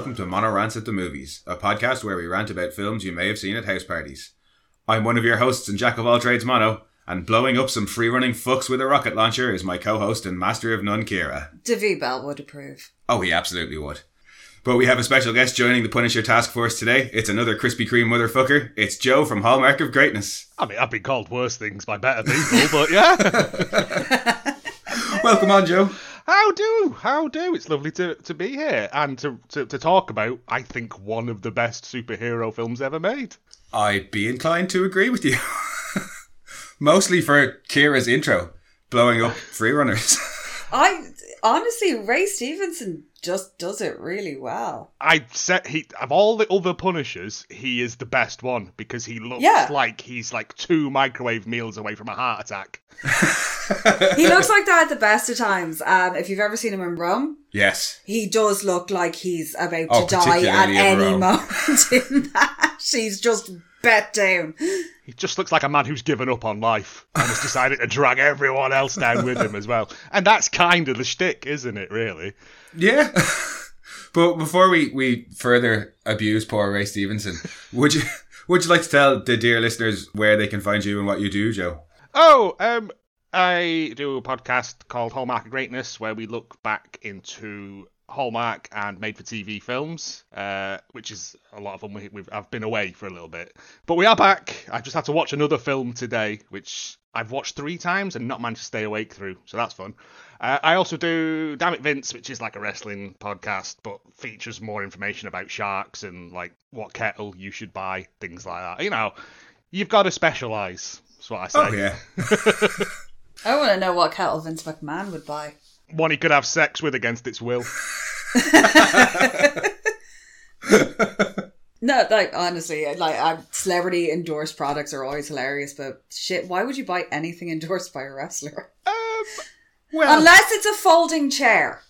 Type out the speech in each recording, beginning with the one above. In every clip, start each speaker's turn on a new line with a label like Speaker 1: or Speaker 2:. Speaker 1: Rants at the Movies, a podcast where we rant about films you may have seen at house parties. I'm one of your hosts and jack of all trades, Mono, and blowing up some free running fucks with a rocket launcher is my co host and master of none, Kira.
Speaker 2: Davy Bell would approve.
Speaker 1: Oh, he absolutely would. But we have a special guest joining the Punisher Task Force today. It's another Krispy Kreme motherfucker. It's Joe from Hallmark of Greatness.
Speaker 3: I mean, I've been called worse things by better people, but yeah.
Speaker 1: Welcome on, Joe.
Speaker 3: how do? How do? It's lovely to, to be here and to, to, to talk about, I think, one of the best superhero films ever made.
Speaker 1: I'd be inclined to agree with you. Mostly for Kira's intro, blowing up free runners.
Speaker 2: I honestly, Ray Stevenson just does it really well.
Speaker 3: I said he of all the other Punishers, he is the best one because he looks
Speaker 2: Yeah.
Speaker 3: like he's like two microwave meals away from a heart attack.
Speaker 2: He looks like that at the best of times. And if you've ever seen him in Rome,
Speaker 1: yes.
Speaker 2: he does look like he's about
Speaker 1: Oh,
Speaker 2: to die at
Speaker 1: particularly in
Speaker 2: any
Speaker 1: Rome.
Speaker 2: moment in that. He's just bet down.
Speaker 3: He just looks like a man who's given up on life and has decided to drag everyone else down with him as well. And that's kind of the shtick, isn't it? Really.
Speaker 1: Yeah. but before we, we further abuse poor Ray Stevenson, would you would you like to tell the dear listeners where they can find you and what you do, Joe?
Speaker 3: Oh, um, I do a podcast called Hallmark of Greatness where we look back into Hallmark and made-for-TV films, uh, which is a lot of fun. We, we've I've been away for a little bit, but we are back. I've just had to watch another film today, which I've watched three times and not managed to stay awake through, so that's fun. Uh, I also do Damn It Vince, which is like a wrestling podcast, but features more information about sharks and like what kettle you should buy, things like that. You know, you've got to specialise. That's what I say.
Speaker 1: Oh yeah.
Speaker 2: I want to know what kettle Vince McMahon would buy.
Speaker 3: one he could have sex with against its will.
Speaker 2: No, like honestly, like I, celebrity endorsed products are always hilarious, but shit, why would you buy anything endorsed by a wrestler?
Speaker 1: Well,
Speaker 2: Unless it's a folding chair.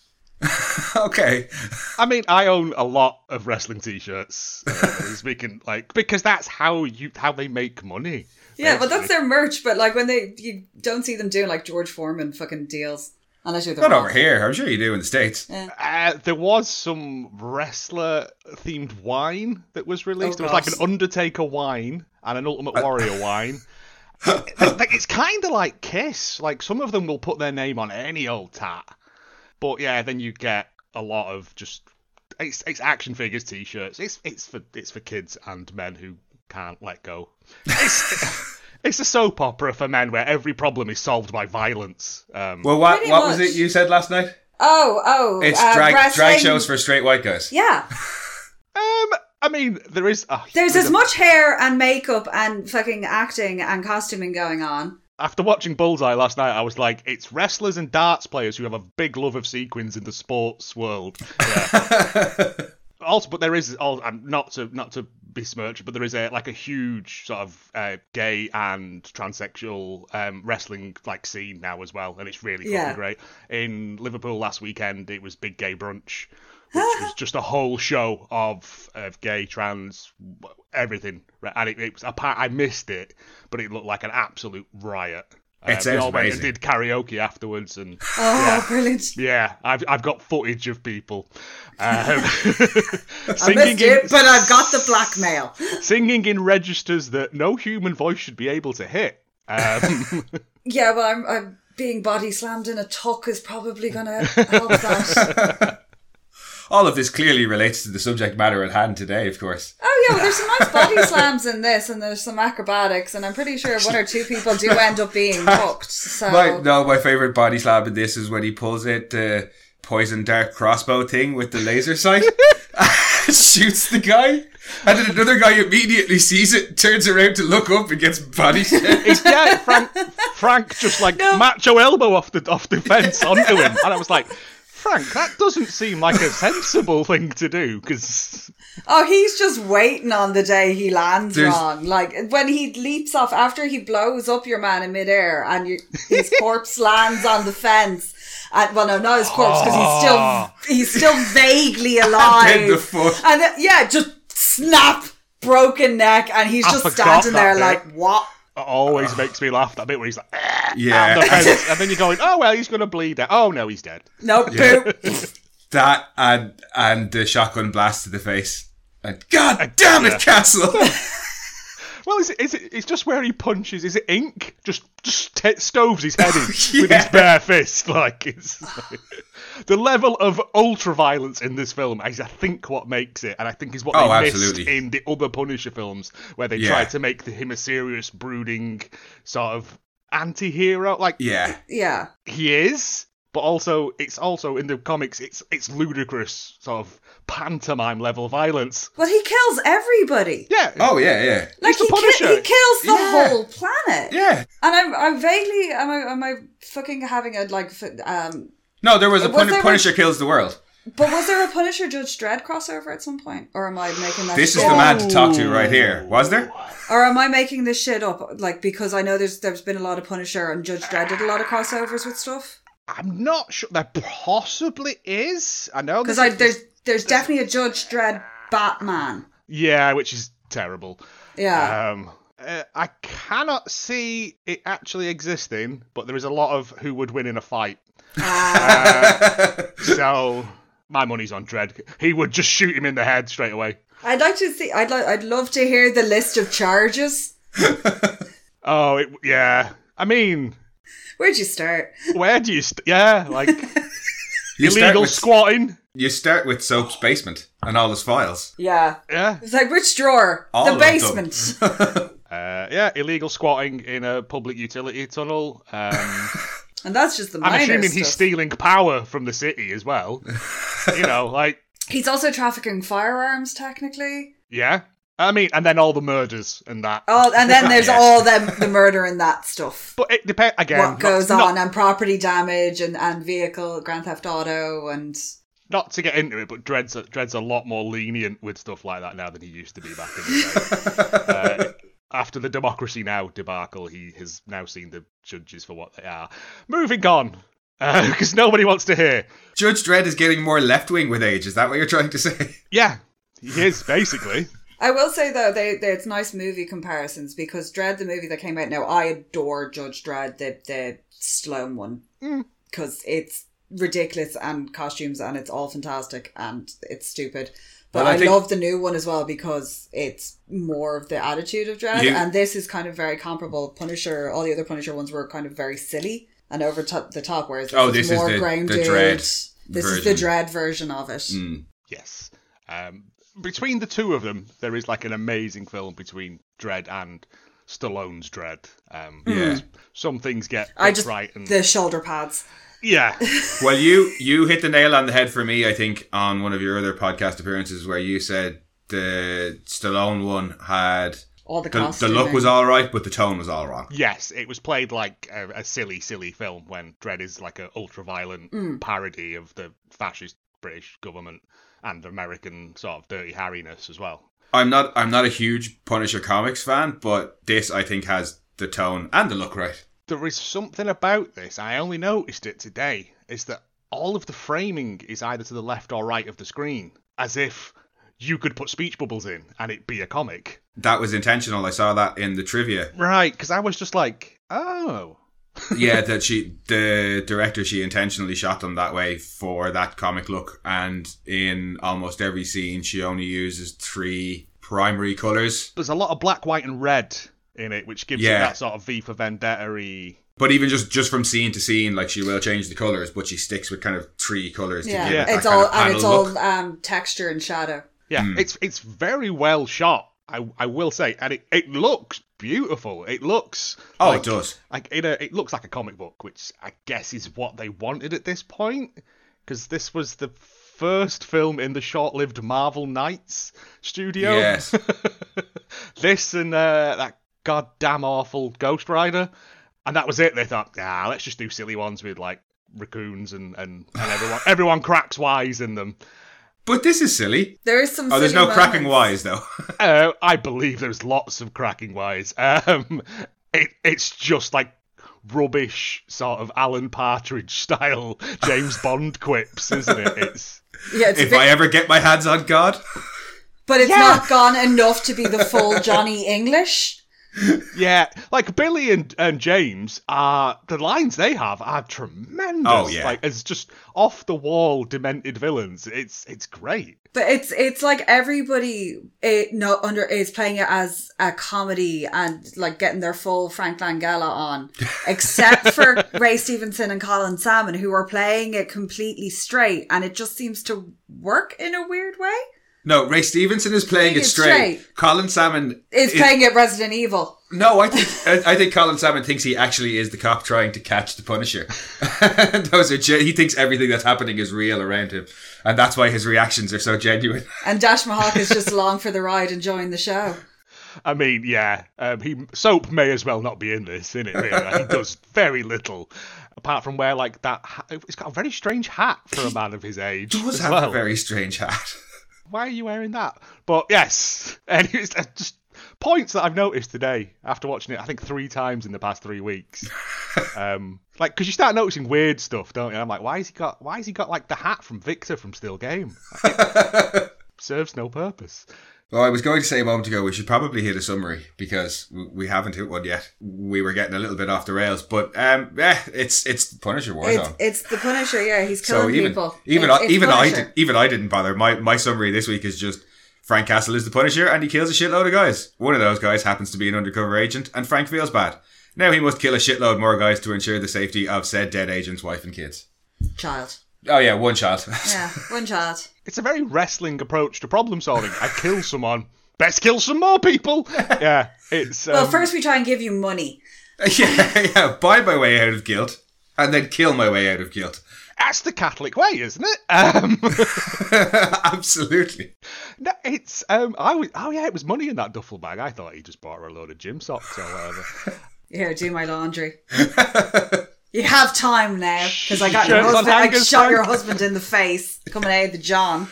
Speaker 1: okay.
Speaker 3: I mean, I own a lot of wrestling t-shirts. Uh, speaking like because that's how you how they make money.
Speaker 2: Yeah, but that's
Speaker 3: basically.
Speaker 2: their merch. But like when they, you don't see them doing like George Foreman fucking deals unless you're the
Speaker 1: Not
Speaker 2: Rock.
Speaker 1: over here. I'm sure you do in the States.
Speaker 3: Uh, there was some wrestler themed wine that was released.
Speaker 2: Oh, Uh,
Speaker 3: it was like an
Speaker 2: gosh.
Speaker 3: Undertaker wine and an Ultimate Warrior wine. It's like- it's kind of like Kiss. Like some of them will put their name on any old tat, but yeah, then you get a lot of just it's it's action figures, t-shirts. It's it's for it's for kids and men who can't let go. It's it's a soap opera for men where every problem is solved by violence. Um,
Speaker 1: Well, what
Speaker 2: Pretty
Speaker 1: what was
Speaker 2: much.
Speaker 1: it you said last night?
Speaker 2: Oh, oh,
Speaker 1: It's
Speaker 2: uh,
Speaker 1: drag, drag
Speaker 2: wrestling-
Speaker 1: shows for straight white guys.
Speaker 2: Yeah,
Speaker 3: um, I mean, there is a,
Speaker 2: there's as
Speaker 3: a-
Speaker 2: much hair and makeup and fucking acting and costuming going on.
Speaker 3: After watching Bullseye last night, I was like, it's wrestlers and darts players who have a big love of sequins in the sports world. also, but there is al- um, not to not to besmirch, but there is a like a huge sort of uh, gay and transsexual um, wrestling like scene now as well, and it's really fucking
Speaker 2: Yeah.
Speaker 3: great. In Liverpool last weekend, it was Big Gay Brunch, which was just a whole show of of gay, trans, w- everything, right? and it, it was apart. I missed it, but it looked like an absolute riot. Um,
Speaker 1: It
Speaker 3: we
Speaker 1: sounds
Speaker 3: all went and
Speaker 1: amazing.
Speaker 3: did karaoke afterwards, and
Speaker 2: Oh, brilliant!
Speaker 3: yeah, I've I've got footage of people um,
Speaker 2: I
Speaker 3: singing,
Speaker 2: missed it,
Speaker 3: in,
Speaker 2: but I've got the blackmail.
Speaker 3: singing in registers that no human voice should be able to hit. Um,
Speaker 2: Yeah, well, I'm, I'm being body slammed in a tuck is probably gonna help that.
Speaker 1: All of this clearly relates to the subject matter at hand today, of course.
Speaker 2: Oh yeah, well, there's some nice body slams in this, and there's some acrobatics, and I'm pretty sure one or two people do end up being hooked. So
Speaker 1: My, no, my favorite body slam in this is when he pulls out the poison dart crossbow thing with the laser sight, shoots the guy, and then another guy immediately sees it, turns around to look up, and gets body shot.
Speaker 3: it's- yeah, Frank Frank just like macho elbow off the off the fence onto him, and I was like, Frank, that doesn't seem like a sensible thing to do because
Speaker 2: Oh, he's just waiting on the day he lands
Speaker 1: There's-
Speaker 2: wrong. Like when he leaps off after he blows up your man in midair and you, his corpse lands on the fence. And, well, no, not his corpse
Speaker 3: Ah.
Speaker 2: because he's still he's still vaguely alive.
Speaker 1: then the foot.
Speaker 2: And then- yeah, just snap, broken neck, and he's
Speaker 3: I
Speaker 2: just
Speaker 3: forgot
Speaker 2: standing
Speaker 3: that
Speaker 2: there
Speaker 3: bit.
Speaker 2: like what?
Speaker 3: it always makes me laugh. That bit where he's like, "Ah,"
Speaker 1: Yeah.
Speaker 3: at the fence, and then you're going, oh well, he's gonna bleed out. Oh no, he's dead.
Speaker 2: No, boo.
Speaker 1: That and and the shotgun blast to the face. And God damn it, Castle!
Speaker 3: Well, is it, is it? It's just where he punches. Is it ink? Just just t- stoves his head in with his
Speaker 1: Yeah.
Speaker 3: bare fist. Like it's the level of ultra violence in this film is, I think, what makes it, and I think is what
Speaker 1: Oh,
Speaker 3: they missed
Speaker 1: absolutely.
Speaker 3: in the other Punisher films, where they
Speaker 1: Yeah.
Speaker 3: tried to make the, him a serious, brooding sort of anti-hero. Like
Speaker 1: Yeah,
Speaker 2: Yeah.
Speaker 3: he is, but also it's also in the comics. It's it's ludicrous, sort of pantomime level violence.
Speaker 2: But he kills everybody.
Speaker 3: Yeah.
Speaker 1: Oh yeah, yeah,
Speaker 2: Like
Speaker 3: the
Speaker 2: he, ki-
Speaker 3: Punisher.
Speaker 2: he kills the
Speaker 1: Yeah.
Speaker 2: whole planet.
Speaker 1: yeah.
Speaker 2: And I'm, I'm vaguely, am I, am I fucking having a like, f- um,
Speaker 1: No, there was a
Speaker 2: Was
Speaker 1: Pun-
Speaker 2: there-
Speaker 1: Punisher kills the world.
Speaker 2: but was there a Punisher Judge Dredd crossover at some point? Or am I making that
Speaker 1: This is
Speaker 2: shit
Speaker 1: the
Speaker 2: up?
Speaker 1: man
Speaker 2: Oh.
Speaker 1: to talk to right here. Was there?
Speaker 2: Or am I making this shit up? Like, because I know there's, there's been a lot of Punisher and Judge Dredd did a lot of crossovers with stuff.
Speaker 3: I'm not sure. There possibly is. I know
Speaker 2: Because
Speaker 3: this
Speaker 2: I,
Speaker 3: is-
Speaker 2: there's, there's definitely a Judge Dredd Batman.
Speaker 3: yeah, which is terrible.
Speaker 2: Yeah.
Speaker 1: Uh-huh. Ah.
Speaker 3: Um, uh, I cannot see it actually existing, but there is a lot of who would win in a fight. Uh,
Speaker 2: Ah,
Speaker 3: So my money's on Dread. He would just shoot him in the head straight away.
Speaker 2: I'd like to see, I'd like, I'd love to hear the list of charges.
Speaker 3: Oh, it, yeah. I mean,
Speaker 2: Where'd you start?
Speaker 3: where do you? St- yeah, like
Speaker 1: You start,
Speaker 3: illegal
Speaker 1: with,
Speaker 3: squatting.
Speaker 1: you start with Soap's basement and all his files.
Speaker 2: Yeah.
Speaker 3: Yeah,
Speaker 2: It's like, which drawer?
Speaker 1: All
Speaker 2: the
Speaker 1: of them.
Speaker 2: basement.
Speaker 3: uh, yeah, illegal squatting in a public utility tunnel. Um,
Speaker 2: And that's just the minor
Speaker 3: I'm assuming
Speaker 2: stuff.
Speaker 3: he's stealing power from the city as well. you know, like
Speaker 2: He's also trafficking firearms, technically.
Speaker 3: yeah. I mean, and then all the murders and that.
Speaker 2: Oh, and then there's
Speaker 3: Yeah.
Speaker 2: all them the murder and that stuff.
Speaker 3: But it depends again.
Speaker 2: what goes
Speaker 3: not,
Speaker 2: on and property damage and, and vehicle Grand Theft Auto and
Speaker 3: Not to get into it, but Dred's a, Dred's a lot more lenient with stuff like that now than he used to be back in the day. uh, after the Democracy Now debacle, he has now seen the judges for what they are. Moving on, because nobody wants to hear.
Speaker 1: Judge Dredd is getting more left wing with age. Is that what you're trying to say?
Speaker 3: Yeah, he is basically.
Speaker 2: I will say though they, they it's nice movie comparisons because Dread the movie that came out now I adore Judge Dread the the Sloan one
Speaker 3: Mm.
Speaker 2: because it's ridiculous and costumes and it's all fantastic and it's stupid. But
Speaker 1: Well, I
Speaker 2: I,
Speaker 1: think-
Speaker 2: love the new one as well because it's more of the attitude of Dread,
Speaker 1: You-
Speaker 2: and this is kind of very comparable. Punisher, all the other Punisher ones were kind of very silly and over top the top, whereas this
Speaker 1: Oh,
Speaker 2: is
Speaker 1: this is
Speaker 2: more
Speaker 1: the- the
Speaker 2: grounded.
Speaker 1: Dredd
Speaker 2: this is the
Speaker 1: version.
Speaker 2: Dread version of it.
Speaker 1: Mm.
Speaker 3: Yes. Um, between the two of them, there is like an amazing film between Dread and Stallone's Dread. Um,
Speaker 1: Yeah.
Speaker 3: Some things get
Speaker 2: Hmm. I
Speaker 3: picked
Speaker 2: just
Speaker 3: right and
Speaker 2: the shoulder pads.
Speaker 3: yeah.
Speaker 1: Well, you you hit the nail on the head for me. I think on one of your other podcast appearances where you said the Stallone one had
Speaker 2: All the,
Speaker 1: the, the
Speaker 2: costumes.
Speaker 1: look was all right, but the tone was all wrong.
Speaker 3: yes, it was played like a, a silly, silly film when Dread is like a ultra-violent
Speaker 2: Hmm.
Speaker 3: parody of the fascist British government and American sort of dirty harriness as well.
Speaker 1: I'm not I'm not a huge Punisher comics fan, but this I think has the tone and the look right.
Speaker 3: There is something about this, I only noticed it today, is that all of the framing is either to the left or right of the screen, as if you could put speech bubbles in and it be a comic.
Speaker 1: That was intentional. I saw that in the trivia.
Speaker 3: Right, because I was just like, oh.
Speaker 1: yeah, that she the director she intentionally shot them that way for that comic look, and in almost every scene she only uses three primary colors.
Speaker 3: There's a lot of black, white, and red in it, which gives it
Speaker 1: Yeah.
Speaker 3: that sort of V for Vendetta y.
Speaker 1: But even just just from scene to scene, like she will change the colors, but she sticks with kind of three colors to give
Speaker 2: Yeah,
Speaker 1: it that
Speaker 2: it's
Speaker 1: kind
Speaker 2: all
Speaker 1: of
Speaker 2: and
Speaker 1: panel
Speaker 2: it's
Speaker 1: look.
Speaker 2: all um, texture and shadow.
Speaker 3: Yeah,
Speaker 1: Hmm.
Speaker 3: it's it's very well shot. I, I will say, and it, it looks beautiful. It looks
Speaker 1: oh,
Speaker 3: like
Speaker 1: it does.
Speaker 3: like in a, it looks like a comic book, which I guess is what they wanted at this point, because this was the first film in the short-lived Marvel Knights studio.
Speaker 1: Yes.
Speaker 3: this and uh, that goddamn awful Ghost Rider, and that was it. They thought, nah, let's just do silly ones with like raccoons and and, and everyone everyone cracks wise in them.
Speaker 1: But this is silly.
Speaker 2: There is some.
Speaker 1: Oh, there's
Speaker 2: silly
Speaker 1: no cracking wise
Speaker 2: moments.
Speaker 1: though.
Speaker 3: Uh, I believe there's lots of cracking wise. Um, it it's just like rubbish sort of Alan Partridge style James Bond quips, isn't it? It's
Speaker 2: Yeah, it's a
Speaker 1: if
Speaker 2: bit,
Speaker 1: I ever get my hands on God,
Speaker 2: but it's not gone enough to be the full Johnny English.
Speaker 3: Yeah, like Billy and, and James are the lines they have are tremendous.
Speaker 1: Oh, yeah.
Speaker 3: like it's just off the wall, demented villains. It's it's great.
Speaker 2: But it's it's like everybody it, no under is playing it as a comedy and like getting their full Frank Langella on, except for Ray Stevenson and Colin Salmon who are playing it completely straight, and it just seems to work in a weird way.
Speaker 1: No, Ray Stevenson is playing it
Speaker 2: It's
Speaker 1: straight. Colin Salmon
Speaker 2: It's
Speaker 1: is-
Speaker 2: playing it Resident Evil.
Speaker 1: No, I think I I think Colin Salmon thinks he actually is the cop trying to catch the Punisher. Those are gen- he thinks everything that's happening is real around him, and that's why his reactions are so genuine.
Speaker 2: And Dash Mahawk is just along for the ride, enjoying the show.
Speaker 3: I mean, yeah, um, he soap may as well not be in this, in it. Really, he does very little, apart from wear like that. Ha- it's got a very strange hat for a man of his age.
Speaker 1: Does
Speaker 3: as
Speaker 1: have
Speaker 3: well.
Speaker 1: a very strange hat.
Speaker 3: Why are you wearing that? But yes, and it's uh, just points that I've noticed today after watching it. I think three times in the past three weeks. um, like because you start noticing weird stuff, don't you? I'm like, why has he got? Why has he got like the hat from Victor from Still Game? Serves no purpose.
Speaker 1: Well, I was going to say a moment ago we should probably hit a summary because w- we haven't hit one yet. We were getting a little bit off the rails, but um, eh, it's it's Punisher Warzone.
Speaker 2: It's, it's the Punisher, yeah. He's killing
Speaker 1: so even
Speaker 2: people.
Speaker 1: even
Speaker 2: It's-
Speaker 1: I,
Speaker 2: it's
Speaker 1: even I
Speaker 2: Punisher.
Speaker 1: did, even I didn't bother. My my summary this week is just Frank Castle is the Punisher and he kills a shitload of guys. One of those guys happens to be an undercover agent, and Frank feels bad. Now he must kill a shitload more guys to ensure the safety of said dead agent's wife and kids.
Speaker 2: Child.
Speaker 1: Oh yeah, one child.
Speaker 2: Yeah, one child.
Speaker 3: It's a very wrestling approach to problem solving. I kill someone. Best kill some more people. Yeah, it's um,
Speaker 2: Well, first we try and give you money.
Speaker 1: yeah, yeah. Buy my way out of guilt, and then kill my way out of guilt.
Speaker 3: that's the Catholic way, isn't it? Um,
Speaker 1: Absolutely.
Speaker 3: No, it's um. I was. Oh yeah, it was money in that duffel bag. I thought he just bought her a load of gym socks or whatever.
Speaker 2: Here, do my laundry. you have time now because I got your
Speaker 3: Shirts on
Speaker 2: husband. I
Speaker 3: hangers,
Speaker 2: shot your
Speaker 3: Frank.
Speaker 2: husband in the face coming out of the John.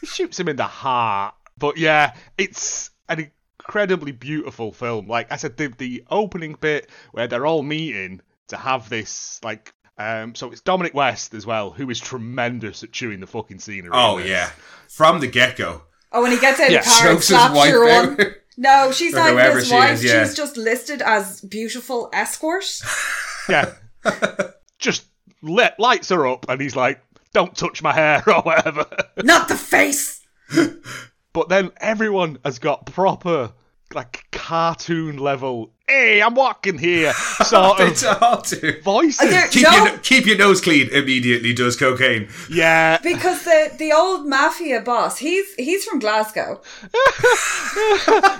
Speaker 3: he shoots him in the heart. But yeah, it's an incredibly beautiful film. Like I said, the the opening bit where they're all meeting to have this like. Um, so it's Dominic West as well, who is tremendous at chewing the fucking scenery. in
Speaker 1: Oh
Speaker 3: this.
Speaker 1: yeah, from the get go.
Speaker 2: Oh, when he gets out
Speaker 3: Yeah,
Speaker 2: of the car and
Speaker 1: chokes his
Speaker 2: slaps
Speaker 1: wife
Speaker 2: your
Speaker 1: out.
Speaker 2: one. No, she's
Speaker 1: Or
Speaker 2: not even
Speaker 1: whoever
Speaker 2: his
Speaker 1: she
Speaker 2: wife.
Speaker 1: is, yeah.
Speaker 2: She's just listed as beautiful escort.
Speaker 3: yeah. Just lit, lights her up, and he's like, "Don't touch my hair" or whatever.
Speaker 2: not the face.
Speaker 3: But then everyone has got proper, like, cartoon level, hey, I'm walking here, sort
Speaker 1: It's
Speaker 3: of
Speaker 1: all too.
Speaker 2: There-
Speaker 3: voices.
Speaker 1: Keep,
Speaker 2: No.
Speaker 1: your, keep your nose clean immediately does cocaine.
Speaker 3: Yeah.
Speaker 2: Because the the old mafia boss, he's he's from Glasgow.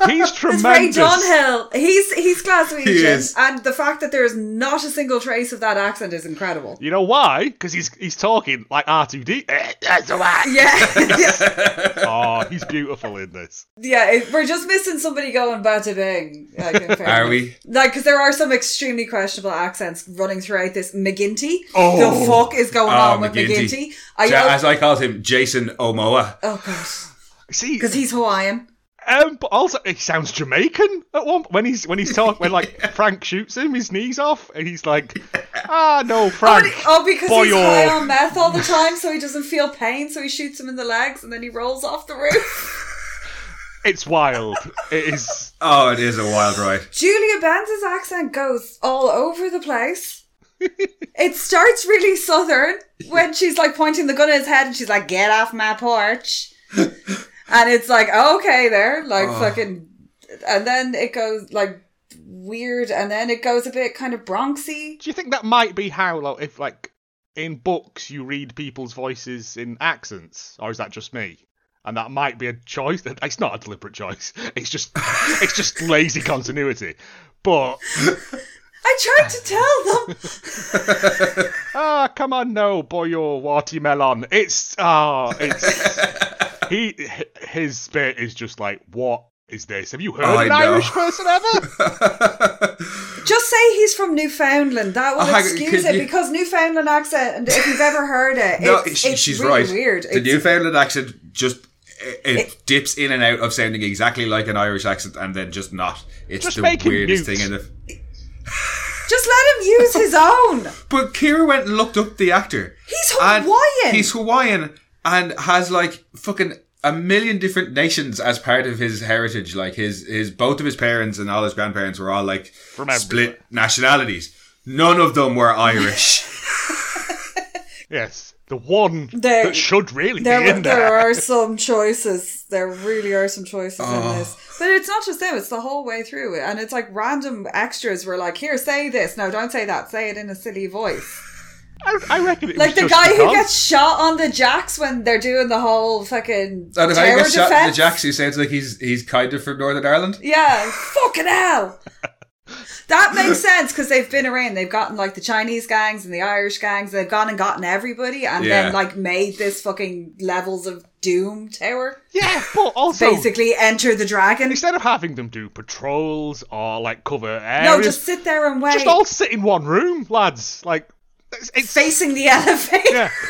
Speaker 3: He's
Speaker 2: It's Ray
Speaker 3: tremendous.
Speaker 2: Dunhill. He's he's Glaswegian,
Speaker 1: He is.
Speaker 2: and the fact that there is not a single trace of that accent is incredible.
Speaker 3: You know why? Because he's he's talking like R2D. Eh, that's a whack.
Speaker 2: Yeah,
Speaker 3: Oh, he's beautiful in this.
Speaker 2: yeah. It, we're just missing somebody going bada bing. Like, in fairness.
Speaker 1: Are we?
Speaker 2: Like, because there are some extremely questionable accents running throughout this. McGinty.
Speaker 3: Oh.
Speaker 2: the fuck is going
Speaker 1: Oh,
Speaker 2: on with
Speaker 1: McGinty.
Speaker 2: McGinty? I
Speaker 1: Ja-
Speaker 2: al-
Speaker 1: as I called him, Jason Omoa.
Speaker 2: oh god,
Speaker 3: See,
Speaker 2: because he's Hawaiian.
Speaker 3: um, but also he sounds Jamaican at one when he's when he's talking when like Frank shoots him, his knees off, and he's like, ah, no, Frank.
Speaker 2: Oh, because
Speaker 3: boy,
Speaker 2: he's
Speaker 3: oh."
Speaker 2: high on meth all the time, so he doesn't feel pain, so he shoots him in the legs, and then he rolls off the roof.
Speaker 3: It's wild. It is.
Speaker 1: Oh, it is a wild ride.
Speaker 2: Julia Benz's accent goes all over the place. it starts really southern when she's like pointing the gun at his head and she's like, get off my porch. and it's like, okay, there. Like,
Speaker 1: Oh.
Speaker 2: fucking. And then it goes like weird and then it goes a bit kind of Bronxy.
Speaker 3: Do you think that might be how, like, if like in books you read people's voices in accents, or is that just me? And that might be a choice. It's not a deliberate choice. It's just, it's just lazy continuity. But
Speaker 2: I tried to tell them.
Speaker 3: ah, come on, no, boy, your watermelon. It's ah, it's he. h- His bit is just like, what is this? Have you heard
Speaker 1: I
Speaker 3: an
Speaker 1: know.
Speaker 3: Irish person ever?
Speaker 2: Just say he's from Newfoundland. That will
Speaker 1: Oh, hang on,
Speaker 2: excuse
Speaker 1: could
Speaker 2: it
Speaker 1: you-
Speaker 2: because Newfoundland accent, and if you've ever heard it,
Speaker 1: no,
Speaker 2: it's,
Speaker 1: she-
Speaker 2: it's
Speaker 1: she's
Speaker 2: really
Speaker 1: right.
Speaker 2: weird.
Speaker 1: The
Speaker 2: It's,
Speaker 1: Newfoundland accent just it, it dips in and out of sounding exactly like an Irish accent, and then just not. It's
Speaker 3: Just
Speaker 1: the
Speaker 3: make him
Speaker 1: weirdest
Speaker 3: mute.
Speaker 1: thing in the.
Speaker 2: just let him use his own.
Speaker 1: But Kira went and looked up the actor.
Speaker 2: He's
Speaker 1: And
Speaker 2: Hawaiian.
Speaker 1: He's Hawaiian and has like fucking a million different nations as part of his heritage. Like his his both of his parents and all his grandparents were all like
Speaker 3: From everywhere.
Speaker 1: split nationalities. None of them were Irish.
Speaker 3: Yes, the one
Speaker 2: There-
Speaker 3: that should really
Speaker 2: There,
Speaker 3: be in there.
Speaker 2: there are some choices. There really are some choices
Speaker 1: Oh.
Speaker 2: in this. But it's not just them, it's the whole way through. And it's like random extras were like, here, say this. No, don't say that. Say it in a silly voice.
Speaker 3: I, I reckon it
Speaker 2: Like
Speaker 3: was
Speaker 2: the
Speaker 3: just
Speaker 2: guy who
Speaker 3: because-
Speaker 2: gets shot on the jacks when they're doing the whole fucking.
Speaker 1: And if I
Speaker 2: terror
Speaker 1: get shot in Oh, the
Speaker 2: defense.
Speaker 1: jacks, he sounds like he's he's kind of from Northern Ireland.
Speaker 2: Yeah, fucking hell. That makes sense because they've been around. They've gotten like the Chinese gangs and the Irish gangs. They've gone and gotten everybody, and
Speaker 1: Yeah.
Speaker 2: then like made this fucking levels of doom tower.
Speaker 3: Yeah, but also
Speaker 2: Basically, enter the dragon.
Speaker 3: instead of having them do patrols or like cover areas,
Speaker 2: No, just sit there and wait,
Speaker 3: just all sit in one room, lads. Like it's, it's
Speaker 2: facing the elevator.
Speaker 3: yeah,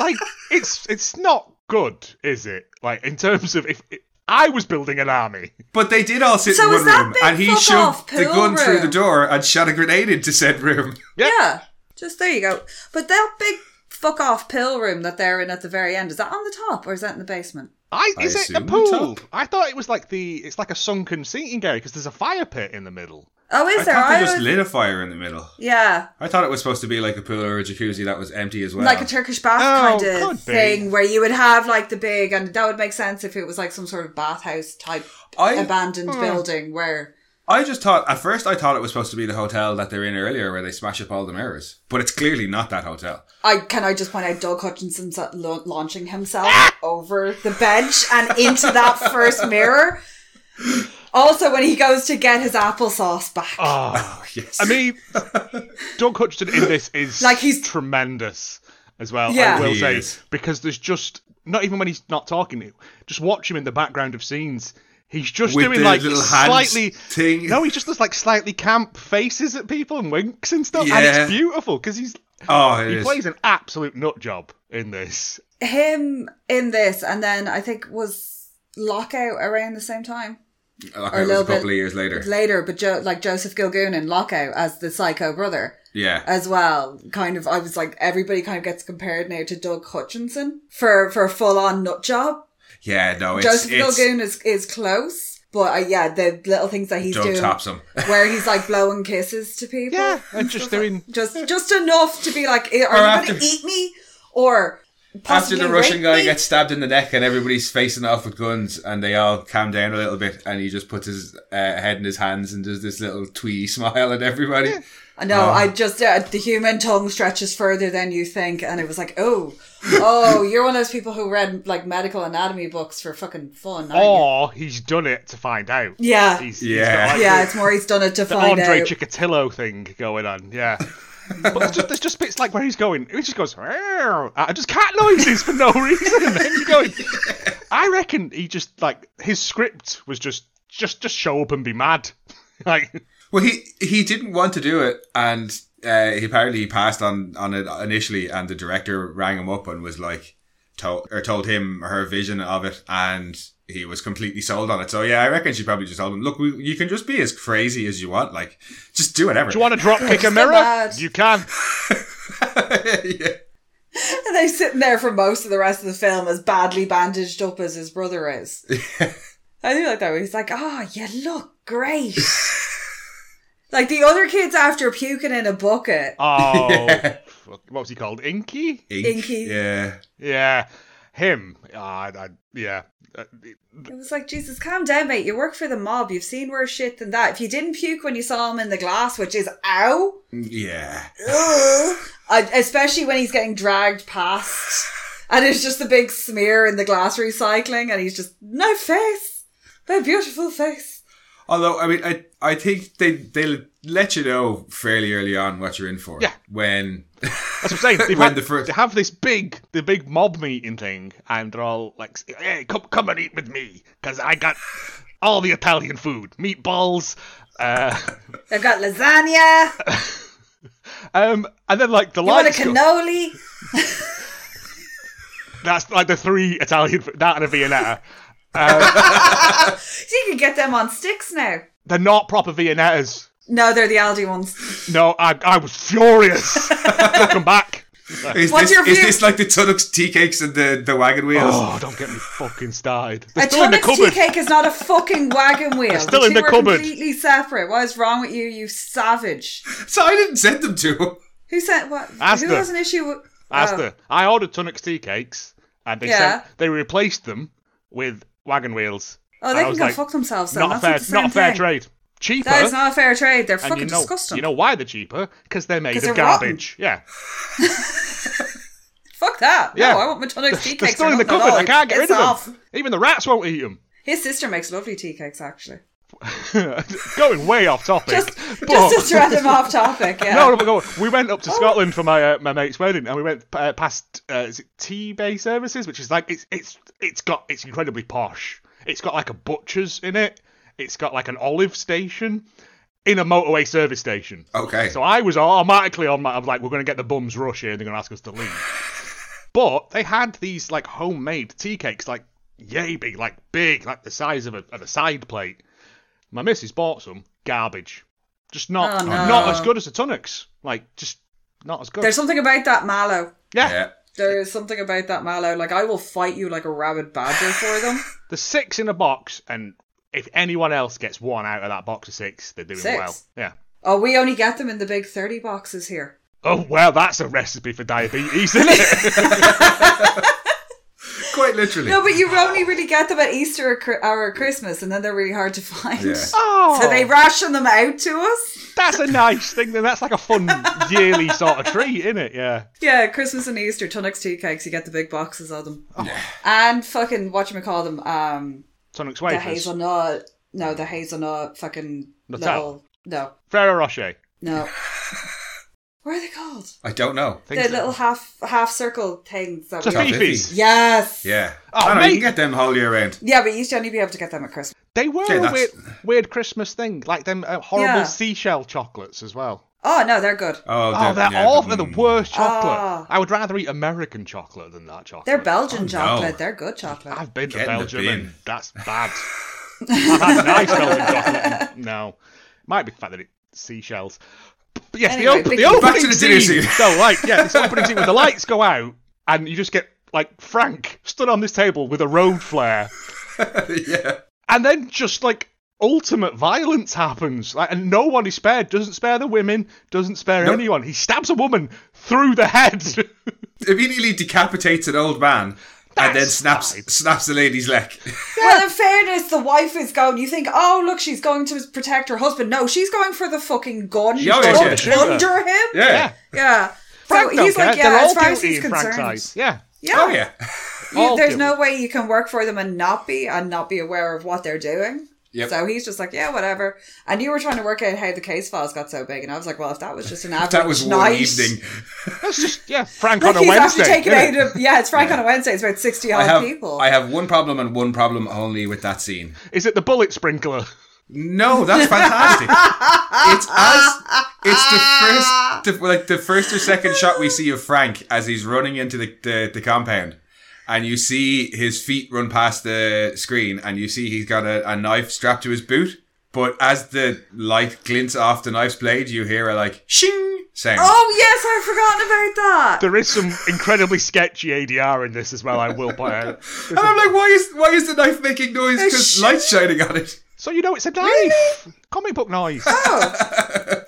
Speaker 3: like it's it's not good, is it? Like in terms of if I was building an army,
Speaker 1: But they did all sit
Speaker 2: So
Speaker 1: in
Speaker 2: is
Speaker 1: one
Speaker 2: that
Speaker 1: room,
Speaker 2: big
Speaker 1: and he
Speaker 2: fuck
Speaker 1: shoved
Speaker 2: off
Speaker 1: the
Speaker 2: pool
Speaker 1: gun through the
Speaker 2: room?
Speaker 1: door and shot a grenade into said room.
Speaker 3: Yeah.
Speaker 2: Yeah, just there you go. But that big fuck off pill room that they're in at the very end is that on the top or is that in the basement?
Speaker 3: I
Speaker 1: I
Speaker 3: is it a
Speaker 1: assume the
Speaker 3: pool?
Speaker 1: top.
Speaker 3: I thought it was like the it's like a sunken seating area because there's a fire pit in the middle.
Speaker 2: Oh, is
Speaker 1: I
Speaker 2: there?
Speaker 1: thought they just
Speaker 2: would-
Speaker 1: lit a fire in the middle.
Speaker 2: yeah,
Speaker 1: I thought it was supposed to be like a pool or a jacuzzi that was empty as well.
Speaker 2: like a Turkish bath
Speaker 3: Oh,
Speaker 2: kind
Speaker 3: could
Speaker 2: of
Speaker 3: be.
Speaker 2: thing where you would have like the big, and that would make sense if it was like some sort of bathhouse type
Speaker 1: I-
Speaker 2: abandoned building where.
Speaker 1: I just thought at first I thought it was supposed to be the hotel that they're in earlier where they smash up all the mirrors, but it's clearly not that hotel.
Speaker 2: I can I just point out Doug Hutchinson sa- la- launching himself over the bench and into that first mirror. Also, when he goes to get his applesauce back,
Speaker 3: Oh,
Speaker 1: Yes,
Speaker 3: I mean, Doug Hutchinson in this is
Speaker 2: Like, he's-
Speaker 3: tremendous as well.
Speaker 2: Yeah.
Speaker 3: I will
Speaker 1: He
Speaker 3: say
Speaker 1: is.
Speaker 3: because there's just not even when he's not talking, just watch him in the background of scenes. He's just
Speaker 1: With
Speaker 3: doing
Speaker 1: the
Speaker 3: like
Speaker 1: little hands
Speaker 3: slightly
Speaker 1: thing.
Speaker 3: No, he just does like slightly camp faces at people and winks and stuff, and
Speaker 1: Yeah.
Speaker 3: it's beautiful because he's
Speaker 1: oh, it
Speaker 3: he
Speaker 1: is.
Speaker 3: plays an absolute nut job in this.
Speaker 2: him in this, and then I think was lockout around the same time.
Speaker 1: Like, Oh,
Speaker 2: or a
Speaker 1: it was a
Speaker 2: little bit-
Speaker 1: couple of years later.
Speaker 2: later, but jo- like Joseph Gilgoon in Lockout as the psycho brother
Speaker 1: Yeah,
Speaker 2: as well. Kind of, I was like, everybody kind of gets compared now to Doug Hutchinson for for a full on nut job.
Speaker 1: yeah. No, it's
Speaker 2: Joseph
Speaker 1: it's
Speaker 2: Gilgoon is is close, but uh, yeah, the little things that he's
Speaker 1: Doug
Speaker 2: doing,
Speaker 1: tops him.
Speaker 2: where he's like blowing kisses to people,
Speaker 3: Yeah, and just doing
Speaker 2: just just enough to be like, "Eh, are you
Speaker 1: after-
Speaker 2: going to eat me or
Speaker 1: After
Speaker 2: possibly
Speaker 1: the Russian
Speaker 2: rape
Speaker 1: guy
Speaker 2: me?
Speaker 1: gets stabbed in the neck and everybody's facing off with guns and they all calm down a little bit and he just puts his uh, head in his hands and does this little twee smile at everybody.
Speaker 2: Hmm. I know.
Speaker 1: Oh.
Speaker 2: I just uh, the human tongue stretches further than you think, and it was like, oh, oh, you're one of those people who read like medical anatomy books for fucking fun. aren't you?
Speaker 3: or he's done it to find out.
Speaker 2: Yeah.
Speaker 3: He's,
Speaker 1: Yeah.
Speaker 3: he's got, like,
Speaker 2: yeah,
Speaker 3: the-
Speaker 2: it's more he's done it to
Speaker 3: the
Speaker 2: find
Speaker 3: Andre
Speaker 2: out.
Speaker 3: Chikatilo thing going on. Yeah. but there's just, there's just bits like where he's going, he just goes, "Meow," uh, just cat noises for no reason. and you're going, I reckon he just like his script was just just just show up and be mad. Like
Speaker 1: Well, he he didn't want to do it, and uh, he apparently he passed on on it initially, and the director rang him up and was like, told or told him her vision of it, and he was completely sold on it. So yeah, I reckon she probably just told him, look, we, you can just be as crazy as you want, like just do whatever.
Speaker 3: do you want to drop kick a
Speaker 2: just
Speaker 3: mirror?
Speaker 2: mad.
Speaker 3: You can.
Speaker 1: yeah.
Speaker 2: And they're sitting there for most of the rest of the film as badly bandaged up as his brother is. I do like that. Where he's like, "Oh, you look great." like the other kids after puking in a bucket.
Speaker 3: Oh fuck, what was he called? Inky?
Speaker 1: Ink.
Speaker 2: Inky.
Speaker 1: Yeah.
Speaker 3: Yeah. Him. Ah, I, yeah. Uh,
Speaker 2: It was like, Jesus, calm down, mate. You work for the mob. You've seen worse shit than that. If you didn't puke when you saw him in the glass, which is ow,
Speaker 1: Yeah.
Speaker 2: I, especially when he's getting dragged past, and it's just a big smear in the glass recycling, and he's just my face, my beautiful face.
Speaker 1: Although I mean, I I think they they let you know fairly early on what you're in for.
Speaker 3: Yeah.
Speaker 1: When
Speaker 3: That's what I'm saying. They've
Speaker 1: When
Speaker 3: had-
Speaker 1: the first-
Speaker 3: they have this big, the big mob meeting thing, and they're all like, "Hey, come, come and eat with me, because I got all the Italian food, meatballs." Uh,
Speaker 2: They've got lasagna.
Speaker 3: um, and then like the
Speaker 2: You want a
Speaker 3: lights. go-
Speaker 2: cannoli?
Speaker 3: That's like the three Italian, fo- that and a Viennetta.
Speaker 2: So you can get them on sticks now.
Speaker 3: They're not proper Viennettas.
Speaker 2: No, they're the Aldi ones.
Speaker 3: No, I, I was furious. Come back.
Speaker 1: Is
Speaker 2: What's
Speaker 1: this,
Speaker 2: your
Speaker 1: is
Speaker 2: view?
Speaker 1: this like the Tunnock's tea cakes and the, the wagon wheels?
Speaker 3: Oh, don't get me fucking started. They're
Speaker 2: A
Speaker 3: still in the
Speaker 2: Thomas tea
Speaker 3: cupboard.
Speaker 2: cake is not a fucking wagon wheel.
Speaker 3: still
Speaker 2: The
Speaker 3: in
Speaker 2: two
Speaker 3: the
Speaker 2: are
Speaker 3: cupboard.
Speaker 2: Completely separate. What is wrong with you, you savage?
Speaker 1: So I didn't send them to him.
Speaker 2: Who sent what? Who
Speaker 3: Asda.
Speaker 2: has an issue? with... oh.
Speaker 3: Asta, I ordered Tunnock's tea cakes, and they
Speaker 2: Yeah.
Speaker 3: sent, they replaced them with wagon wheels.
Speaker 2: Oh, they
Speaker 3: I
Speaker 2: can
Speaker 3: was
Speaker 2: go
Speaker 3: like,
Speaker 2: fuck themselves. Then.
Speaker 3: not a
Speaker 2: That's
Speaker 3: fair,
Speaker 2: the
Speaker 3: not
Speaker 2: same
Speaker 3: a fair
Speaker 2: thing.
Speaker 3: trade. Cheaper.
Speaker 2: That is not a fair trade. They're fucking
Speaker 3: and you know,
Speaker 2: disgusting.
Speaker 3: you know why they're cheaper? Because they're made
Speaker 2: 'Cause
Speaker 3: of
Speaker 2: they're
Speaker 3: garbage. Yeah.
Speaker 2: Fuck that.
Speaker 3: Yeah.
Speaker 2: No, I want my tonic tea
Speaker 3: They're
Speaker 2: cakes.
Speaker 3: still
Speaker 2: or
Speaker 3: in the
Speaker 2: nothing at
Speaker 3: cupboard.
Speaker 2: all.
Speaker 3: I can't get rid
Speaker 2: Piss
Speaker 3: of them.
Speaker 2: off.
Speaker 3: Even the rats won't eat them.
Speaker 2: His sister makes lovely tea cakes, actually.
Speaker 3: going way off topic.
Speaker 2: Just, just
Speaker 3: but-
Speaker 2: Oh. to thread him off topic. Yeah.
Speaker 3: No, no, but go- we went up to Scotland for my uh, my mate's wedding, and we went uh, past uh, is it Tea Bay Services, which is like it's it's it's got it's incredibly posh. It's got like a butcher's in it. It's got like an olive station in a motorway service station.
Speaker 1: Okay.
Speaker 3: So I was automatically on my. I'm like, we're going to get the bums rush here, and they're going to ask us to leave. but they had these like homemade tea cakes, like yay big, like big, like the size of a of a side plate. My missus bought some garbage, just not
Speaker 2: Oh, no.
Speaker 3: not as good as the tonics. Like just not as good.
Speaker 2: There's something about that mallow.
Speaker 3: yeah.
Speaker 1: yeah.
Speaker 2: There is something about that mallow. Like I will fight you like a rabid badger for them.
Speaker 3: the six in a box, and if anyone else gets one out of that box of six, they're doing
Speaker 2: Six?
Speaker 3: well. Yeah.
Speaker 2: Oh, we only get them in the big thirty boxes here.
Speaker 3: Oh well, that's a recipe for diabetes, isn't it?
Speaker 1: Quite literally.
Speaker 2: No, but you only really get them at Easter or, Chri- or at Christmas, and then they're really hard to find.
Speaker 1: Yeah.
Speaker 3: oh,
Speaker 2: So they ration them out to us.
Speaker 3: That's a nice thing. Then that's like a fun yearly sort of treat, isn't it? Yeah.
Speaker 2: Yeah, Christmas and Easter, Tunnock's tea cakes. You get the big boxes of them, and fucking what you call them, um,
Speaker 3: Sonic's
Speaker 2: the
Speaker 3: wafers.
Speaker 2: hazelnut. No, the hazelnut fucking
Speaker 3: Nutella.
Speaker 2: little. No,
Speaker 3: Ferrero Rocher.
Speaker 2: no. what are they called?
Speaker 1: I don't know.
Speaker 2: The little half half circle things. That we-
Speaker 1: Toffee.
Speaker 3: Tafifis.
Speaker 2: yes.
Speaker 1: Yeah.
Speaker 3: Oh,
Speaker 1: I don't know.
Speaker 3: mate.
Speaker 1: You can get them the whole year round.
Speaker 2: Yeah, but you used to only be able to get them at Christmas.
Speaker 3: They were
Speaker 1: Yeah,
Speaker 3: a
Speaker 1: that's-
Speaker 3: weird, weird Christmas thing, like them uh, horrible
Speaker 2: Yeah.
Speaker 3: seashell chocolates as well.
Speaker 2: Oh no, they're good.
Speaker 1: Oh,
Speaker 3: Oh, they're
Speaker 1: yeah,
Speaker 3: awful.
Speaker 1: but,
Speaker 3: They're the
Speaker 1: mm.
Speaker 3: worst chocolate.
Speaker 2: Ah.
Speaker 3: I would rather eat American chocolate than that chocolate.
Speaker 2: They're Belgian
Speaker 1: Oh, no.
Speaker 2: chocolate. They're good chocolate.
Speaker 3: I've been to
Speaker 1: Get in the
Speaker 3: Belgium
Speaker 1: bin.
Speaker 3: and that's bad. I've had nice Belgian chocolate. and- No, might be the fact that it seashells. But yes,
Speaker 2: Anyway,
Speaker 3: the, op- the
Speaker 2: Vicky-
Speaker 3: opening
Speaker 1: Back to the dinner
Speaker 3: scene.
Speaker 1: scene.
Speaker 3: so, like, yeah, this opening scene when the lights go out and you just get like Frank stood on this table with a road flare,
Speaker 1: yeah.
Speaker 3: and then just like ultimate violence happens, like, and no one is spared. Doesn't spare the women. Doesn't spare
Speaker 1: Nope.
Speaker 3: anyone. He stabs a woman through the head.
Speaker 1: Immediately decapitates an old man and then
Speaker 3: That's
Speaker 1: snaps
Speaker 3: fine.
Speaker 1: snaps the lady's leg.
Speaker 2: Well, in fairness, the wife is going. You think, oh look, she's going to protect her husband. No, she's going for the fucking gun
Speaker 1: Yeah,
Speaker 2: up
Speaker 1: yeah, yeah.
Speaker 3: Shooter.
Speaker 2: under him.
Speaker 1: yeah.
Speaker 3: yeah.
Speaker 2: yeah.
Speaker 3: Frank
Speaker 2: so
Speaker 3: don't
Speaker 2: Oh, he's like,
Speaker 3: care. They're
Speaker 2: yeah,
Speaker 3: all
Speaker 2: as far as
Speaker 3: guilty
Speaker 2: he's
Speaker 3: in Frank's
Speaker 2: concerned,
Speaker 3: eyes. Yeah.
Speaker 2: yeah,
Speaker 1: Oh yeah.
Speaker 2: You-
Speaker 3: all
Speaker 2: there's
Speaker 3: guilty.
Speaker 2: no way you can work for them and not be and not be aware of what they're doing.
Speaker 1: Yep.
Speaker 2: So he's just like, yeah, whatever. And you were trying to work out how the case files got so big, and I was like, well, if that was just an average
Speaker 1: That was one
Speaker 2: night,
Speaker 1: evening.
Speaker 3: That's just yeah. Frank
Speaker 2: Like
Speaker 3: on a
Speaker 2: he's
Speaker 3: Wednesday.
Speaker 2: actually taken
Speaker 3: isn't it?
Speaker 2: out of yeah, it's Frank on a Wednesday. It's about sixty
Speaker 1: I
Speaker 2: odd
Speaker 1: have
Speaker 2: people.
Speaker 1: I have one problem and one problem only with that scene.
Speaker 3: Is it the bullet sprinkler?
Speaker 1: No, that's fantastic. it's as it's the first, the, like the first or second shot we see of Frank as he's running into the, the the compound, and you see his feet run past the screen, and you see he's got a, a knife strapped to his boot. But as the light glints off the knife's blade, you hear a like shing sound.
Speaker 2: Oh yes, I've forgotten about that.
Speaker 3: There is some incredibly sketchy ADR in this as well. I will point out.
Speaker 1: And I'm like, why is why is the knife making noise? Because
Speaker 2: It's
Speaker 1: light's shining on it.
Speaker 3: So you know it's a knife. Comic book knife.
Speaker 2: Oh.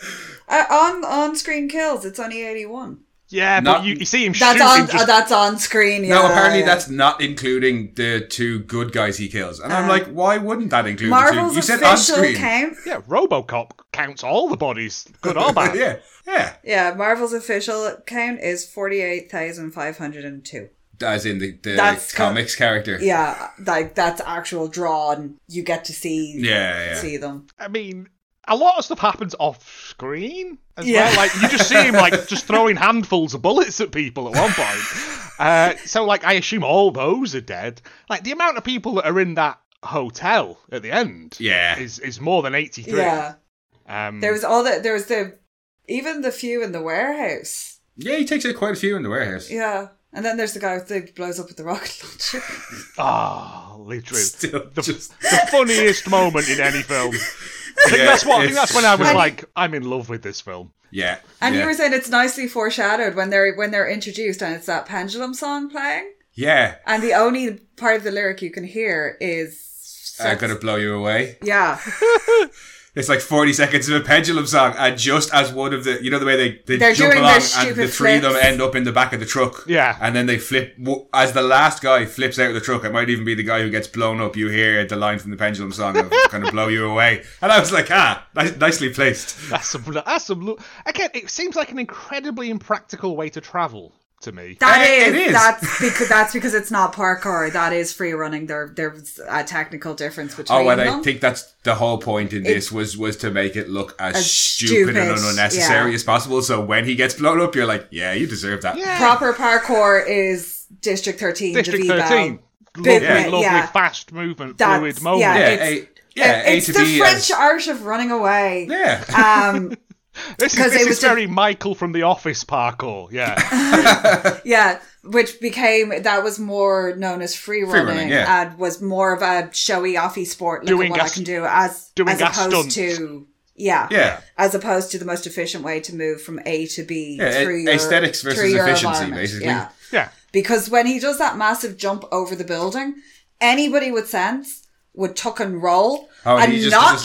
Speaker 2: uh, on on screen kills, it's only eighty one.
Speaker 3: Yeah,
Speaker 1: Not-
Speaker 3: but you, you see him
Speaker 2: That's
Speaker 3: shooting.
Speaker 2: on
Speaker 3: just-
Speaker 2: uh, that's on screen. Yeah,
Speaker 1: no, apparently
Speaker 2: yeah.
Speaker 1: that's not including the two good guys he kills. And I'm like, why wouldn't that include the
Speaker 2: Uh, Marvel's
Speaker 1: two? You said on
Speaker 2: official
Speaker 1: screen.
Speaker 2: count.
Speaker 3: yeah, RoboCop counts all the bodies, good or bad.
Speaker 1: yeah, yeah.
Speaker 2: Yeah, Marvel's official count is forty eight thousand five hundred and two.
Speaker 1: As in the, the
Speaker 2: That's co-
Speaker 1: comics character.
Speaker 2: Yeah, like that's actual drawn. You get to see
Speaker 1: Yeah, yeah.
Speaker 2: see them.
Speaker 3: I mean, a lot of stuff happens off screen as
Speaker 2: Yeah.
Speaker 3: well. Like you just see him like just throwing handfuls of bullets at people at one point. Uh, so like I assume all those are dead. Like the amount of people that are in that hotel at the end
Speaker 1: Yeah.
Speaker 3: is is more than eighty three.
Speaker 2: Yeah,
Speaker 3: Um,
Speaker 2: there was all the there was the even the few in the warehouse.
Speaker 1: Yeah, he takes out quite a few in the warehouse.
Speaker 2: Yeah, and then there's the guy who blows up with the rocket launcher.
Speaker 3: Ah, literally.
Speaker 1: Still
Speaker 3: The,
Speaker 1: just-
Speaker 3: the funniest moment in any film. I think
Speaker 1: Yeah,
Speaker 3: that's what I think
Speaker 1: it's-
Speaker 3: that's when I was
Speaker 2: And-
Speaker 3: like, I'm in love with this film.
Speaker 1: Yeah.
Speaker 2: And
Speaker 1: yeah.
Speaker 2: you were saying it's nicely foreshadowed when they're when they're introduced and it's that pendulum song playing.
Speaker 1: yeah.
Speaker 2: And the only part of the lyric you can hear is
Speaker 1: I'm gonna blow you away.
Speaker 2: Yeah.
Speaker 1: It's like 40 seconds of a pendulum song, and just as one of the, you know, the way they, they
Speaker 2: They're
Speaker 1: jump
Speaker 2: doing their
Speaker 1: along and
Speaker 2: stupid
Speaker 1: the three of them
Speaker 2: flips.
Speaker 1: end up in the back of the truck.
Speaker 3: Yeah.
Speaker 1: And then they flip, w- as the last guy flips out of the truck, it might even be the guy who gets blown up. You hear the line from the pendulum song of kind of blow you away. And I was like, ah, ni- nicely placed.
Speaker 3: That's some that's some lo- again, it seems like an incredibly impractical way to travel to me.
Speaker 2: That
Speaker 1: It-
Speaker 2: is,
Speaker 1: it is.
Speaker 2: That's because that's because it's not parkour. That is free running. There there's a technical difference between
Speaker 1: Oh, and
Speaker 2: them.
Speaker 1: I think that's the whole point in this was was to make it look as,
Speaker 2: As
Speaker 1: stupid, and
Speaker 2: stupid,
Speaker 1: unnecessary
Speaker 2: yeah.
Speaker 1: as possible. So when he gets blown up, you're like, yeah, you deserve that.
Speaker 3: Yeah.
Speaker 2: Proper parkour is District Thirteen.
Speaker 3: District
Speaker 2: Devo.
Speaker 3: thirteen. Lovely,
Speaker 2: Big
Speaker 1: bit,
Speaker 3: lovely,
Speaker 2: yeah.
Speaker 3: fast movement,
Speaker 2: That's-
Speaker 3: fluid moment.
Speaker 1: Yeah,
Speaker 2: yeah,
Speaker 1: A, yeah, A
Speaker 2: it's
Speaker 1: to
Speaker 2: the
Speaker 1: B. as-
Speaker 2: French art of running away.
Speaker 1: yeah.
Speaker 2: Um,
Speaker 3: This is,
Speaker 2: 'Cause it
Speaker 3: this is
Speaker 2: was a-
Speaker 3: very Michael from The Office parkour. Yeah,
Speaker 2: Yeah, which became that was more known as free running,
Speaker 1: running, yeah.
Speaker 2: and was more of a showy offy sport. Look
Speaker 3: Doing
Speaker 2: at what
Speaker 3: gas-
Speaker 2: I can do as
Speaker 3: doing
Speaker 2: as
Speaker 3: gas
Speaker 2: opposed
Speaker 3: stunts.
Speaker 2: to yeah,
Speaker 1: yeah.
Speaker 2: as opposed to the most efficient way to move from A to B
Speaker 1: Yeah,
Speaker 2: through
Speaker 1: a-
Speaker 2: your
Speaker 1: aesthetics
Speaker 2: through
Speaker 1: versus
Speaker 2: your
Speaker 1: efficiency,
Speaker 2: environment.
Speaker 1: basically.
Speaker 2: Yeah,
Speaker 3: yeah.
Speaker 2: because when he does that massive jump over the building, anybody with sense would tuck and roll
Speaker 1: Oh, and
Speaker 2: and
Speaker 1: he just
Speaker 2: not
Speaker 1: does a-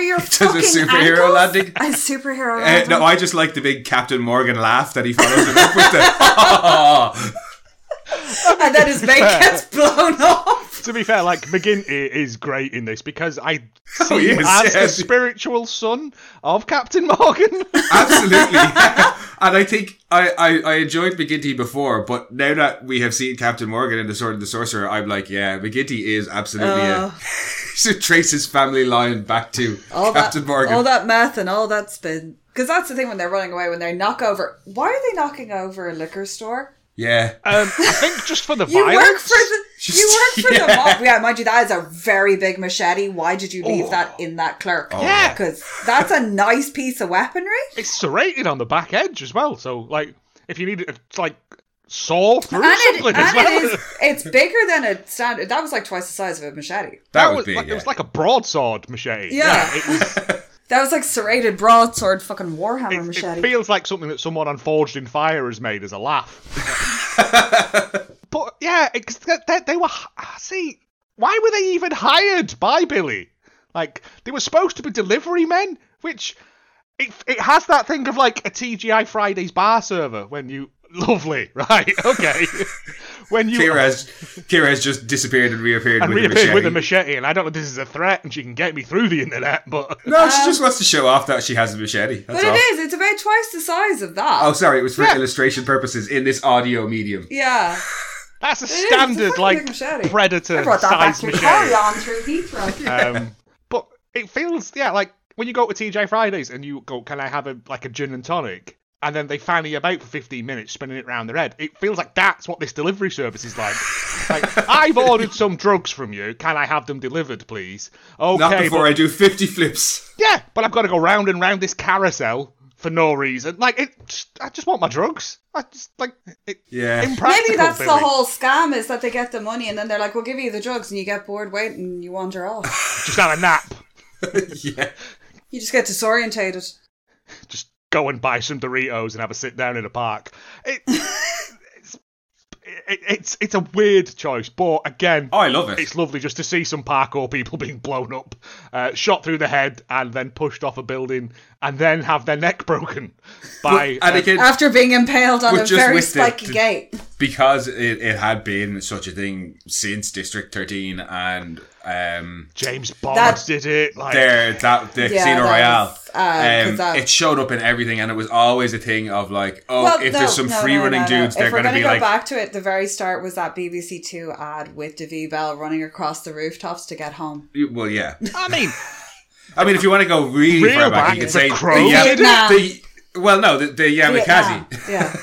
Speaker 2: your
Speaker 1: does a
Speaker 2: fucking
Speaker 1: superhero
Speaker 2: ankles.
Speaker 1: landing.
Speaker 2: A superhero
Speaker 1: Uh,
Speaker 2: landing.
Speaker 1: no, I just like the big Captain Morgan laugh that he follows it up with. The,
Speaker 2: and then his mate gets blown off.
Speaker 3: To be fair, like McGinty is great in this because I
Speaker 2: Oh,
Speaker 3: see
Speaker 1: he
Speaker 3: him
Speaker 1: is,
Speaker 3: as
Speaker 1: yeah.
Speaker 3: the spiritual son of Captain Morgan.
Speaker 1: Absolutely. and I think I, I, I enjoyed McGinty before, but now that we have seen Captain Morgan in The Sword and the Sorcerer, I'm like, yeah, McGinty is absolutely a. should trace his family line back to
Speaker 2: all
Speaker 1: Captain
Speaker 2: that,
Speaker 1: Morgan.
Speaker 2: all that meth and all that spin. Because that's the thing when they're running away, when they knock over. Why are they knocking over a liquor store?
Speaker 1: yeah.
Speaker 3: Um, I think just for the
Speaker 2: You
Speaker 3: violence.
Speaker 2: work for the
Speaker 1: Just-
Speaker 2: you work for the
Speaker 1: yeah.
Speaker 2: mob. Yeah, mind you, that is a very big machete. Why did you leave that
Speaker 1: Oh.
Speaker 2: in that clerk?
Speaker 3: Yeah.
Speaker 2: because that's a nice piece of weaponry.
Speaker 3: It's serrated on the back edge as well, so like if you need to like saw through
Speaker 2: And, it,
Speaker 3: something as
Speaker 2: and
Speaker 3: well.
Speaker 2: it is, it's bigger than a standard. That was like twice the size of a machete.
Speaker 1: That, would be.
Speaker 3: like, it was
Speaker 1: yeah.
Speaker 3: like a broadsword machete.
Speaker 2: Yeah.
Speaker 3: it, was,
Speaker 2: That was like serrated broadsword fucking warhammer
Speaker 3: it- it
Speaker 2: machete.
Speaker 3: feels like something that someone on Forged in Fire has made as a laugh. but yeah, because they, they, they were h- see why were they even hired by Billy? Like they were supposed to be delivery men, which it it has that thing of like a TGI Fridays bar server when you lovely right okay when you
Speaker 1: Kira has, Kira has just disappeared and reappeared
Speaker 3: and
Speaker 1: with
Speaker 3: reappeared
Speaker 1: a machete.
Speaker 3: with a machete. And I don't know if this is a threat, and she can get me through the internet, but
Speaker 1: no, she just wants to show off that she has a machete. That's
Speaker 2: Um, but it
Speaker 1: all.
Speaker 2: is. It's about twice the size of that.
Speaker 1: Oh, sorry, it was for
Speaker 3: Yeah.
Speaker 1: illustration purposes in this audio medium.
Speaker 2: yeah.
Speaker 3: that's a
Speaker 2: is, it's a
Speaker 3: standard
Speaker 2: fucking big
Speaker 3: like
Speaker 2: machete.
Speaker 3: predator size
Speaker 2: carry
Speaker 3: machete.
Speaker 2: on through Heathrow.
Speaker 3: Um, but it feels yeah like when you go to TJ Fridays and you go, can I have a like a gin and tonic? And then they fan you about for 15 minutes, spinning it round their head. It feels like that's what this delivery service is like. like I've ordered some drugs from you. Can I have them delivered, please? Okay,
Speaker 1: Not
Speaker 3: but-
Speaker 1: before I do 50 flips.
Speaker 3: Yeah, but I've got to go round and round this carousel for no reason. Like it, I just want my drugs. I just like it.
Speaker 1: Yeah.
Speaker 3: impractical,
Speaker 2: Maybe that's the
Speaker 3: Billy.
Speaker 2: whole scam is that they get the money and then they're like, we'll give you the drugs and you get bored waiting and you wander off.
Speaker 3: Just have a nap.
Speaker 1: yeah.
Speaker 2: You just get disorientated.
Speaker 3: Just go and buy some Doritos and have a sit down in a park. It, it's, it, it's it's a weird choice, but again,
Speaker 1: Oh, I love it.
Speaker 3: it's lovely just to see some parkour people being blown up, uh, shot through the head, and then pushed off a building, and then have their neck broken by. uh,
Speaker 1: and again,
Speaker 2: After being impaled on
Speaker 1: But
Speaker 2: a
Speaker 1: just
Speaker 2: very
Speaker 1: with the-
Speaker 2: spiky
Speaker 1: the-
Speaker 2: gate.
Speaker 1: because it, it had been such a thing since District 13 and um,
Speaker 3: James Bond
Speaker 2: That-
Speaker 3: did it. Like,
Speaker 1: there that the
Speaker 2: Yeah,
Speaker 1: Casino
Speaker 2: that
Speaker 1: Royale.
Speaker 2: was, uh, 'cause
Speaker 1: um,
Speaker 2: that-
Speaker 1: it showed up in everything, and it was always a thing of like, oh,
Speaker 2: Well,
Speaker 1: if
Speaker 2: no,
Speaker 1: there's some
Speaker 2: no,
Speaker 1: free
Speaker 2: no,
Speaker 1: running
Speaker 2: no, no.
Speaker 1: dudes, they're
Speaker 2: If we're
Speaker 1: going to
Speaker 2: gonna
Speaker 1: be
Speaker 2: go
Speaker 1: like,
Speaker 2: back to it, the very start was that BBC Two ad with Davy Bell running across the rooftops to get home.
Speaker 1: well, yeah.
Speaker 3: I mean,
Speaker 1: I mean, if you want to go really
Speaker 3: Real
Speaker 1: far back,
Speaker 3: back,
Speaker 1: you could
Speaker 3: the
Speaker 1: say
Speaker 3: Crow.
Speaker 1: the, Yam-
Speaker 2: Vietnam.
Speaker 1: the well, no, the, the Yamikaze
Speaker 2: Yeah.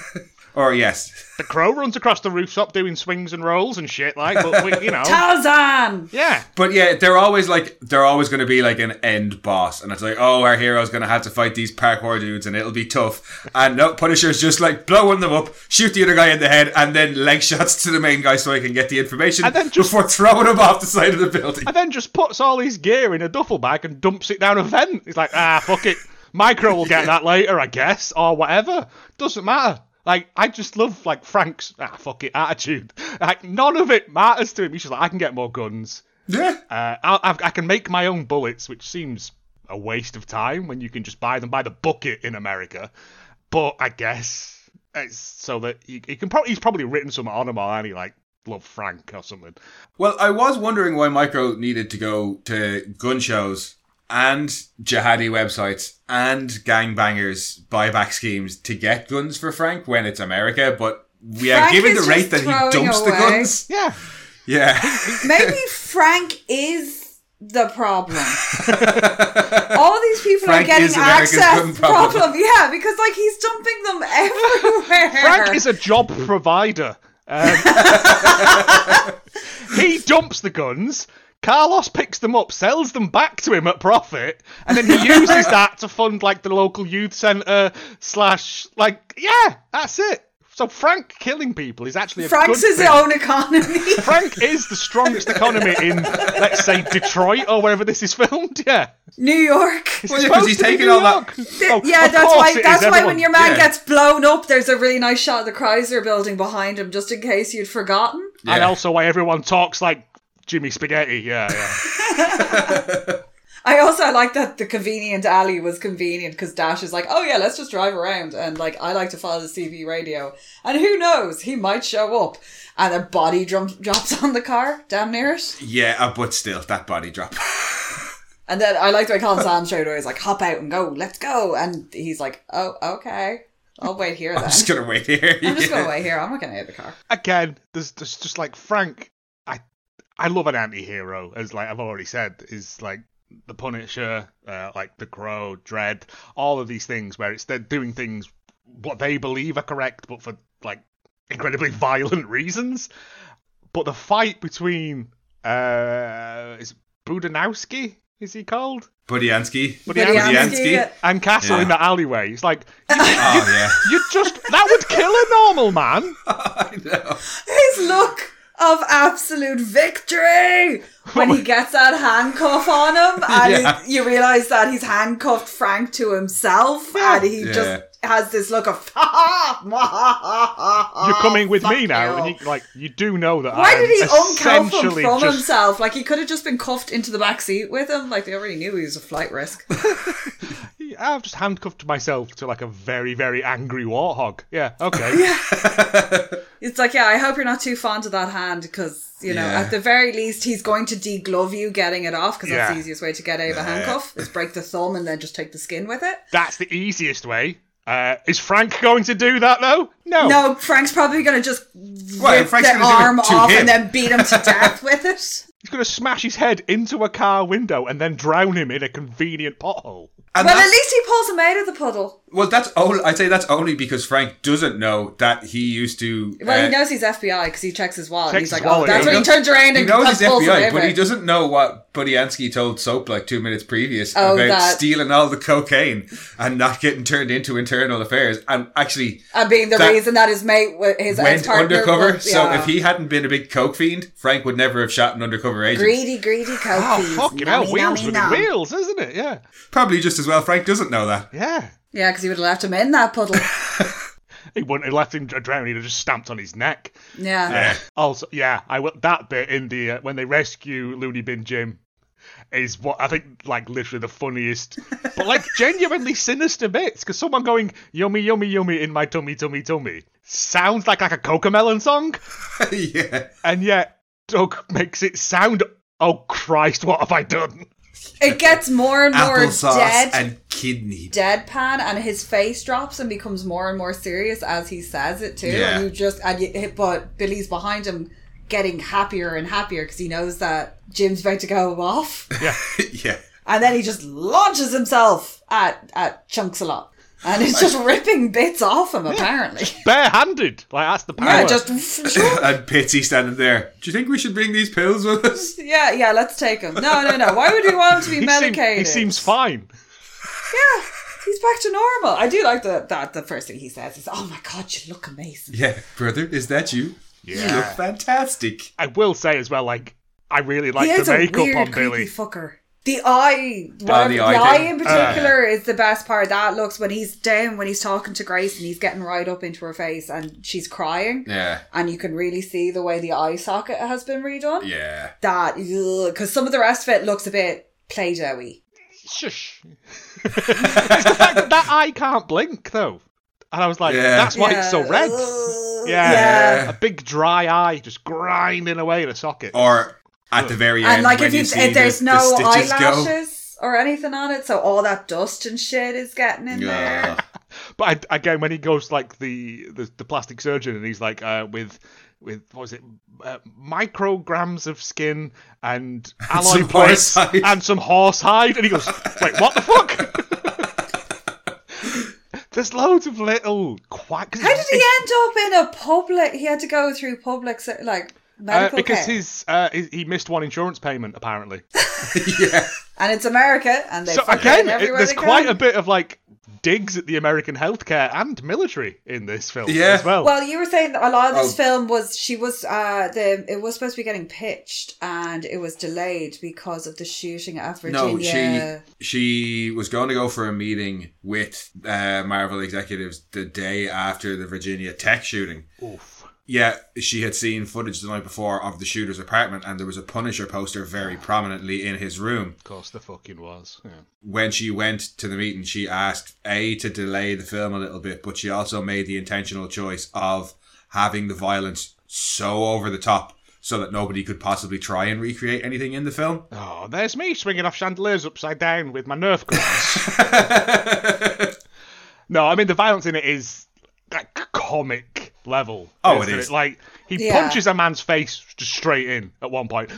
Speaker 1: Or yes,
Speaker 3: The crow runs across the rooftop doing swings and rolls and shit like, but we, you know,
Speaker 2: Tarzan!
Speaker 3: yeah.
Speaker 1: But yeah, they're always like they're always going to be like an end boss, and it's like, oh, our hero's going to have to fight these parkour dudes, and it'll be tough. And no, Punisher's just like blowing them up, shoot the other guy in the head, and then leg shots to the main guy so he can get the information
Speaker 3: And then just-
Speaker 1: before throwing him off the side of the building.
Speaker 3: And then just puts all his gear in a duffel bag and dumps it down a vent. He's like, ah, fuck it. Micro will get that later, I guess, or whatever. Doesn't matter. Like, I just love like Frank's ah fuck it attitude. Like, none of it matters to him. He's just like, I can get more guns.
Speaker 1: Yeah,
Speaker 3: Uh, I'll, I've, I can make my own bullets, which seems a waste of time when you can just buy them by the bucket in America. But I guess it's so that he, he can probably he's probably written some on him already, like love Frank or something.
Speaker 1: Well, I was wondering why Micro needed to go to gun shows and jihadi websites and gangbangers buyback schemes to get guns for Frank when it's America, but yeah,
Speaker 2: Frank
Speaker 1: given
Speaker 2: is
Speaker 1: the rate
Speaker 2: just
Speaker 1: that he
Speaker 2: throwing
Speaker 1: dumps the
Speaker 2: away.
Speaker 1: guns,
Speaker 3: Yeah.
Speaker 1: yeah.
Speaker 2: Maybe Frank is the problem. All these people
Speaker 1: Frank
Speaker 2: are getting
Speaker 1: is America's gun
Speaker 2: access
Speaker 1: problem.
Speaker 2: problem. Yeah, because like he's dumping them everywhere.
Speaker 3: Frank is a job provider. Um, he dumps the guns. Carlos picks them up, sells them back to him at profit, and then he uses that to fund like the local youth centre slash like yeah, that's it. So Frank killing people is actually a
Speaker 2: Frank's
Speaker 3: good
Speaker 2: his
Speaker 3: thing.
Speaker 2: own economy.
Speaker 3: Frank is the strongest economy in let's say Detroit or wherever this is filmed. Yeah,
Speaker 2: New York.
Speaker 1: Well, yeah, 'cause he's taking all that-
Speaker 3: Oh,
Speaker 2: yeah,
Speaker 3: of
Speaker 2: that's
Speaker 3: course
Speaker 2: why.
Speaker 3: it is,
Speaker 2: That's why
Speaker 3: everyone-
Speaker 2: when your man
Speaker 1: yeah.
Speaker 2: gets blown up, there's a really nice shot of the Chrysler Building behind him, just in case you'd forgotten.
Speaker 3: and
Speaker 1: Yeah.
Speaker 3: also why everyone talks like Jimmy Spaghetti. Yeah, yeah.
Speaker 2: I also like that the convenient alley was convenient because Dash is like, oh yeah, let's just drive around, and like I like to follow the CV radio, and who knows, he might show up, and a body drum- drops on the car, damn near it.
Speaker 1: Yeah, uh, but still, that body drop.
Speaker 2: And then I like the way Colin Sam straight away is like, hop out and go, let's go, and he's like, oh okay, I'll wait here then.
Speaker 1: I'm just gonna wait here.
Speaker 2: I'm just going to wait here. I'm not going to hit the car.
Speaker 3: again, there's, there's just like Frank. I I love an anti-hero, as like I've already said, is like the Punisher, uh, like the Crow, Dread, all of these things where it's they're doing things what they believe are correct, but for like incredibly violent reasons. But the fight between uh, is Budanowski is he called?
Speaker 1: Budiansky.
Speaker 3: Budiansky.
Speaker 1: Budiansky.
Speaker 3: And Castle
Speaker 1: Yeah.
Speaker 3: in the alleyway. It's like
Speaker 1: Oh yeah,
Speaker 3: you just that would kill a normal man.
Speaker 1: I know.
Speaker 2: His look of absolute victory when he gets that handcuff on him, and
Speaker 1: Yeah.
Speaker 2: it- you realize that he's handcuffed Frank to himself, and he
Speaker 1: Yeah.
Speaker 2: just has this look of ha ha ha.
Speaker 3: you're coming with
Speaker 2: Oh, fuck
Speaker 3: me now,
Speaker 2: you.
Speaker 3: and you, like you do know that.
Speaker 2: Why
Speaker 3: I'm
Speaker 2: did he uncuff him
Speaker 3: essentially
Speaker 2: from
Speaker 3: just,
Speaker 2: himself? Like he could have just been cuffed into the back seat with him. Like they already knew he was a flight risk.
Speaker 3: I've just handcuffed myself to like a very very angry warthog. Yeah, okay.
Speaker 2: It's like, yeah, I hope you're not too fond of that hand because, you know,
Speaker 1: Yeah.
Speaker 2: at the very least, he's going to deglove you getting it off because that's
Speaker 3: Yeah.
Speaker 2: the easiest way to get out of a handcuff is break the thumb and then just take the skin with it.
Speaker 3: That's the easiest way. Uh, is Frank going to do that though? No.
Speaker 2: No, Frank's probably going to just
Speaker 1: Well,
Speaker 2: rip
Speaker 1: Oh. Frank's
Speaker 2: the
Speaker 1: gonna do it
Speaker 2: arm
Speaker 1: to
Speaker 2: off
Speaker 1: him.
Speaker 2: and then beat him to death with it.
Speaker 3: He's going to smash his head into a car window and then drown him in a convenient pothole.
Speaker 1: And
Speaker 2: well,
Speaker 1: that's-
Speaker 2: at least he pulls him out of the puddle.
Speaker 1: Well, that's only. I'd say that's only because Frank doesn't know that he used to.
Speaker 2: Well,
Speaker 1: uh,
Speaker 2: he knows he's FBI because he checks his wallet. and he's
Speaker 3: Checks
Speaker 2: like,
Speaker 3: his
Speaker 2: oh,
Speaker 3: wallet,
Speaker 2: that's
Speaker 3: yeah.
Speaker 2: when he turns around
Speaker 1: He
Speaker 2: and
Speaker 1: knows he's
Speaker 2: and pulls him
Speaker 1: FBI,
Speaker 2: out
Speaker 1: but
Speaker 2: of
Speaker 1: he
Speaker 2: it.
Speaker 1: doesn't know what Budiansky told Soap like two minutes previous
Speaker 2: Oh,
Speaker 1: about
Speaker 2: that-
Speaker 1: stealing all the cocaine and not getting turned into internal affairs. And actually,
Speaker 2: And being the
Speaker 1: that
Speaker 2: reason that his mate, wa- his
Speaker 1: went
Speaker 2: ex-partner
Speaker 1: undercover.
Speaker 2: was-
Speaker 1: So
Speaker 2: yeah.
Speaker 1: if he hadn't been a big coke fiend, Frank would never have shot an undercover agent.
Speaker 2: Greedy, greedy coke
Speaker 1: Ah,
Speaker 3: Oh
Speaker 2: fiends.
Speaker 3: fucking
Speaker 2: Nom,
Speaker 3: hell!
Speaker 2: nom,
Speaker 3: Wheels with
Speaker 2: nom.
Speaker 3: wheels, isn't it? Yeah.
Speaker 1: Probably just as well. Frank doesn't know that.
Speaker 3: Yeah.
Speaker 2: Yeah, because he would have left him in that puddle.
Speaker 3: He wouldn't have left him to drown. He'd have just stamped on his neck.
Speaker 2: Yeah.
Speaker 3: Also, yeah, I will, that bit in the uh, when they rescue Looney Bin Jim is what I think like literally the funniest, but like genuinely sinister bits because someone going yummy yummy yummy in my tummy tummy tummy sounds like like a Cocomelon song,
Speaker 1: yeah.
Speaker 3: and yet Doug makes it sound oh Christ what have I done?
Speaker 2: It gets more and more
Speaker 1: Applesauce
Speaker 2: dead,
Speaker 1: and kidney.
Speaker 2: deadpan, and his face drops and becomes more and more serious as he says it too.
Speaker 1: Yeah.
Speaker 2: And you just and you, but Billy's behind him, getting happier and happier because he knows that Jim's about to go off,
Speaker 3: Yeah,
Speaker 1: yeah.
Speaker 2: and then he just launches himself at at chunks a lot. and it's just ripping bits off him. Apparently,
Speaker 3: Barehanded. Like that's the power.
Speaker 2: yeah, just
Speaker 1: and Pitsy standing there. Do you think we should bring these pills with us?
Speaker 2: yeah, yeah. Let's take him. No, no, no. Why would you want him to be
Speaker 3: he, seem-
Speaker 2: medicated?
Speaker 3: he seems fine.
Speaker 2: Yeah, he's back to normal. I do like the, that. The first thing he says is, "Oh my god, you look amazing."
Speaker 1: Yeah, brother, is that you? You look
Speaker 3: Yeah.
Speaker 1: fantastic.
Speaker 3: I will say as well, like I really like
Speaker 2: he is
Speaker 3: the
Speaker 2: a
Speaker 3: makeup
Speaker 2: weird,
Speaker 3: on
Speaker 2: creepy
Speaker 3: Billy.
Speaker 2: fucker. The eye,
Speaker 1: Oh,
Speaker 2: the,
Speaker 1: the
Speaker 2: eye,
Speaker 1: eye thing.
Speaker 2: in particular, is the best part. That looks when he's down, when he's talking to Grace, and he's getting right up into her face, and she's crying,
Speaker 1: Yeah,
Speaker 2: and you can really see the way the eye socket has been redone.
Speaker 1: yeah.
Speaker 2: That because some of the rest of it looks a bit play doughy.
Speaker 3: Shush. it's the fact that that eye can't blink though, and I was like,
Speaker 1: Yeah.
Speaker 3: that's why it's so red. Yeah.
Speaker 1: Yeah.
Speaker 3: A big dry eye just grinding away at a socket.
Speaker 1: Or at the very end,
Speaker 2: and like
Speaker 1: when
Speaker 2: if,
Speaker 1: you
Speaker 2: you,
Speaker 1: see
Speaker 2: if there's
Speaker 1: the,
Speaker 2: no
Speaker 1: the stitches
Speaker 2: eyelashes or anything on it, so all that dust and shit is getting in
Speaker 1: go.
Speaker 2: there.
Speaker 1: Yeah.
Speaker 3: But I, again, when he goes to, like the, the the plastic surgeon and he's like uh, with with what was it uh, micrograms of skin and alloy
Speaker 1: some
Speaker 3: plates
Speaker 1: horsehide.
Speaker 3: and some horse hide, and he goes, wait, what the fuck? There's loads of little quack.
Speaker 2: How did he end up in a public? He had to go through public, se- like
Speaker 3: Uh,
Speaker 2: medical
Speaker 3: because
Speaker 2: care,
Speaker 3: his, uh, he he missed one insurance payment apparently.
Speaker 1: yeah.
Speaker 2: and it's America, and they
Speaker 3: So
Speaker 2: fucking
Speaker 3: again, it-
Speaker 2: everywhere
Speaker 3: there's
Speaker 2: they go.
Speaker 3: quite a bit of like digs at the American healthcare and military in this film
Speaker 1: Yeah.
Speaker 3: as well.
Speaker 2: Well, you were saying that a lot of this
Speaker 1: Oh.
Speaker 2: film was she was uh the it was supposed to be getting pitched and it was delayed because of the shooting at Virginia.
Speaker 1: No, she she was going to go for a meeting with uh, Marvel executives the day after the Virginia Tech shooting.
Speaker 3: Oof.
Speaker 1: Yeah, she had seen footage the night before of the shooter's apartment, and there was a Punisher poster very prominently in his room.
Speaker 3: Of course, the fucking was. Yeah.
Speaker 1: When she went to the meeting, she asked A to delay the film a little bit, but she also made the intentional choice of having the violence so over the top so that nobody could possibly try and recreate anything in the film.
Speaker 3: Oh, there's me swinging off chandeliers upside down with my Nerf guns. no, I mean the violence in it is like comic level.
Speaker 1: Oh, it
Speaker 3: isn't
Speaker 1: is.
Speaker 3: Like he
Speaker 2: Yeah.
Speaker 3: punches a man's face just straight in at one point.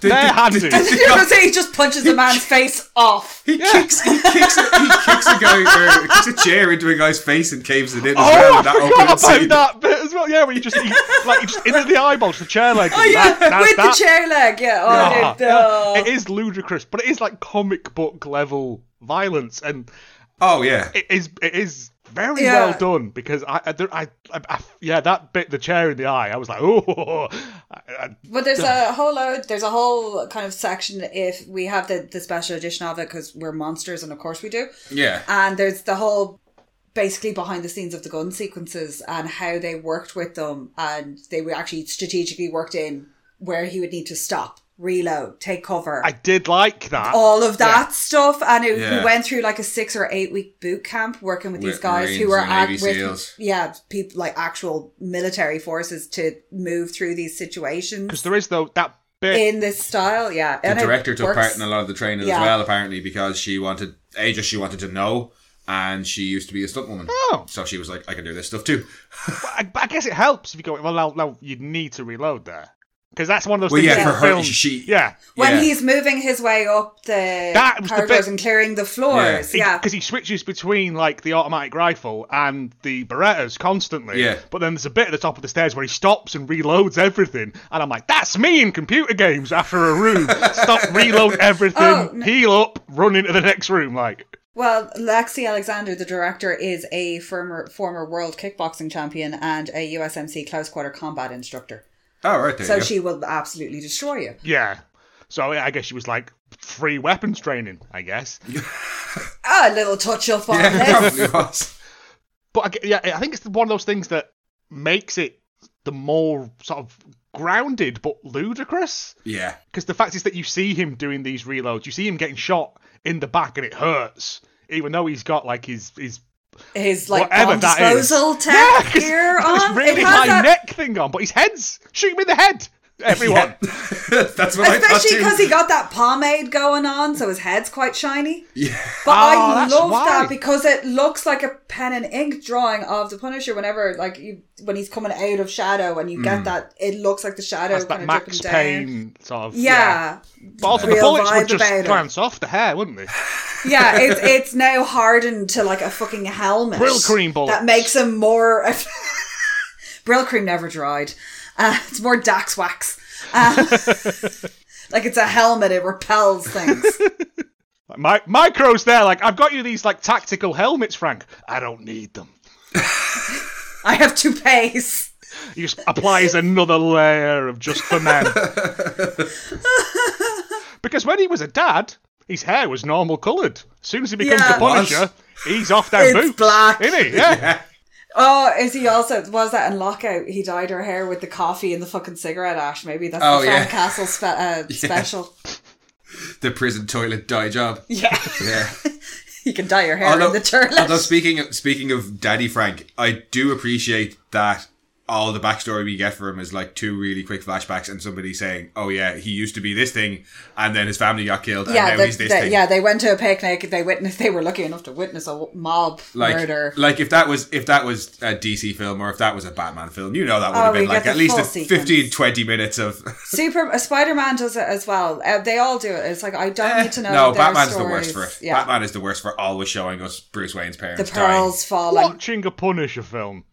Speaker 3: Barehanded.
Speaker 2: You know what I'm saying? He just punches the man's face off.
Speaker 1: He kicks, he kicks, a, he kicks a guy, or kicks a chair into a guy's face and caves it in. as well,
Speaker 3: Oh, I
Speaker 1: in that opening
Speaker 3: forgot
Speaker 1: scene.
Speaker 3: about that bit as well. Yeah, where you just he, like you just into the eyeballs, the chair leg.
Speaker 2: Oh yeah,
Speaker 3: that, that's
Speaker 2: with
Speaker 3: that.
Speaker 2: the chair leg. Yeah. Oh,
Speaker 3: Ah,
Speaker 2: dude, no.
Speaker 3: It is ludicrous, but it is like comic book level violence, and
Speaker 1: Oh yeah,
Speaker 3: it is it is very
Speaker 2: Yeah.
Speaker 3: well done because I, I, there- I, I- I- yeah that bit the chair in the eye I was like oh I, I-
Speaker 2: But there's a whole load. There's a whole kind of section if we have the the special edition of it because we're monsters and of course we do.
Speaker 1: yeah.
Speaker 2: And there's the whole basically behind the scenes of the gun sequences and how they worked with them and they were actually strategically worked in where he would need to stop, reload, take cover.
Speaker 3: I did like that
Speaker 2: all of that stuff, and it,
Speaker 1: Yeah.
Speaker 2: we went through like a six or eight week boot camp working with these
Speaker 1: With
Speaker 2: guys who
Speaker 1: Marines
Speaker 2: were
Speaker 1: and
Speaker 2: act-
Speaker 1: Navy
Speaker 2: with,
Speaker 1: SEALs.
Speaker 2: yeah, people like actual military forces to move through these
Speaker 3: because
Speaker 2: situations
Speaker 3: there is though that bit
Speaker 2: in this style. Yeah,
Speaker 1: The
Speaker 2: and it
Speaker 1: director took
Speaker 2: works.
Speaker 1: part in a lot of the training as
Speaker 2: Yeah.
Speaker 1: well, apparently, because she wanted a just she wanted to know, and she used to be a stuntwoman,
Speaker 3: Oh.
Speaker 1: so she was like, I can do this stuff too.
Speaker 3: but I, but I guess it helps if you go well now, now you need to reload there because that's one of those
Speaker 1: Well,
Speaker 3: things
Speaker 1: yeah,
Speaker 3: in
Speaker 1: for her,
Speaker 3: film-
Speaker 1: she-
Speaker 3: yeah
Speaker 2: When
Speaker 1: Yeah.
Speaker 2: he's moving his way up the
Speaker 3: That was the
Speaker 2: corridors
Speaker 3: bit-
Speaker 2: and clearing the floors, yeah.
Speaker 3: because he switches between like the automatic rifle and the Berettas constantly.
Speaker 1: Yeah.
Speaker 3: But then there's a bit at the top of the stairs where he stops and reloads everything, and I'm like, that's me in computer games after a room. Stop, reload everything,
Speaker 2: Oh, no.
Speaker 3: heal up, run into the next room. Like,
Speaker 2: Well, Lexi Alexander, the director, is a former former world kickboxing champion and a USMC close quarter combat instructor.
Speaker 1: Oh right, there
Speaker 2: So
Speaker 1: you go.
Speaker 2: she will absolutely destroy you.
Speaker 3: yeah. So yeah, I guess she was like free weapons training, I guess.
Speaker 2: Ah, a little touch up on
Speaker 1: yeah,
Speaker 2: this.
Speaker 1: probably was.
Speaker 3: But I, g- yeah, I think it's one of those things that makes it the more sort of grounded but ludicrous.
Speaker 1: Yeah,
Speaker 3: Because the fact is that you see him doing these reloads, you see him getting shot in the back, and it hurts, even though he's got like his his
Speaker 2: His like
Speaker 3: whatever
Speaker 2: bomb
Speaker 3: that is.
Speaker 2: disposal tech
Speaker 3: 'cause
Speaker 2: gear
Speaker 3: he's got
Speaker 2: on.
Speaker 3: This really
Speaker 2: it has
Speaker 3: high
Speaker 2: that-
Speaker 3: neck thing on, but his head's shoot him in the head. Everyone.
Speaker 1: That's what I thought
Speaker 2: Especially
Speaker 1: too.
Speaker 2: because he got that pomade going on, so his head's quite shiny.
Speaker 1: yeah.
Speaker 2: But
Speaker 3: Oh,
Speaker 2: I
Speaker 3: that's
Speaker 2: love
Speaker 3: why.
Speaker 2: that because it looks like a pen and ink drawing of the Punisher. Whenever like you, when he's coming out of shadow, and you get that, it looks like the shadow
Speaker 3: Mm. That's that
Speaker 2: kind of dripping
Speaker 3: Max
Speaker 2: down.
Speaker 3: Payne sort of.
Speaker 2: Yeah,
Speaker 3: But also, the
Speaker 2: Real
Speaker 3: bullets would
Speaker 2: vibe about
Speaker 3: just
Speaker 2: it.
Speaker 3: glance off the hair, wouldn't they?
Speaker 2: yeah, it's it's now hardened to like a fucking helmet.
Speaker 3: Brill cream bullets.
Speaker 2: that makes him more. Brill cream never dried. Uh, it's more Dax wax. Uh, like it's a helmet; it repels things.
Speaker 3: Like, my micros there, like I've got you these like tactical helmets, Frank. I don't need them.
Speaker 2: I have toupees.
Speaker 3: He just applies another layer of just for men. because when he was a dad, his hair was normal coloured. As soon as he becomes
Speaker 2: Yeah.
Speaker 3: the Punisher, he's off down
Speaker 2: It's
Speaker 3: boots,
Speaker 2: black.
Speaker 3: isn't he? Yeah.
Speaker 2: Oh, is he also was that in Lockout? He dyed her hair with the coffee and the fucking cigarette ash. Maybe that's
Speaker 1: Oh,
Speaker 2: the
Speaker 1: yeah.
Speaker 2: Frank Castle spe- uh, special.
Speaker 1: The prison toilet dye job.
Speaker 2: Yeah,
Speaker 1: Yeah.
Speaker 2: you can dye your hair in the toilet.
Speaker 1: although speaking of, speaking of Daddy Frank, I do appreciate that all the backstory we get for him is like two really quick flashbacks and somebody saying, "Oh yeah, he used to be this thing, and then his family got killed,
Speaker 2: yeah,
Speaker 1: and now
Speaker 2: the-
Speaker 1: he's this
Speaker 2: the-
Speaker 1: thing."
Speaker 2: yeah. They went to a picnic. They witnessed. They were lucky enough to witness a mob
Speaker 1: like,
Speaker 2: murder.
Speaker 1: like if that was if that was a DC film or if that was a Batman film, you know that would
Speaker 2: Oh,
Speaker 1: have
Speaker 2: we
Speaker 1: been like
Speaker 2: get
Speaker 1: at
Speaker 2: the
Speaker 1: least
Speaker 2: full
Speaker 1: a
Speaker 2: sequence.
Speaker 1: 15, 20 minutes of.
Speaker 2: Super uh, Spider Man does it as well. Uh, they all do it. It's like I don't need to know.
Speaker 1: Eh, no,
Speaker 2: their
Speaker 1: Batman's the
Speaker 2: stories.
Speaker 1: worst for it.
Speaker 2: Yeah,
Speaker 1: Batman is the worst for always showing us Bruce Wayne's parents
Speaker 2: the pearls falling.
Speaker 3: Watching a Punisher film,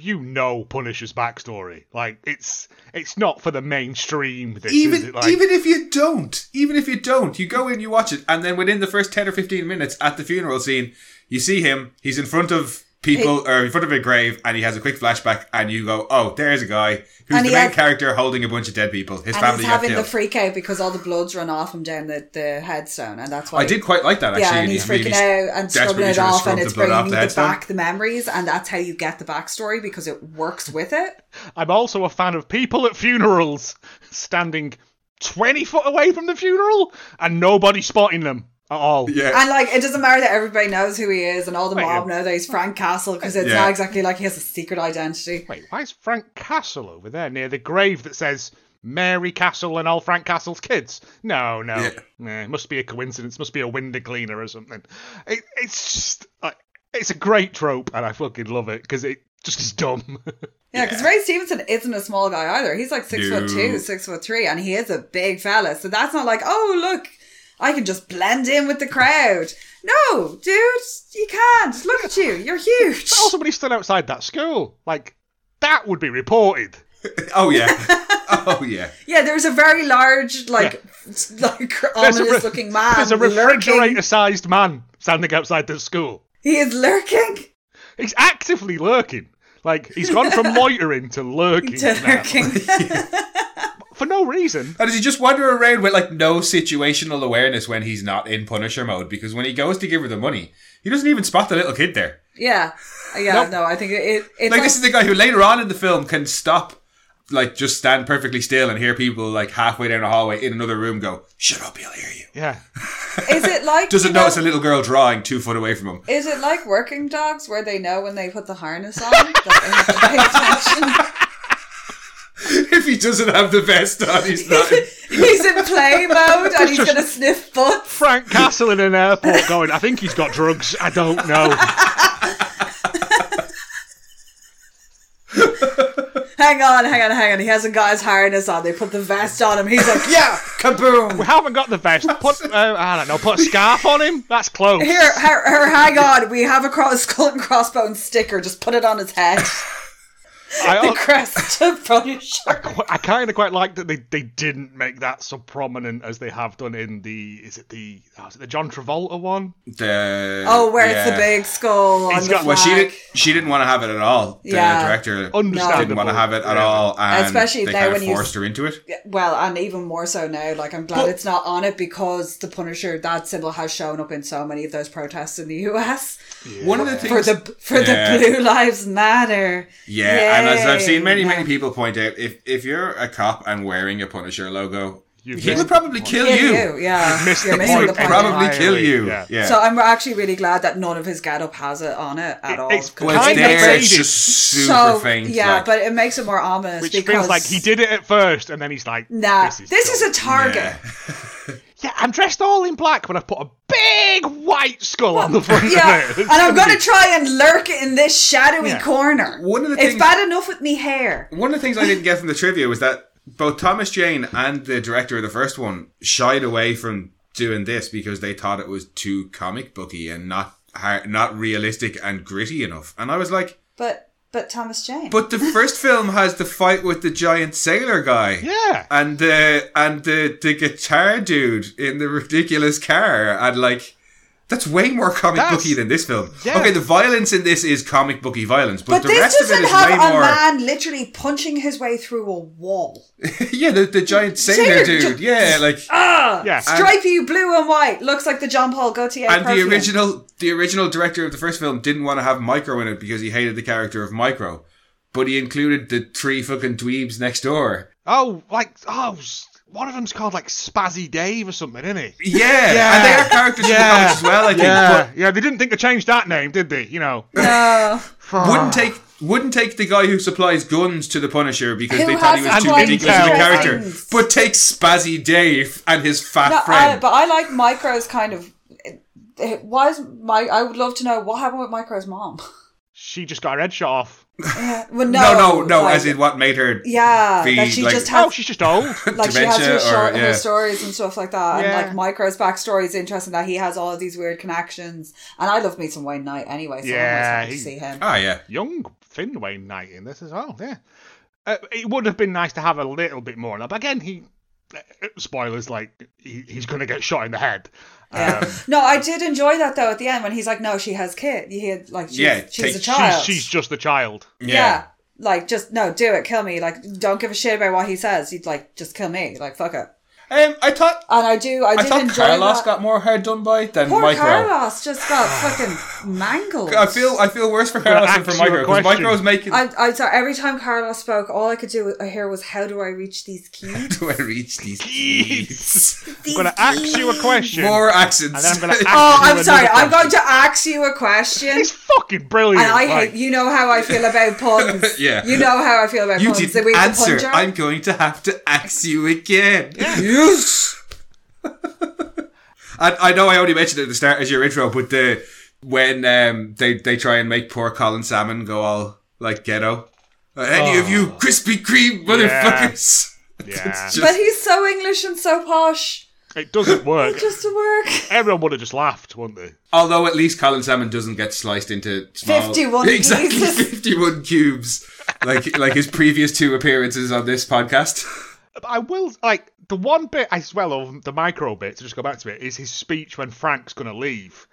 Speaker 3: you know Punisher's backstory. Like it's it's not for the mainstream. This,
Speaker 1: dying.
Speaker 3: is
Speaker 1: Even
Speaker 3: it? Like,
Speaker 1: even if you don't, even if you don't, you go in, you watch it, and then within the first ten or fifteen minutes at the funeral scene, you see him. He's in front of people or in front of a grave, and he has a quick flashback, and you go, "Oh, there's a guy who's
Speaker 2: And
Speaker 1: the
Speaker 2: he
Speaker 1: main
Speaker 2: had-
Speaker 1: character holding a bunch of dead people. His
Speaker 2: And
Speaker 1: family
Speaker 2: he's
Speaker 1: got
Speaker 2: having
Speaker 1: killed."
Speaker 2: the freak out because all the blood's run off him down the, the headstone, and that's why
Speaker 1: I did quite like that actually.
Speaker 2: Yeah, and
Speaker 1: and
Speaker 2: he's freaking
Speaker 1: really
Speaker 2: out and
Speaker 1: desperately
Speaker 2: scrubbing it
Speaker 1: trying to
Speaker 2: off,
Speaker 1: scrub
Speaker 2: and
Speaker 1: the
Speaker 2: it's
Speaker 1: blood off
Speaker 2: bringing
Speaker 1: the
Speaker 2: the
Speaker 1: headstone.
Speaker 2: back the memories, and that's how you get the backstory because it works with it.
Speaker 3: I'm also a fan of people at funerals standing twenty foot away from the funeral and nobody spotting them at all.
Speaker 1: Yeah,
Speaker 2: And like, it doesn't matter that everybody knows who he is, and all the
Speaker 3: Right,
Speaker 2: mob
Speaker 3: yeah.
Speaker 2: know that he's Frank Castle because it's
Speaker 1: Yeah.
Speaker 2: not exactly like he has a secret identity.
Speaker 3: Wait, why is Frank Castle over there near the grave that says Mary Castle and all Frank Castle's kids? No, no.
Speaker 1: Yeah.
Speaker 3: Nah, it must be a coincidence. Must be a window cleaner or something. It, it's just. Like, it's a great trope, and I fucking love it because it just is dumb.
Speaker 2: Yeah, because Ray Stevenson isn't a small guy either. He's like six
Speaker 1: No.
Speaker 2: foot two, six foot three, and he is a big fella. So that's not like, oh look, I can just blend in with the crowd. No, dude, you can't. Look at you, you're huge.
Speaker 3: also, when he stood outside that school, like, that would be reported.
Speaker 1: Oh yeah. oh yeah.
Speaker 2: Yeah, there's a very large, like, like
Speaker 3: There's a re-
Speaker 2: ominous looking Oh, man.
Speaker 3: There's a
Speaker 2: Lurking.
Speaker 3: refrigerator sized man standing outside the school.
Speaker 2: He is lurking.
Speaker 3: He's actively lurking. Like, he's gone from loitering to lurking.
Speaker 2: To
Speaker 3: now.
Speaker 2: lurking.
Speaker 3: For no reason.
Speaker 1: And does he just wander around with like no situational awareness when he's not in Punisher mode? Because when he goes to give her the money, he doesn't even spot the little kid there.
Speaker 2: yeah, yeah.
Speaker 3: Nope.
Speaker 2: No, I think it. it it's
Speaker 1: Like
Speaker 2: like,
Speaker 1: this is the guy who later on in the film can stop, like just stand perfectly still and hear people like halfway down a hallway in another room go, "Shut up, he'll hear you."
Speaker 3: Yeah.
Speaker 2: is it like?
Speaker 1: Doesn't
Speaker 2: you know,
Speaker 1: notice a little girl drawing two foot away from him.
Speaker 2: Is it like working dogs where they know when they put the harness on that they have to pay attention?
Speaker 1: if he doesn't have the vest on, he's not. in-
Speaker 2: he's in play mode and he's gonna sniff butts.
Speaker 3: Frank Castle in an airport going, I think he's got drugs. I don't know.
Speaker 2: Hang on, hang on, hang on. He hasn't got his harness on. They put the vest on him. He's like, yeah,
Speaker 3: We
Speaker 2: kaboom.
Speaker 3: haven't got the vest. Put, uh, I don't know, put a scarf on him? That's close.
Speaker 2: Here, her, her, hang on. We have a cross, skull and crossbones sticker. Just put it on his head. the
Speaker 3: I,
Speaker 2: crest of Punisher.
Speaker 3: I kind of quite like that they, they didn't make that so prominent as they have done in the, is it the, oh, is it the John Travolta one?
Speaker 1: The-
Speaker 2: Oh, where it's
Speaker 1: yeah.
Speaker 2: the big skull on
Speaker 3: He's
Speaker 2: the
Speaker 3: got-
Speaker 2: flag.
Speaker 1: Well, she didn't. She didn't want to have it at all. The
Speaker 2: Yeah.
Speaker 1: director didn't
Speaker 3: Understandable.
Speaker 1: want to have it at
Speaker 3: Yeah.
Speaker 1: all, and
Speaker 2: Especially
Speaker 1: they
Speaker 2: now
Speaker 1: kind of
Speaker 2: when you-
Speaker 1: forced her into it.
Speaker 2: Well, and even more so now. Like, I'm glad it's not on it because the Punisher that symbol has shown up in so many of those protests in the U.S.
Speaker 1: One of the
Speaker 2: for
Speaker 1: things,
Speaker 2: the for
Speaker 1: Yeah.
Speaker 2: the Blue Lives Matter.
Speaker 1: yeah, and as I've
Speaker 2: Yay.
Speaker 1: seen many,
Speaker 2: Yeah.
Speaker 1: many people point out, if if you're a cop and wearing a Punisher logo,
Speaker 3: You've
Speaker 1: He
Speaker 3: missed
Speaker 1: would
Speaker 3: the
Speaker 1: probably
Speaker 3: point.
Speaker 1: kill
Speaker 2: Yeah,
Speaker 1: you.
Speaker 2: you, yeah.
Speaker 3: Missed
Speaker 2: You're
Speaker 3: the
Speaker 2: missing
Speaker 3: point
Speaker 2: the point.
Speaker 1: Probably kill
Speaker 3: entirely,
Speaker 1: you.
Speaker 3: yeah.
Speaker 1: Yeah.
Speaker 2: So I'm actually really glad that none of his get up has it on it at
Speaker 3: It-
Speaker 2: all.
Speaker 3: it's
Speaker 2: 'cause
Speaker 1: well, it's
Speaker 3: Kinda
Speaker 1: there. It's
Speaker 3: faded.
Speaker 1: just super
Speaker 2: so
Speaker 1: faint.
Speaker 2: yeah,
Speaker 1: like-
Speaker 2: but it makes it more ominous
Speaker 3: Which
Speaker 2: because
Speaker 3: feels like he did it at first, and then he's like,
Speaker 2: Nah,
Speaker 3: this is,
Speaker 2: a target.
Speaker 1: Yeah.
Speaker 3: Yeah, I'm dressed all in black, but I put a big white skull on the front
Speaker 2: Yeah,
Speaker 3: of it.
Speaker 2: and I'm gonna try and lurk in this shadowy
Speaker 3: Yeah.
Speaker 2: corner.
Speaker 1: One of the
Speaker 2: it's
Speaker 1: things-
Speaker 2: bad enough with me hair.
Speaker 1: One of the things I didn't get from the trivia was that both Thomas Jane and the director of the first one shied away from doing this because they thought it was too comic booky and not har- not realistic and gritty enough. And I was like,
Speaker 2: But but Thomas Jane.
Speaker 1: but the first film has the fight with the giant sailor guy.
Speaker 3: Yeah.
Speaker 1: And the and the, the guitar dude in the ridiculous car and like that's way more comic
Speaker 3: That's-
Speaker 1: booky than this film.
Speaker 3: yeah.
Speaker 1: Okay, the violence in this is comic booky violence, but,
Speaker 2: but
Speaker 1: the
Speaker 2: this
Speaker 1: rest of it
Speaker 2: doesn't
Speaker 1: is
Speaker 2: have
Speaker 1: way
Speaker 2: a
Speaker 1: more.
Speaker 2: man literally punching his way through a wall.
Speaker 1: yeah, the, the giant sailor,
Speaker 2: Sailor
Speaker 1: dude.
Speaker 2: dude.
Speaker 1: Yeah, like
Speaker 2: Ah,
Speaker 3: Yeah.
Speaker 2: stripey blue and white looks like the John Paul Gaultier.
Speaker 1: and the
Speaker 2: perfume.
Speaker 1: original the original director of the first film didn't want to have Micro in it because he hated the character of Micro, but he included the three fucking dweebs next door.
Speaker 3: Oh, like oh, s- one of them's called like Spazzy Dave or something, isn't he?
Speaker 1: Yeah,
Speaker 3: Yeah.
Speaker 1: and they are characters
Speaker 3: Yeah.
Speaker 1: in the comics as well. I think,
Speaker 3: Yeah, yeah. They didn't think to change that name, did they? You know,
Speaker 2: No.
Speaker 1: but
Speaker 2: Ah.
Speaker 1: wouldn't take. Wouldn't take the guy who supplies guns to the Punisher because
Speaker 2: Who
Speaker 1: they thought he
Speaker 2: has
Speaker 1: was too
Speaker 3: supplied
Speaker 1: ridiculous of a
Speaker 3: guns?
Speaker 1: character, but take Spazzy Dave and his fat
Speaker 2: No, I,
Speaker 1: friend.
Speaker 2: but I like Micro's kind of. Why is my? I would love to know what happened with Micro's mom.
Speaker 3: she just got her head shot off.
Speaker 2: Yeah, well, no,
Speaker 1: no, no, no.
Speaker 2: like-
Speaker 1: as in what made her?
Speaker 2: yeah,
Speaker 1: be,
Speaker 2: that she
Speaker 1: like-
Speaker 2: just
Speaker 3: Oh,
Speaker 2: has
Speaker 3: she's just old.
Speaker 2: like she has
Speaker 1: dementia
Speaker 2: her, short,
Speaker 1: or-
Speaker 2: her
Speaker 1: yeah.
Speaker 2: stories and stuff like that,
Speaker 3: Yeah.
Speaker 2: and like Micro's backstory is interesting that he has all of these weird connections. And I love me some Wayne Knight anyway, so
Speaker 3: Yeah,
Speaker 2: I'm nice
Speaker 3: he-
Speaker 2: to see him.
Speaker 1: Ah, yeah.
Speaker 3: Young Finn Wayne Knight in this as well. Yeah, uh, it would have been nice to have a little bit more. But again, he uh, spoilers like he, he's gonna get shot in the head.
Speaker 2: Yeah.
Speaker 3: Um,
Speaker 2: no, I did enjoy that though at the end when he's like, "No, she has kid. You hear like she's,
Speaker 1: Yeah,
Speaker 2: she's
Speaker 1: take-
Speaker 2: a
Speaker 1: she's-
Speaker 2: child.
Speaker 3: she's, she's just a child.
Speaker 2: yeah. Like just no, do it, kill me. Like don't give a shit about what he says. He'd like just kill me. Like fuck it.
Speaker 1: Um, I thought
Speaker 2: And I do. I,
Speaker 1: I,
Speaker 2: did
Speaker 1: thought
Speaker 2: enjoy
Speaker 1: Carlos
Speaker 2: that.
Speaker 1: got more hard done by than
Speaker 2: Poor
Speaker 1: Micro.
Speaker 2: Carlos just got fucking mangled.
Speaker 1: I feel I feel worse for
Speaker 3: gonna
Speaker 1: Carlos than for
Speaker 3: ask you a
Speaker 1: Micro because
Speaker 3: question.
Speaker 1: Micro's making.
Speaker 2: I, I sorry. Every time Carlos spoke, all I could do I hear was, "How do I reach these keys?"
Speaker 1: Do I reach these
Speaker 3: Jeez.
Speaker 2: These
Speaker 3: I'm gonna ask you a
Speaker 2: keys.
Speaker 3: question,
Speaker 1: more accents?
Speaker 3: and then I'm gonna. Ask
Speaker 2: Oh,
Speaker 3: you
Speaker 2: I'm
Speaker 3: another
Speaker 2: sorry. I'm
Speaker 3: question.
Speaker 2: going to ask you a question.
Speaker 3: It's fucking brilliant.
Speaker 2: And I
Speaker 3: like-
Speaker 2: hate you know how I feel about puns.
Speaker 1: Yeah.
Speaker 2: You know how I feel about
Speaker 1: you
Speaker 2: puns.
Speaker 1: didn't
Speaker 2: That we have a
Speaker 1: answer.
Speaker 2: puncher.
Speaker 1: I'm going to have to axe you again. Yes. and I know I only mentioned it at the start as your intro, but the when um, they they try and make poor Colin Salmon go all like ghetto. Uh, any of you Krispy Kreme motherfuckers?
Speaker 3: Oh. Yeah,
Speaker 1: just-
Speaker 2: but he's so English and so posh.
Speaker 3: it doesn't work.
Speaker 2: It just to work.
Speaker 3: Everyone would have just laughed, wouldn't they?
Speaker 1: Although at least Colin Salmon doesn't get sliced into small,
Speaker 2: 51
Speaker 1: exactly
Speaker 2: pieces.
Speaker 1: fifty-one cubes, like like his previous two appearances on this podcast.
Speaker 3: But I will like the one bit I swear of the micro bit to just go back to it is his speech when Frank's gonna leave,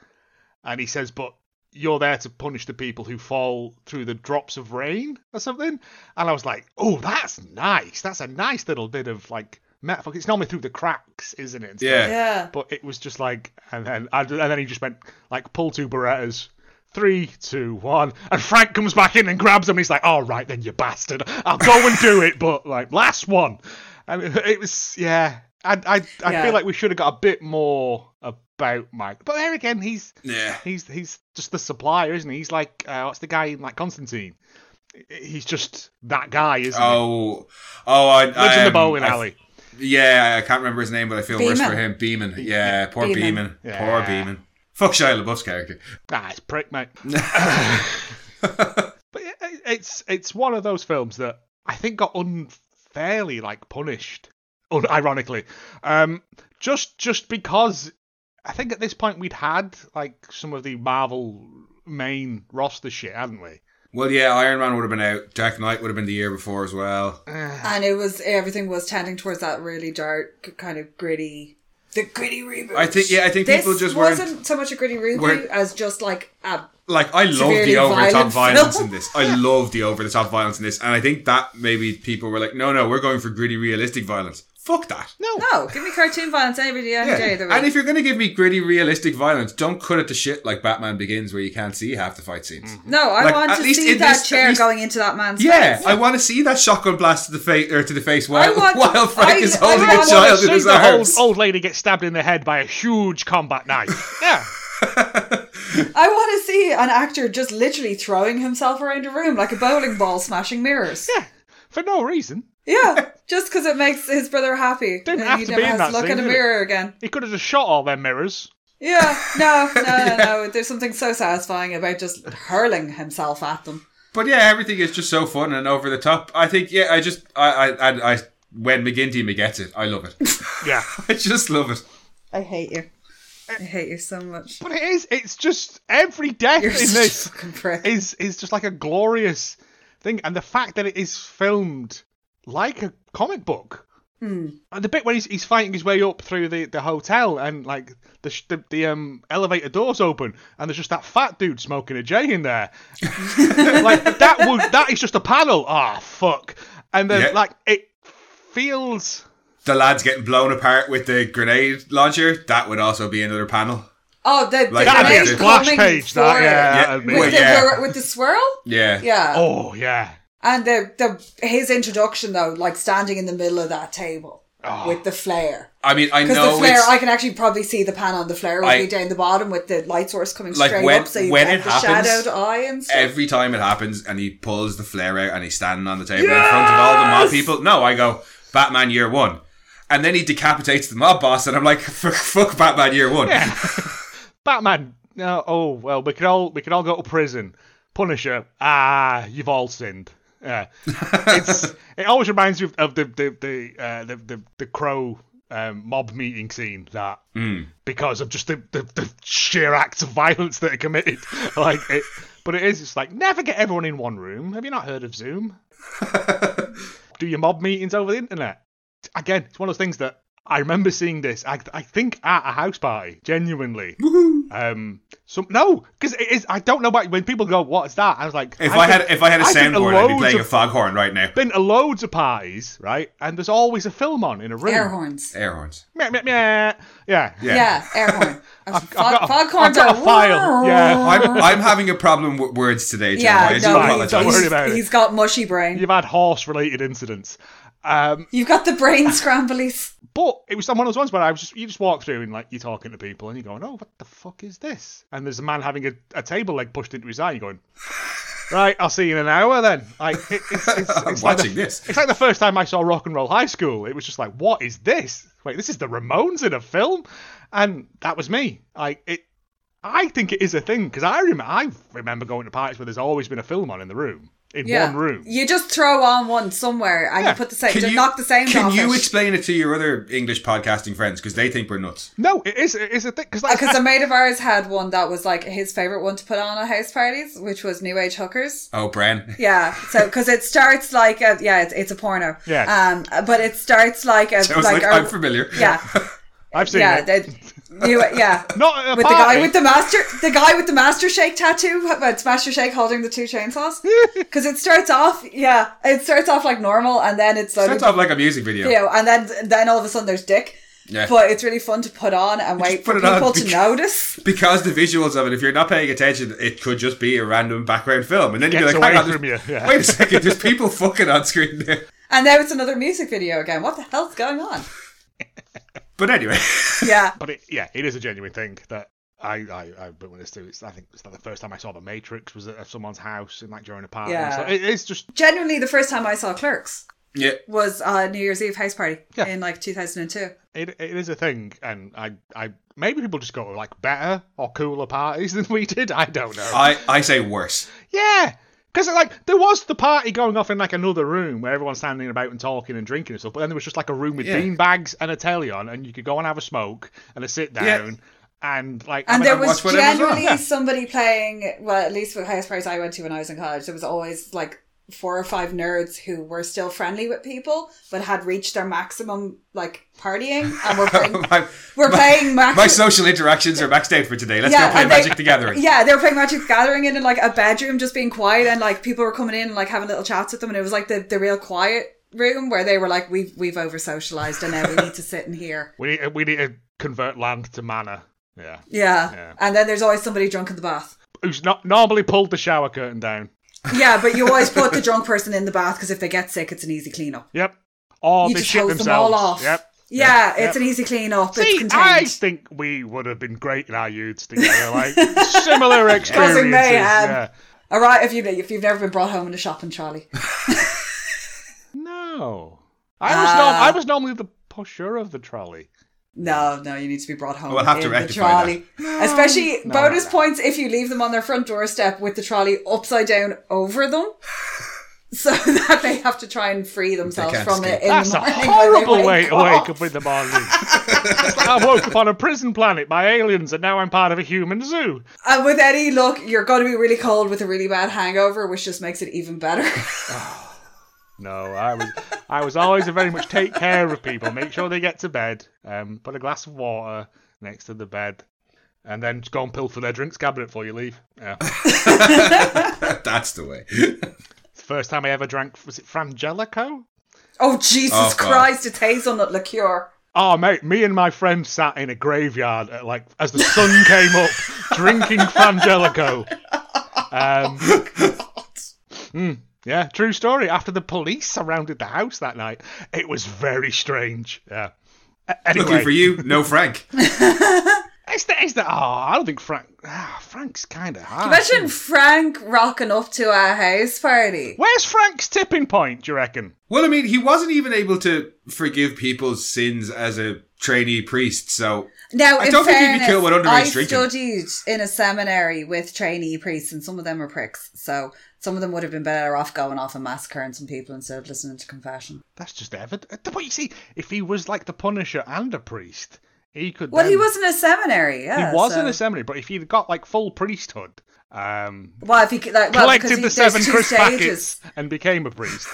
Speaker 3: and he says, "But you're there to punish the people who fall through the drops of rain or something." And I was like, "Oh, that's nice. That's a nice little bit of like metaphor. It's normally through the cracks, isn't it?" and stuff.
Speaker 1: Yeah.
Speaker 2: Yeah.
Speaker 3: But it was just like, and then and then he just went like, "Pull two Berettas." Three, two, one, and Frank comes back in and grabs him. And he's like, "All right, then you bastard, I'll go and do it." But like, last one, and it was yeah. I I, I
Speaker 2: Yeah.
Speaker 3: feel like we should have got a bit more about Mike. But there again, he's
Speaker 1: Yeah.
Speaker 3: he's he's just the supplier, isn't he? He's like, uh, what's the guy in like Constantine? He's just that guy, isn't
Speaker 1: Oh, oh, I,
Speaker 3: he? Lives
Speaker 1: I
Speaker 3: in the
Speaker 1: um,
Speaker 3: bowling
Speaker 1: I-
Speaker 3: alley.
Speaker 1: Yeah, I can't remember his name, but I feel worse
Speaker 2: Beeman.
Speaker 1: for him. Beeman. Yeah, poor
Speaker 2: Beeman.
Speaker 1: Beeman.
Speaker 3: Yeah.
Speaker 1: Poor Beeman. Fuck Shia LaBeouf's character.
Speaker 3: Ah, it's prick, mate. but it, it- it's it's one of those films that I think got unfairly like punished, un- ironically, um, just just because I think at this point we'd had like some of the Marvel main roster shit, hadn't we?
Speaker 1: Well, yeah, Iron Man would have been out. Jack Knight would have been the year before as well.
Speaker 3: Uh,
Speaker 2: And it was everything was tending towards that really dark kind of gritty, the gritty reboot.
Speaker 1: I think. Yeah, I think
Speaker 2: this
Speaker 1: people just weren't
Speaker 2: wasn't so much a gritty reboot
Speaker 1: weren't-
Speaker 2: as just like a
Speaker 1: like I love
Speaker 2: Severely
Speaker 1: the over the top
Speaker 2: violent
Speaker 1: violence
Speaker 2: film.
Speaker 1: in this. I love the over the top violence in this, and I think that maybe people were like, no, no, we're going for gritty, realistic violence. Fuck that.
Speaker 3: No.
Speaker 2: No, give me cartoon violence every day, any day of the week.
Speaker 1: And if you're going to give me gritty, realistic violence, don't cut it to shit like Batman Begins, where you can't see half the fight scenes.
Speaker 2: no, I
Speaker 1: like,
Speaker 2: want
Speaker 1: at
Speaker 2: to
Speaker 1: least
Speaker 2: see
Speaker 1: in
Speaker 2: that
Speaker 1: this- at
Speaker 2: chair
Speaker 1: least-
Speaker 2: going into that man's
Speaker 1: Yeah,
Speaker 2: face.
Speaker 1: I want to see that shotgun blast to the face or to the face while,
Speaker 2: want-
Speaker 1: while Frank
Speaker 2: I-
Speaker 1: is
Speaker 2: I
Speaker 1: holding a
Speaker 2: want
Speaker 1: child
Speaker 3: See
Speaker 1: in his
Speaker 3: the old,
Speaker 1: arms.
Speaker 3: old lady get stabbed in the head by a huge combat knife. Yeah.
Speaker 2: I want to see an actor just literally throwing himself around a room like a bowling ball smashing mirrors.
Speaker 3: Yeah. For no reason.
Speaker 2: Yeah, just because it makes his brother happy.
Speaker 3: Didn't
Speaker 2: and
Speaker 3: have
Speaker 2: he
Speaker 3: to
Speaker 2: never
Speaker 3: be in
Speaker 2: has
Speaker 3: that
Speaker 2: to look
Speaker 3: scene,
Speaker 2: in a
Speaker 3: did it?
Speaker 2: mirror again.
Speaker 3: He could have just shot all their mirrors.
Speaker 2: Yeah, no, no, no, no. There's something so satisfying about just hurling himself at them.
Speaker 1: But yeah, everything is just so fun and over the top. I think yeah, I just I I I, I when McGinty gets it, I love it.
Speaker 3: Yeah.
Speaker 1: I just love it.
Speaker 2: I hate you. I hate you so much.
Speaker 3: But it is. It's just every death
Speaker 2: You're
Speaker 3: in
Speaker 2: such
Speaker 3: this
Speaker 2: a fucking prick.
Speaker 3: is is just like a glorious thing, and the fact that it is filmed like a comic book. And the bit where he's, he's fighting his way up through the, the hotel and like the, sh- the the um elevator doors open and there's just that fat dude smoking a J in there, like that would that is just a panel. Ah fuck! And then
Speaker 1: Yeah.
Speaker 3: like it feels
Speaker 1: The lads getting blown apart with the grenade launcher. That would also be another panel.
Speaker 2: Oh, the, the
Speaker 1: Like,
Speaker 3: that'd be a
Speaker 2: grenade
Speaker 3: splash
Speaker 2: coming
Speaker 3: page.
Speaker 2: for
Speaker 3: That
Speaker 2: it.
Speaker 3: yeah,
Speaker 1: Yeah,
Speaker 3: that'd be-
Speaker 2: With,
Speaker 1: Well,
Speaker 2: the,
Speaker 1: yeah.
Speaker 2: with the swirl?
Speaker 1: Yeah.
Speaker 2: Yeah.
Speaker 3: oh yeah.
Speaker 2: And the, the his introduction though, like standing in the middle of that table
Speaker 1: Oh.
Speaker 2: with the flare.
Speaker 1: I mean, I
Speaker 2: Because the
Speaker 1: know
Speaker 2: flare,
Speaker 1: it's
Speaker 2: I can actually probably see the pan on the flare would
Speaker 1: I-
Speaker 2: be down the bottom with the light source coming
Speaker 1: Like,
Speaker 2: straight
Speaker 1: when-
Speaker 2: up, so you
Speaker 1: when
Speaker 2: get
Speaker 1: it
Speaker 2: the
Speaker 1: happens,
Speaker 2: shadowed eye and stuff.
Speaker 1: every time it happens, and he pulls the flare out and he's standing on the table in front of all the mob people. No, I go Batman Year One, and then he decapitates the mob boss, and I'm like, fuck, fuck Batman Year One.
Speaker 3: Batman. No, oh well, we could all we could all go to prison. Punisher. Ah, you've all sinned. Yeah. It's, it always reminds me of, of the the the, uh, the the the crow um, mob meeting scene that
Speaker 1: Mm.
Speaker 3: because of just the, the the sheer acts of violence that are committed. like it, but it is. It's like never get everyone in one room. Have you not heard of Zoom? Do your mob meetings over the internet? Again, it's one of those things that I remember seeing this. I I think at a house party, genuinely. Um, so no, because it is. I don't know about when people go, "What's that?" I was like,
Speaker 1: If
Speaker 3: I've
Speaker 1: i had
Speaker 3: been-
Speaker 1: if I had a
Speaker 3: I've been to
Speaker 1: soundboard, I'd be
Speaker 3: loads
Speaker 1: playing
Speaker 3: of-
Speaker 1: a foghorn right now.
Speaker 3: Been to loads of parties, right? And there's always a film on in a room.
Speaker 2: air horns.
Speaker 1: Air horns.
Speaker 3: Meh, meh, meh. Yeah.
Speaker 2: Yeah,
Speaker 1: Yeah.
Speaker 2: air horn.
Speaker 3: I've got a-
Speaker 2: Foghorns
Speaker 3: I've got
Speaker 2: are
Speaker 3: a file. Yeah.
Speaker 1: I'm, I'm having a problem with words today, John.
Speaker 2: Uh-huh. Yeah,
Speaker 1: I do
Speaker 2: no,
Speaker 3: Fine,
Speaker 2: he's-
Speaker 3: don't
Speaker 1: apologize.
Speaker 3: worry
Speaker 2: he's-
Speaker 3: about it.
Speaker 2: He's got mushy brain.
Speaker 3: You've had horse-related incidents. Um,
Speaker 2: You've got the brain scramblies.
Speaker 3: but it was one of those ones where I was just you just walk through and like you're talking to people and you're going, oh, what the fuck is this? And there's a man having a, a table leg pushed into his eye. And you're going, right, I'll see you in an hour then. Like it, it's, it's, it's
Speaker 1: I'm
Speaker 3: like the-
Speaker 1: watching this.
Speaker 3: It's like the first time I saw Rock and Roll High School. It was just like, what is this? Wait, this is the Ramones in a film, and that was me. Like it, I think it is a thing because I remember I remember going to parties where there's always been a film on in the room in
Speaker 2: Yeah.
Speaker 3: one room.
Speaker 2: You just throw on one somewhere and
Speaker 3: Yeah.
Speaker 2: you put the same,
Speaker 1: Can
Speaker 2: just
Speaker 1: you-
Speaker 2: knock the same
Speaker 1: Can
Speaker 2: off
Speaker 1: you
Speaker 2: it.
Speaker 1: explain it to your other English podcasting friends because they think we're nuts?
Speaker 3: No, it is it is a thing because like
Speaker 2: Because a mate of ours had one that was like his favorite one to put on at house parties, which was New Age Hookers.
Speaker 1: Oh, Bran.
Speaker 2: Yeah, so because it starts like a, yeah, it's, it's a porno.
Speaker 3: Yes.
Speaker 2: um, but it starts like a
Speaker 1: I was
Speaker 2: like,
Speaker 1: like,
Speaker 2: a-
Speaker 1: I'm familiar.
Speaker 2: yeah,
Speaker 3: I've seen
Speaker 2: yeah,
Speaker 3: it.
Speaker 2: that- you, yeah.
Speaker 3: Not at a
Speaker 2: with the
Speaker 3: party.
Speaker 2: guy with the master, the guy with the master shake tattoo, but it's master shake holding the two chainsaws. Because it starts off, yeah, it starts off like normal, and then it's slowly
Speaker 1: Starts off like a music video.
Speaker 2: you know, and then then all of a sudden there's dick.
Speaker 1: Yeah.
Speaker 2: But it's really fun to put on and wait
Speaker 1: put
Speaker 2: for
Speaker 1: it on
Speaker 2: people to
Speaker 1: because-
Speaker 2: notice.
Speaker 1: Because the visuals of it, if you're not paying attention, it could just be a random background film, and then you'd be
Speaker 3: Gets
Speaker 1: like,
Speaker 3: away
Speaker 1: "Hang on,
Speaker 3: from
Speaker 1: there's-
Speaker 3: you, yeah.
Speaker 1: wait a second, there's people fucking on screen there."
Speaker 2: And now it's another music video again. What the hell's going on?
Speaker 1: But anyway,
Speaker 2: Yeah.
Speaker 3: but it, yeah, it is a genuine thing that I I I've been witness to. It's I think it's like the first time I saw The Matrix was at someone's house and like during a party.
Speaker 2: Yeah.
Speaker 3: So it is just
Speaker 2: Genuinely, the first time I saw Clerks
Speaker 1: yeah,
Speaker 2: was uh, New Year's Eve house party
Speaker 3: Yeah.
Speaker 2: in like 2002.
Speaker 3: it, it is a thing, and I I maybe people just go to like better or cooler parties than we did. I don't know.
Speaker 1: I I say worse.
Speaker 3: yeah. Because like there was the party going off in like another room where everyone's standing about and talking and drinking and stuff, but then there was just like a room with
Speaker 1: Yeah.
Speaker 3: bean bags and a telly on, and you could go and have a smoke and a sit
Speaker 1: Yeah.
Speaker 3: down, and like
Speaker 2: And
Speaker 3: I
Speaker 2: there
Speaker 3: mean,
Speaker 2: was
Speaker 1: watch whatever's on.
Speaker 2: generally
Speaker 1: Yeah.
Speaker 2: somebody playing, well, at least with house parties I went to when I was in college, there was always like four or five nerds who were still friendly with people, but had reached their maximum like partying and were playing,
Speaker 1: My,
Speaker 2: were playing maximum.
Speaker 1: my social interactions are maxed out for today. Let's
Speaker 2: Yeah,
Speaker 1: go play
Speaker 2: and they-
Speaker 1: Magic the Gathering.
Speaker 2: Yeah, they were playing Magic the Gathering in, in like a bedroom, just being quiet, and like people were coming in and like having little chats with them, and it was like the, the real quiet room where they were like, "We've we've over socialized, and now we need to sit in here."
Speaker 3: We need, we need to convert land to manor. Yeah.
Speaker 2: Yeah.
Speaker 3: Yeah.
Speaker 2: and then there's always somebody drunk in the bath.
Speaker 3: Who's not normally pulled the shower curtain down.
Speaker 2: Yeah, but you always put the drunk person in the bath because if they get sick, it's an easy cleanup.
Speaker 3: Yep. Or
Speaker 2: You
Speaker 3: they
Speaker 2: just
Speaker 3: shit
Speaker 2: hose
Speaker 3: themselves.
Speaker 2: them all off.
Speaker 3: Yep.
Speaker 2: Yeah,
Speaker 3: Yep.
Speaker 2: it's an easy cleanup. it's
Speaker 3: See,
Speaker 2: contained.
Speaker 3: I think we would have been great in our youths together, like similar experiences.
Speaker 2: mayhem.
Speaker 3: Yeah.
Speaker 2: All right, if you if you've never been brought home in a shopping trolley,
Speaker 3: No, I was norm-
Speaker 2: Ah.
Speaker 3: I was normally the pusher of the trolley.
Speaker 2: no, no, you need to be brought home.
Speaker 1: We'll have to
Speaker 2: in the
Speaker 1: rectify
Speaker 2: trolley. Especially
Speaker 3: No,
Speaker 2: bonus
Speaker 3: no, no.
Speaker 2: points if you leave them on their front doorstep with the trolley upside down over them, so that they have to try and free themselves
Speaker 1: can't
Speaker 2: from
Speaker 1: escape.
Speaker 2: it. In
Speaker 3: That's
Speaker 2: the
Speaker 3: a
Speaker 2: morning when they
Speaker 3: horrible way to wake
Speaker 2: up.
Speaker 3: up in the morning. It's like I woke up on a prison planet by aliens, and now I'm part of a human zoo.
Speaker 2: And with any luck, you're going to be really cold with a really bad hangover, which just makes it even better.
Speaker 3: No, I was I was always a very much take care of people, make sure they get to bed, um, put a glass of water next to the bed, and then just go and pilfer their drinks cabinet before you leave. Yeah.
Speaker 1: That's the way.
Speaker 3: First time I ever drank was it Frangelico?
Speaker 2: oh Jesus
Speaker 1: Oh, God.
Speaker 2: Christ! It's hazelnut liqueur.
Speaker 3: Oh mate, me and my friend sat in a graveyard at, like as the sun came up, drinking Frangelico. Um,
Speaker 1: Oh,
Speaker 3: mm, yeah, true story. After the police surrounded the house that night, it was very strange. Yeah. A- Anyway,
Speaker 1: Lucky for you, no Frank.
Speaker 3: Is that, is that, oh, I don't think Frank. Ah, Frank's kind of hard.
Speaker 2: Imagine Frank rocking up to our house party.
Speaker 3: Where's Frank's tipping point, do you reckon?
Speaker 1: Well, I mean, he wasn't even able to forgive people's sins as a trainee priest, so
Speaker 2: Now,
Speaker 1: I
Speaker 2: in
Speaker 1: don't think you'd be
Speaker 2: fairness,
Speaker 1: cool with underage
Speaker 2: I
Speaker 1: drinking.
Speaker 2: studied in a seminary with trainee priests, and some of them were pricks. So some of them would have been better off going off and massacring some people instead of listening to confession.
Speaker 3: That's just evident. But you see, if he was like the Punisher and a priest, he could.
Speaker 2: Well, he
Speaker 3: then-
Speaker 2: was in a seminary. Yeah,
Speaker 3: he was
Speaker 2: so-
Speaker 3: in a seminary, but if he'd got like full priesthood, um,
Speaker 2: Well, if he could, like, well, because
Speaker 3: collected
Speaker 2: he,
Speaker 3: the
Speaker 2: there's
Speaker 3: seven
Speaker 2: two
Speaker 3: crisp
Speaker 2: stages.
Speaker 3: packets and became a priest,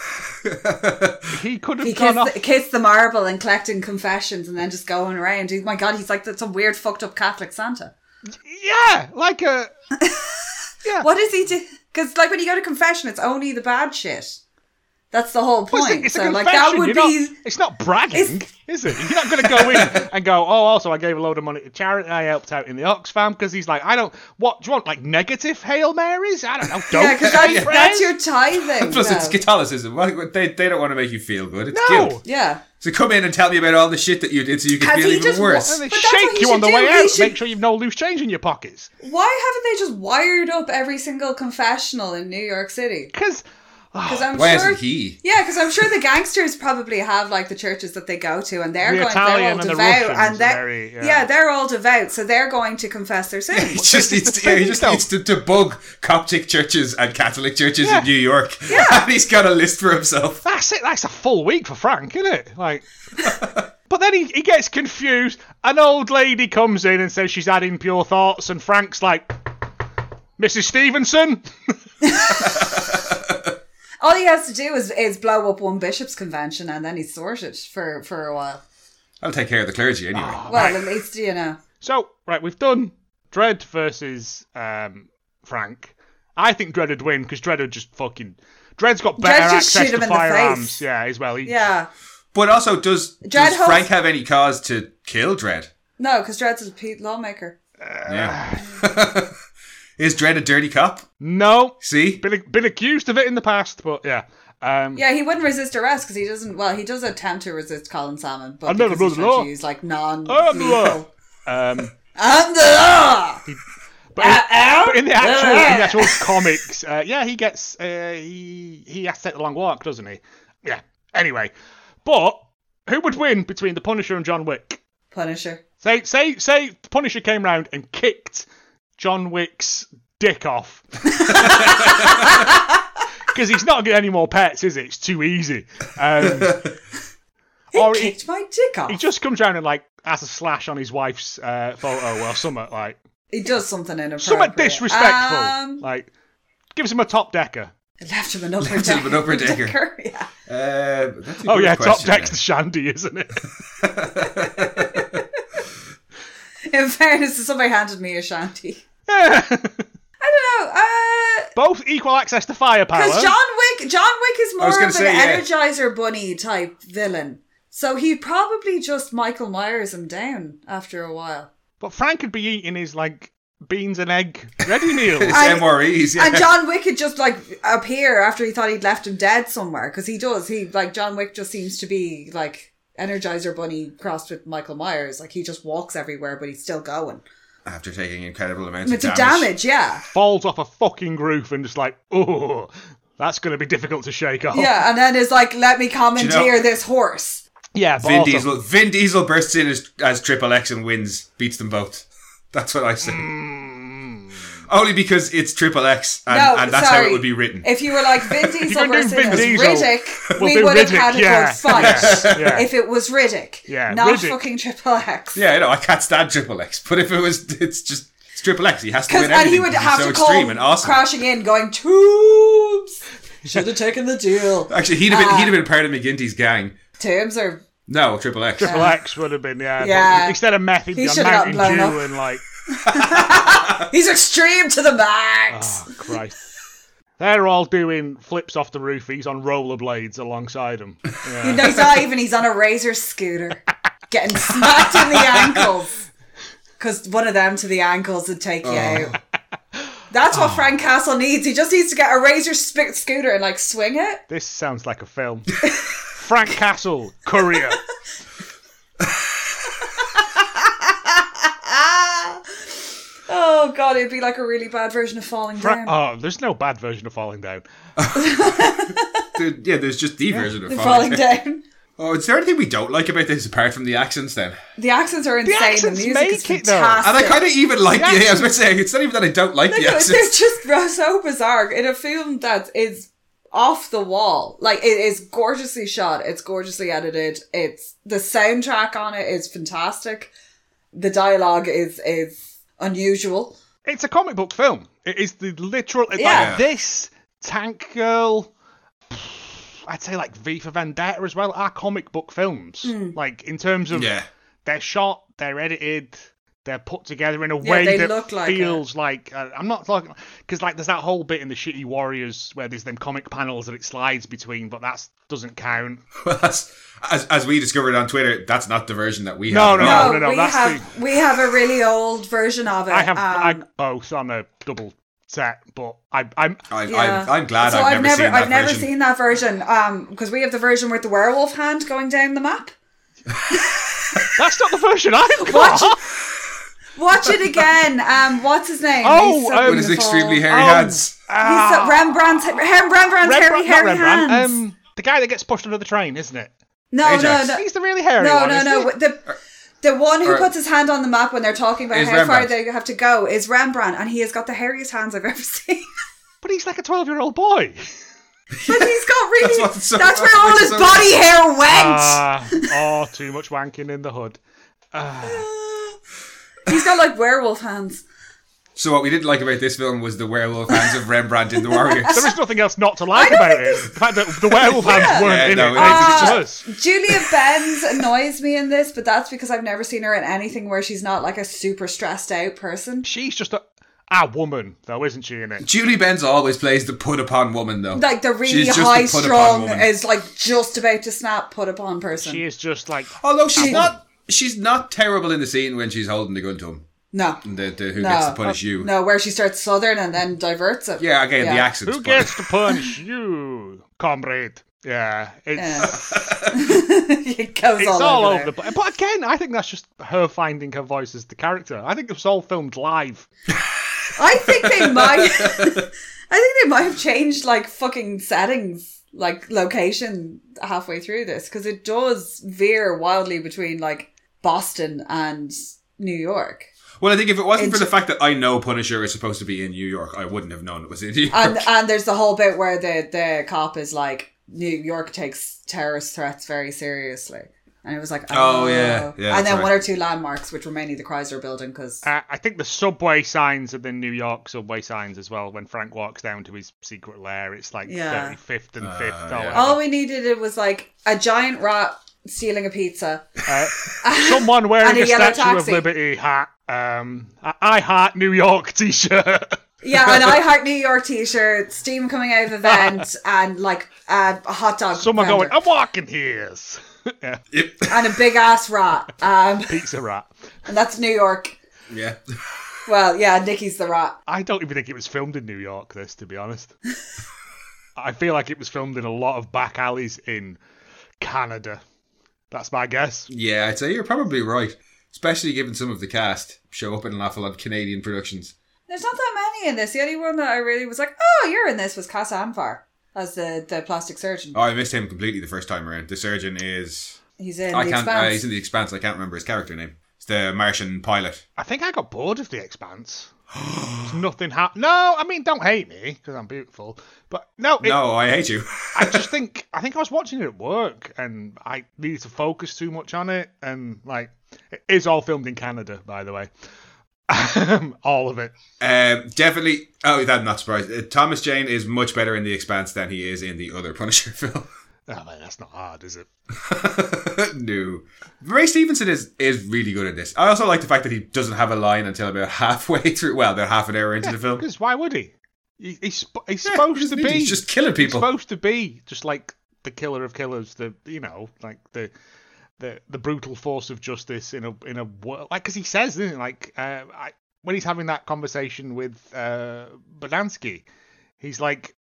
Speaker 3: he could
Speaker 2: He kissed
Speaker 3: have gone
Speaker 2: the,
Speaker 3: off.
Speaker 2: kissed the marble and collecting confessions and then just going around. He- my God, he's like that's a weird fucked up Catholic Santa.
Speaker 3: Yeah, like a. Yeah.
Speaker 2: What is he do? Because like when you go to confession, it's only the bad shit. That's the whole
Speaker 3: Well,
Speaker 2: point.
Speaker 3: It's a,
Speaker 2: so
Speaker 3: it's a
Speaker 2: like that
Speaker 3: confession,
Speaker 2: would
Speaker 3: you're
Speaker 2: be
Speaker 3: Not, it's not bragging, is it? You're not going to go in and go, oh, also I gave a load of money to charity. I helped out in the Oxfam because he's like, I don't. What do you want? Like negative Hail Marys? I don't know. Don't
Speaker 2: yeah, because
Speaker 3: say
Speaker 2: that's,
Speaker 3: prayers.
Speaker 2: that's your tithing.
Speaker 1: plus
Speaker 2: though.
Speaker 1: it's Catholicism. Why would They, they don't want to make you feel good. It's
Speaker 3: No.
Speaker 1: guilt.
Speaker 2: yeah.
Speaker 1: So come in and tell me about all the shit that you did, so you can
Speaker 2: Has
Speaker 1: feel
Speaker 2: he
Speaker 1: even
Speaker 2: just
Speaker 1: worse.
Speaker 3: And they
Speaker 2: But that's what
Speaker 3: shake
Speaker 2: he
Speaker 3: you on
Speaker 2: should
Speaker 3: the
Speaker 2: do.
Speaker 3: way
Speaker 2: He
Speaker 3: out.
Speaker 2: should-
Speaker 3: Make sure you've no loose change in your pockets.
Speaker 2: Why haven't they just wired up every single confessional in New York City?
Speaker 3: Because Oh,
Speaker 2: Because I'm
Speaker 1: Why
Speaker 2: sure.
Speaker 1: hasn't he?
Speaker 2: Yeah, because I'm sure the gangsters probably have like the churches that they go to, and they're
Speaker 3: The
Speaker 2: going.
Speaker 3: Italian
Speaker 2: they're all
Speaker 3: and the
Speaker 2: devout,
Speaker 3: Russians are
Speaker 2: and they're
Speaker 3: very, yeah.
Speaker 2: yeah. they're all devout, so they're going to confess their
Speaker 1: He
Speaker 2: sins.
Speaker 1: just needs to, yeah, he just
Speaker 3: thing,
Speaker 1: needs to debug Coptic churches and Catholic churches
Speaker 3: Yeah.
Speaker 1: in New York. and he's got a list for himself.
Speaker 3: that's it. That's a full week for Frank, isn't it? Like. But then he, he gets confused. An old lady comes in and says she's had impure thoughts, and Frank's like, Mrs. Stevenson?
Speaker 2: all he has to do is is blow up one bishop's convention, and then he's sorted for for a while.
Speaker 1: I'll take care of the clergy anyway.
Speaker 2: Well, at least you know.
Speaker 3: So, right, we've done Dread versus um, Frank. I think Dread would win because Dread would just fucking. Dread's got better
Speaker 2: Dredd just
Speaker 3: access
Speaker 2: shoot him
Speaker 3: to
Speaker 2: in the
Speaker 3: firearms.
Speaker 2: face.
Speaker 3: Yeah, as well. He,
Speaker 2: Yeah,
Speaker 1: But also, does, does
Speaker 2: Dreadhawk-
Speaker 1: Frank have any cause to kill Dread?
Speaker 2: no, because Dred's a Pete lawmaker.
Speaker 1: Yeah. Is Dread a dirty cop?
Speaker 3: No,
Speaker 1: See?
Speaker 3: been been accused of it in the past, but yeah. Um,
Speaker 2: Yeah, he wouldn't resist arrest because he doesn't. Well, he does attempt to resist Colin Salmon, but
Speaker 3: I'm not
Speaker 2: because
Speaker 3: above
Speaker 2: he's
Speaker 3: the
Speaker 2: trying
Speaker 3: law.
Speaker 2: to use like non.
Speaker 3: I'm the law. Um,
Speaker 2: I'm the law. Uh,
Speaker 3: but, in,
Speaker 2: Uh-oh.
Speaker 3: but in the actual in
Speaker 2: Yeah.
Speaker 3: the actual comics, uh, yeah, he gets uh, he he has to take the long walk, doesn't he? Yeah. Anyway, but who would win between the Punisher and John Wick?
Speaker 2: Punisher.
Speaker 3: Say, say, say, the Punisher came round and kicked John Wick's dick off. Because he's not getting any more pets, is it? It's too easy. Um,
Speaker 2: He
Speaker 3: or Oh, he,
Speaker 2: kicked my dick off.
Speaker 3: he just comes round and like has a slash on his wife's uh, photo or something like
Speaker 2: He does something inappropriate.
Speaker 3: something disrespectful.
Speaker 2: Um,
Speaker 3: like gives him a top decker.
Speaker 2: left him an upper
Speaker 1: Left him an upper decker.
Speaker 2: Yeah.
Speaker 1: Uh, that's a
Speaker 3: Oh
Speaker 1: good
Speaker 3: yeah, top
Speaker 1: question,
Speaker 3: decker's
Speaker 1: yeah.
Speaker 3: shandy, isn't it?
Speaker 2: In fairness, somebody handed me a shanty.
Speaker 3: Yeah.
Speaker 2: I don't know. Uh,
Speaker 3: Both equal access to firepower.
Speaker 2: because John Wick Wick, John Wick is more
Speaker 1: was
Speaker 2: of
Speaker 1: gonna
Speaker 2: an
Speaker 1: say, yeah.
Speaker 2: Energizer Bunny type villain, so he'd probably just Michael Myers him down after a while.
Speaker 3: But Frank would be eating his like beans and egg ready meals.
Speaker 2: I- And-
Speaker 1: MREs, yeah.
Speaker 2: And John Wick could just like appear after he thought he'd left him dead somewhere because he does. He like John Wick just seems to be like Energizer Bunny crossed with Michael Myers. Like he just walks everywhere, but he's still going.
Speaker 1: After taking incredible amounts of
Speaker 2: It's a
Speaker 1: damage.
Speaker 2: damage, yeah,
Speaker 3: falls off a fucking roof and just like, oh, that's going to be difficult to shake off.
Speaker 2: yeah. And then is like, let me commandeer
Speaker 1: Oh. know-
Speaker 2: this horse.
Speaker 3: yeah. But
Speaker 1: Vin
Speaker 3: also,
Speaker 1: Diesel. Vin Diesel bursts in as, as Triple X and wins, beats them both. That's what I say. Only because it's Triple X, and,
Speaker 2: Hmm. No,
Speaker 1: and that's how
Speaker 2: sorry.
Speaker 1: it would be written.
Speaker 2: If you were like Vin Diesel
Speaker 3: were doing
Speaker 2: versus
Speaker 3: Vin Diesel,
Speaker 2: Riddick,
Speaker 3: we'll
Speaker 2: we
Speaker 3: do
Speaker 2: would have
Speaker 3: Riddick,
Speaker 2: had a
Speaker 3: yeah.
Speaker 2: good fight.
Speaker 3: yeah.
Speaker 2: If it was Riddick,
Speaker 3: Yeah,
Speaker 2: not
Speaker 3: Riddick.
Speaker 2: fucking Triple X.
Speaker 1: yeah, I know I can't stand Triple X, but if it was, it's just it's Triple X. He has to
Speaker 2: Because
Speaker 1: win
Speaker 2: and
Speaker 1: everything.
Speaker 2: he would
Speaker 1: 'cause
Speaker 2: have
Speaker 1: he's so
Speaker 2: to come
Speaker 1: extreme and awesome.
Speaker 2: crashing in, going tubes. Should have taken the deal.
Speaker 1: Actually, he'd have
Speaker 2: Ah.
Speaker 1: been he'd have been part of McGinty's gang.
Speaker 2: Tubes are
Speaker 1: No, Triple X.
Speaker 3: Triple X would have been yeah. but
Speaker 2: Yeah.
Speaker 3: Instead of meth, he'd
Speaker 2: He
Speaker 3: be on
Speaker 2: should have
Speaker 3: Mountain
Speaker 2: gotten
Speaker 3: Dew
Speaker 2: blown up.
Speaker 3: and like,
Speaker 2: he's extreme to the max.
Speaker 3: oh Christ. They're all doing flips off the roof. He's on rollerblades alongside him. Yeah.
Speaker 2: No, he's not even. He's on a razor scooter, getting smacked in the ankles. Because one of them to the ankles would take you
Speaker 3: Oh.
Speaker 2: out. That's what Frank Castle needs. He just needs to get a razor sp- scooter and like swing it.
Speaker 3: This sounds like a film. Frank Castle, courier.
Speaker 2: Oh god, it'd be like a really bad version of falling
Speaker 3: Fra-
Speaker 2: down.
Speaker 3: oh, there's no bad version of Falling Down.
Speaker 1: There- yeah, there's just the version of
Speaker 2: falling
Speaker 1: Falling.
Speaker 2: down.
Speaker 1: Oh, is there anything we don't like about this apart from the accents then?
Speaker 2: The accents are insane. The,
Speaker 3: accents
Speaker 2: music
Speaker 3: make
Speaker 2: is
Speaker 3: it, though.
Speaker 1: And I
Speaker 2: fantastic.
Speaker 1: kind of even like
Speaker 3: Yeah.
Speaker 1: the. Yeah, I was about to say it's not even that I don't like the
Speaker 2: They're
Speaker 1: accents.
Speaker 2: just so bizarre in a film that is off the wall. Like it is gorgeously shot. It's gorgeously edited. It's the soundtrack on it is fantastic. The dialogue is is unusual.
Speaker 3: It's a comic book film. It is the literal. It's
Speaker 2: Yeah.
Speaker 3: like this Tank Girl. I'd say like V for Vendetta as well are comic book films.
Speaker 2: Hmm.
Speaker 3: Like in terms of
Speaker 1: Yeah.
Speaker 3: they're shot, they're edited, they're put together in a
Speaker 2: Yeah,
Speaker 3: way
Speaker 2: they
Speaker 3: that
Speaker 2: look like
Speaker 3: feels like uh, I'm not talking because like there's that whole bit in the Shitty Warriors where there's them comic panels that it slides between, but that doesn't count.
Speaker 1: Well, that's, as as we discovered on Twitter, that's not the version that we
Speaker 3: No,
Speaker 1: have.
Speaker 3: no,
Speaker 1: now.
Speaker 3: no, no,
Speaker 2: we
Speaker 3: that's
Speaker 2: have we have a really old version of it.
Speaker 3: I have I
Speaker 2: um,
Speaker 3: both on a double set, but I, I'm
Speaker 1: I,
Speaker 2: yeah.
Speaker 1: I'm, I'm glad
Speaker 2: so
Speaker 1: I've, never, seen that
Speaker 2: I've never
Speaker 1: version.
Speaker 2: seen that version. Um, because we have the version with the werewolf hand going down the map.
Speaker 3: that's not the version I've
Speaker 2: Watch
Speaker 3: got.
Speaker 2: Watch it again. Um, what's his name?
Speaker 3: Oh,
Speaker 2: He's so
Speaker 3: um,
Speaker 1: With his
Speaker 2: beautiful.
Speaker 1: extremely hairy
Speaker 3: Um,
Speaker 1: hands.
Speaker 2: He's so, Rembrandt's, Hem- Rembrandt's hairy,
Speaker 3: Rembrandt, Ah. not
Speaker 2: hairy
Speaker 3: Rembrandt,
Speaker 2: hands.
Speaker 3: Um, the guy that gets pushed under the train, isn't it?
Speaker 2: no, no,
Speaker 1: Ajax.
Speaker 2: no,
Speaker 3: He's the really hairy
Speaker 2: no,
Speaker 3: one.
Speaker 2: no,
Speaker 3: isn't
Speaker 2: no.
Speaker 3: he?
Speaker 2: The, the one who
Speaker 1: Or-
Speaker 2: puts his hand on the map when they're talking about
Speaker 1: Is
Speaker 2: how far
Speaker 1: Rembrandt.
Speaker 2: they have to go is Rembrandt, and he has got the hairiest hands I've ever seen.
Speaker 3: But he's like a twelve-year-old boy.
Speaker 2: but he's got really.
Speaker 1: That's what's
Speaker 2: that's,
Speaker 1: so-
Speaker 2: where all
Speaker 1: that's
Speaker 2: his
Speaker 1: so-
Speaker 2: body hair went.
Speaker 3: Ah, oh, too much wanking in the hood.
Speaker 2: he's got like werewolf hands.
Speaker 1: So what we didn't like about this film was the werewolf hands of Rembrandt in the Warriors.
Speaker 3: There is nothing else not to like about it. The fact that the werewolf hands weren't
Speaker 1: Yeah,
Speaker 3: in
Speaker 1: no,
Speaker 3: it.
Speaker 1: it
Speaker 2: Uh,
Speaker 1: was
Speaker 3: It's
Speaker 1: just-
Speaker 3: just us.
Speaker 2: Julia Benz annoys me in this, but that's because I've never seen her in anything where she's not like a super stressed out person.
Speaker 3: She's just a, a woman, though, isn't she? In it,
Speaker 1: Julie Benz always plays the put upon woman though.
Speaker 2: Like the really
Speaker 1: She's just a
Speaker 2: high
Speaker 1: put-upon
Speaker 2: strung
Speaker 1: woman.
Speaker 2: is like just about to snap put upon person.
Speaker 3: she is just like
Speaker 2: Oh,
Speaker 1: Although she's not she's not terrible in the scene when she's holding the gun to him.
Speaker 2: no.
Speaker 1: The, the, who
Speaker 2: No.
Speaker 1: gets to punish you?
Speaker 2: No, where she starts southern and then diverts it.
Speaker 1: Yeah, again the accents.
Speaker 3: who
Speaker 1: but-
Speaker 3: gets to punch you, comrade. Yeah, it's
Speaker 2: it goes
Speaker 3: it's
Speaker 2: all, over, the
Speaker 3: the place. But again, I think that's just her finding her voice as the character. I think it was all filmed live.
Speaker 2: I think they might I think they might have changed like fucking settings, like location halfway through this, because it does veer wildly between like Boston and New York.
Speaker 1: Well, I think if it wasn't for
Speaker 2: It's-
Speaker 1: the fact that I know Punisher is supposed to be in New York, I wouldn't have known it was in New York.
Speaker 2: And and there's the whole bit where the, the cop is like, New York takes terrorist threats very seriously. And it was like, oh,
Speaker 1: Oh, yeah. Yeah, that's
Speaker 2: and then
Speaker 1: right.
Speaker 2: one or two landmarks, which were mainly the Chrysler building, because
Speaker 3: Uh, I think the subway signs are the New York subway signs as well. When Frank walks down to his secret lair, it's like
Speaker 2: Yeah. Oh.
Speaker 3: 35th and 5th. or
Speaker 1: yeah.
Speaker 3: whatever.
Speaker 2: all we needed it was like a giant rat stealing a pizza.
Speaker 3: Uh, someone wearing
Speaker 2: And a
Speaker 3: a,
Speaker 2: yellow
Speaker 3: Statue of
Speaker 2: taxi.
Speaker 3: Liberty hat, um, a I Heart New York t shirt.
Speaker 2: yeah, an I Heart New York T-shirt, steam coming out of event, and like uh, a hot dog.
Speaker 3: Someone
Speaker 2: vendor.
Speaker 3: going,
Speaker 1: "Oh,
Speaker 3: I'm walking here. yeah,
Speaker 1: Yep.
Speaker 2: and a big ass rat. Um,
Speaker 3: pizza rat.
Speaker 2: and that's New York.
Speaker 1: Yeah.
Speaker 2: Well, yeah, Nikki's the rat.
Speaker 3: I don't even think it was filmed in New York, this, to be honest. I feel like it was filmed in a lot of back alleys in Canada. That's my guess.
Speaker 1: Yeah, I'd say you're probably right. Especially given some of the cast show up in an awful lot of Canadian productions.
Speaker 2: There's not that many in this. The only one that I really was like, oh, you're in this was Casa Anvar as the, the plastic surgeon.
Speaker 1: Oh, I missed him completely the first time around. The surgeon is
Speaker 2: He's in
Speaker 1: I
Speaker 2: the
Speaker 1: can't. Uh, he's
Speaker 2: Expanse.
Speaker 1: in the Expanse. I can't remember his character name. It's the Martian pilot.
Speaker 3: I think I got bored of The Expanse. There's nothing happened. No, I mean, don't hate me because I'm beautiful. But no, it,
Speaker 1: No, I hate you.
Speaker 3: I just think I think I was watching it at work and I needed to focus too much on it and like it is all filmed in Canada by the way. all of it.
Speaker 1: Um, definitely. Oh, that, I'm not surprised. Uh, Thomas Jane is much better in the Expanse than he is in the other Punisher film.
Speaker 3: Oh, man, that's not hard, is it?
Speaker 1: no, Ray Stevenson is is really good at this. I also like the fact that he doesn't have a line until about halfway through. Well, about half an hour into the film.
Speaker 3: Because why would he? he he's sp- he's
Speaker 1: Yeah,
Speaker 3: supposed
Speaker 1: he's
Speaker 3: to
Speaker 1: an idiot.
Speaker 3: be
Speaker 1: He's just killing
Speaker 3: he's
Speaker 1: people.
Speaker 3: supposed to be just like the killer of killers, the you know, like the the the brutal force of justice in a in a world like because he says, isn't it? Like uh, I, when he's having that conversation with uh, Bodansky, he's like,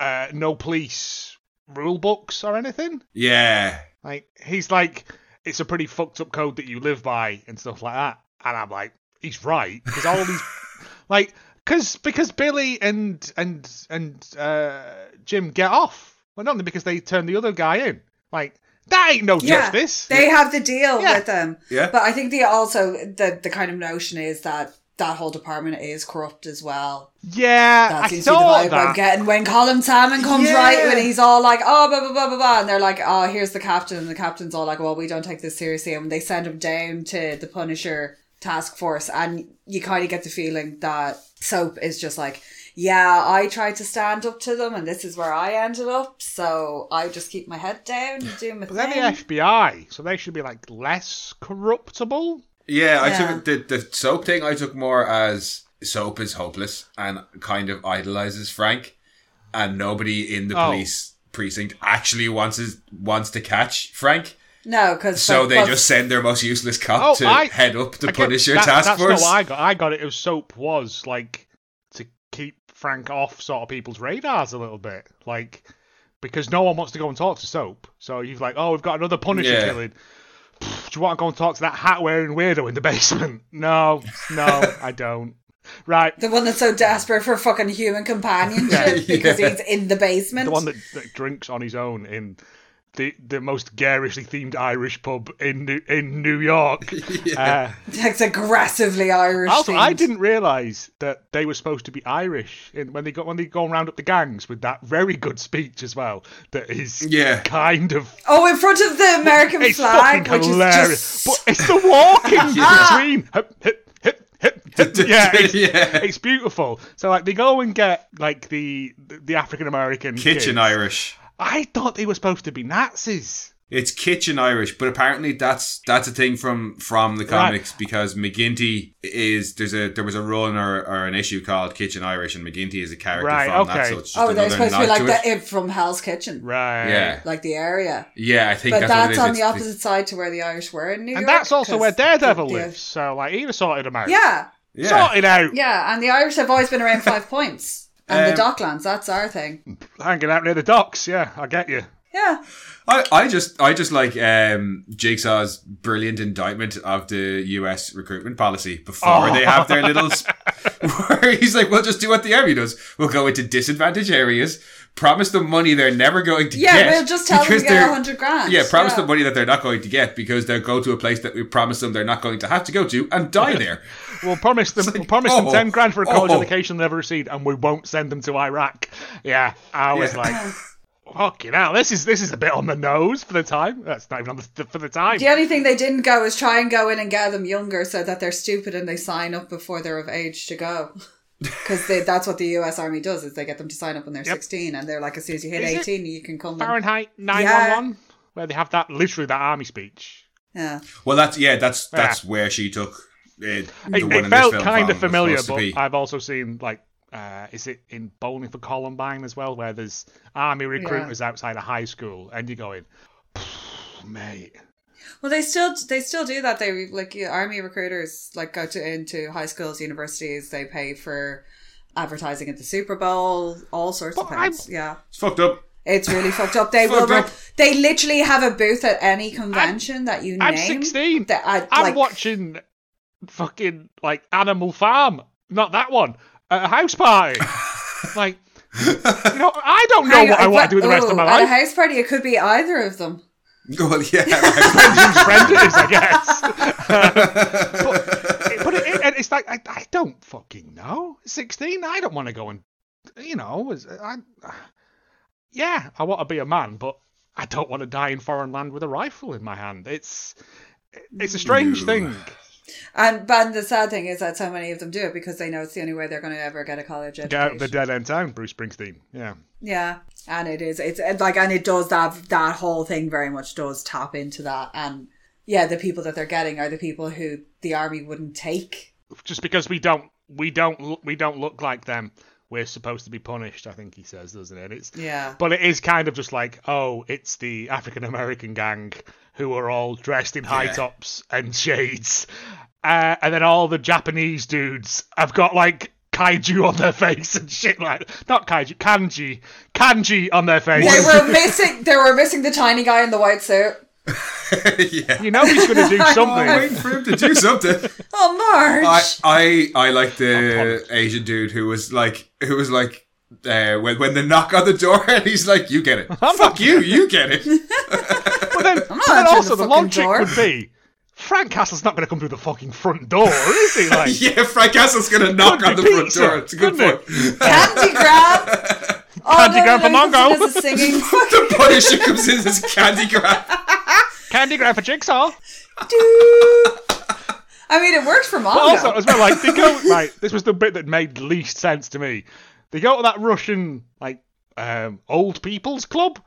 Speaker 3: uh, no police rule books or anything.
Speaker 1: Yeah,
Speaker 3: Like he's like, it's a pretty fucked up code that you live by and stuff like that. And I'm like, he's right because all these, like, because because Billy and and and uh, Jim get off. Well, not only because they turn the other guy in. Like that ain't no
Speaker 2: Yeah,
Speaker 3: justice.
Speaker 2: They have the deal
Speaker 3: Yeah.
Speaker 2: with them.
Speaker 1: yeah.
Speaker 2: But I think the also the the kind of notion is that that whole department is corrupt as well.
Speaker 3: yeah,
Speaker 2: That
Speaker 3: I
Speaker 2: seems to be the
Speaker 3: saw
Speaker 2: vibe I'm
Speaker 3: that.
Speaker 2: getting when Colin Salmon comes
Speaker 3: Yeah.
Speaker 2: right when he's all like, oh, blah, blah, blah, blah, blah. And they're like, oh, here's the captain. And the captain's all like, well, we don't take this seriously. And they send him down to the Punisher task force. And you kind of get the feeling that Soap is just like, yeah, I tried to stand up to them and this is where I ended up. So I just keep my head down and do my
Speaker 3: But they're
Speaker 2: thing.
Speaker 3: the FBI, so they should be like less corruptible.
Speaker 1: Yeah, I
Speaker 2: Yeah.
Speaker 1: took it- the the soap thing. I took more as soap is hopeless and kind of idolizes Frank, and nobody in the
Speaker 3: Oh.
Speaker 1: police precinct actually wants his, wants to catch Frank.
Speaker 2: no, because
Speaker 1: So they just send their most useless cop
Speaker 3: Oh,
Speaker 1: to
Speaker 3: I-
Speaker 1: head up the
Speaker 3: Okay,
Speaker 1: Punisher
Speaker 3: that-
Speaker 1: task
Speaker 3: that's
Speaker 1: force.
Speaker 3: not what I got. I got it as soap was like to keep Frank off sort of people's radars a little bit, like because no one wants to go and talk to soap. So you've like, oh, we've got another Punisher
Speaker 1: Yeah.
Speaker 3: killing. Pff, Do you want to go and talk to that hat wearing weirdo in the basement? No, no, I don't. Right,
Speaker 2: The one that's so desperate for fucking human companionship because he's in the basement.
Speaker 3: the one that, that drinks on his own in the the most garishly themed Irish pub in New, in New York. Uh,
Speaker 2: that's aggressively Irish.
Speaker 3: Also, I
Speaker 2: themed.
Speaker 3: didn't realise that they were supposed to be Irish in, when they got when they go and round up the gangs with that very good speech as well. That is
Speaker 1: Yeah.
Speaker 3: kind of
Speaker 2: Oh, in front of the American
Speaker 3: it's
Speaker 2: flag,
Speaker 3: fucking
Speaker 2: which
Speaker 3: hilarious.
Speaker 2: is just.
Speaker 3: But it's the walking between hip hip hip hip. hip. Yeah, it's,
Speaker 1: Yeah.
Speaker 3: it's beautiful. So like they go and get like the the African American
Speaker 1: Kitchen Irish.
Speaker 3: I thought they were supposed to be Nazis.
Speaker 1: It's kitchen Irish, but apparently that's that's a thing from from the comics because McGinty is there's a there was a run or, or an issue called Kitchen Irish and McGinty is a character
Speaker 3: Right,
Speaker 1: from that,
Speaker 3: okay.
Speaker 1: so it's just
Speaker 2: oh, they're
Speaker 1: another
Speaker 2: supposed to
Speaker 1: nod
Speaker 2: be like
Speaker 1: to
Speaker 2: the
Speaker 1: it.
Speaker 2: it from Hell's Kitchen,
Speaker 3: Right.
Speaker 1: Yeah.
Speaker 2: like the area.
Speaker 1: Yeah, I think
Speaker 2: But
Speaker 1: that's, what it is.
Speaker 2: that's, on
Speaker 1: It's
Speaker 2: the opposite side to where the Irish were in New York.
Speaker 3: And that's also
Speaker 2: 'cause
Speaker 3: where Daredevil
Speaker 2: the- the-
Speaker 3: lives. So like he was sorted him out.
Speaker 2: Yeah,
Speaker 1: Yeah.
Speaker 3: Sorted out.
Speaker 2: yeah, and the Irish have always been around five points, and the
Speaker 1: Um,
Speaker 2: Docklands. That's our thing.
Speaker 3: Hanging out near the docks, yeah, I get you.
Speaker 2: Yeah,
Speaker 1: I, I just I just like um, Jigsaw's brilliant indictment of the U.S. recruitment policy before
Speaker 3: Oh.
Speaker 1: they have their little. Sp- where he's like, we'll just do what the army does. We'll go into disadvantaged areas, promise them money they're never going to
Speaker 2: yeah.
Speaker 1: get.
Speaker 2: we'll just tell them
Speaker 1: because
Speaker 2: to get
Speaker 1: they're-
Speaker 2: a hundred grand.
Speaker 1: Yeah, promise them money that they're not going to get because they'll go to a place that we promise them they're not going to have to go to and die there.
Speaker 3: We'll promise them.
Speaker 1: like,
Speaker 3: we'll promise them
Speaker 1: oh,
Speaker 3: ten grand for a college
Speaker 1: oh.
Speaker 3: education they never received, and we won't send them to Iraq. Yeah, I was
Speaker 1: Yeah.
Speaker 3: like, fucking hell, this is this is a bit on the nose for the time. That's not even on the for the time.
Speaker 2: The only thing they didn't go is try and go in and get them younger so that they're stupid and they sign up before they're of age to go. Because that's what the U.S. Army does is they get them to sign up when they're 16 and they're like, as soon as you hit
Speaker 3: Is it
Speaker 2: 18, you can come. in.
Speaker 3: Fahrenheit nine one one, where they have that literally that army speech.
Speaker 2: Yeah.
Speaker 1: Well, that's yeah, that's that's where she took. Uh, the
Speaker 3: It,
Speaker 1: one
Speaker 3: it
Speaker 1: in this
Speaker 3: felt
Speaker 1: film
Speaker 3: kind
Speaker 1: from
Speaker 3: of
Speaker 1: was
Speaker 3: familiar,
Speaker 1: supposed to
Speaker 3: but
Speaker 1: be.
Speaker 3: I've also seen like uh, is it in Bowling for Columbine as well, where there's army recruiters outside a high school, and you're going, "Pfft, mate,
Speaker 2: Well, they still they still do that. They like you know, army recruiters like go to into high schools, universities. They pay for advertising at the Super Bowl, all sorts of
Speaker 3: But I'm-
Speaker 2: things. Yeah,
Speaker 1: It's fucked up.
Speaker 2: it's really fucked up. They will.
Speaker 1: Fucked up.
Speaker 2: They literally have a booth at any convention that you
Speaker 3: I'm
Speaker 2: name.
Speaker 3: 16.
Speaker 2: That I,
Speaker 3: I'm
Speaker 2: like,
Speaker 3: watching fucking like Animal Farm, not that one, at a house party. like, you know, I don't know
Speaker 2: Hang
Speaker 3: what
Speaker 2: on,
Speaker 3: I want
Speaker 2: what-
Speaker 3: to do with the rest of
Speaker 2: ooh,
Speaker 3: my
Speaker 2: At a
Speaker 3: life.
Speaker 2: house party, it could be either of them.
Speaker 1: Well, yeah.
Speaker 3: Brendan's, I guess. but but it, it, and it's like I, I don't fucking know. Sixteen, I don't want to go and you know, is- I, yeah, I want to be a man, but I don't want to die in foreign land with a rifle in my hand. It's it's a strange
Speaker 1: No.
Speaker 3: thing.
Speaker 2: And but the sad thing is that so many of them do it because they know it's the only way they're going to ever get a college education.
Speaker 3: Get out of the dead end town, Bruce Springsteen. Yeah.
Speaker 2: Yeah, and it is. It's it's like, and it does that. That whole thing very much does tap into that. And yeah, the people that they're getting are the people who the army wouldn't take.
Speaker 3: just because we don't we don't l- we don't look like them we're supposed to be punished i think he says doesn't it it's
Speaker 2: Yeah,
Speaker 3: but it is kind of just like oh it's the african american gang who are all dressed in high
Speaker 1: Yeah.
Speaker 3: tops and shades uh, and then all the japanese dudes have got like kaiju on their face and shit like not kaiju kanji kanji on their face
Speaker 2: they were missing. They were missing the tiny guy in the white suit.
Speaker 1: yeah.
Speaker 3: you know he's going to do
Speaker 1: I'm
Speaker 3: something
Speaker 1: waiting for him to do something.
Speaker 2: Oh, Marge!
Speaker 1: I, I I like
Speaker 3: I'm
Speaker 1: the Asian dude who was like who was like uh, when when the knock on the door and he's like, "You get it, fuck you, you get it."
Speaker 3: but then, but
Speaker 2: not answering
Speaker 3: then also
Speaker 2: the
Speaker 3: the,
Speaker 2: fucking
Speaker 3: logic
Speaker 2: door.
Speaker 3: would be frank castle's not going to come through the fucking front door is he like
Speaker 1: yeah, Frank Castle's gonna knock
Speaker 3: Could
Speaker 1: on
Speaker 3: be
Speaker 1: the front
Speaker 3: pizza,
Speaker 1: door. It's a good
Speaker 3: couldn't
Speaker 1: point.
Speaker 2: Candy grab. Oh,
Speaker 3: Candy
Speaker 2: no,
Speaker 3: grab for
Speaker 2: Lincoln
Speaker 3: Mongo.
Speaker 2: does a singing.
Speaker 1: the Punisher comes in as Candy Grab.
Speaker 3: Candy grab for Jigsaw.
Speaker 2: Doo. I mean, it worked for Mongo.
Speaker 3: Also, as well, like they go right. This was the bit that made least sense to me. They go to that Russian like um, old people's club.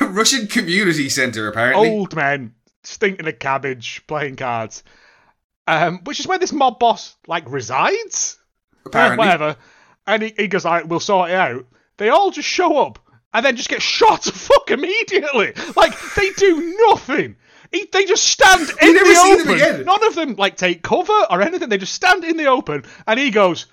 Speaker 1: Russian Community Center, apparently.
Speaker 3: Old men stinking of cabbage, playing cards. Um, which is where this mob boss like resides.
Speaker 1: apparently.
Speaker 3: Whatever. And he, he goes, like, "We'll sort it out." They all just show up and then just get shot to fuck immediately. Like they do nothing. He, they just stand in
Speaker 1: never
Speaker 3: the
Speaker 1: see them
Speaker 3: open.
Speaker 1: again.
Speaker 3: None of them like take cover or anything. They just stand in the open, and he goes,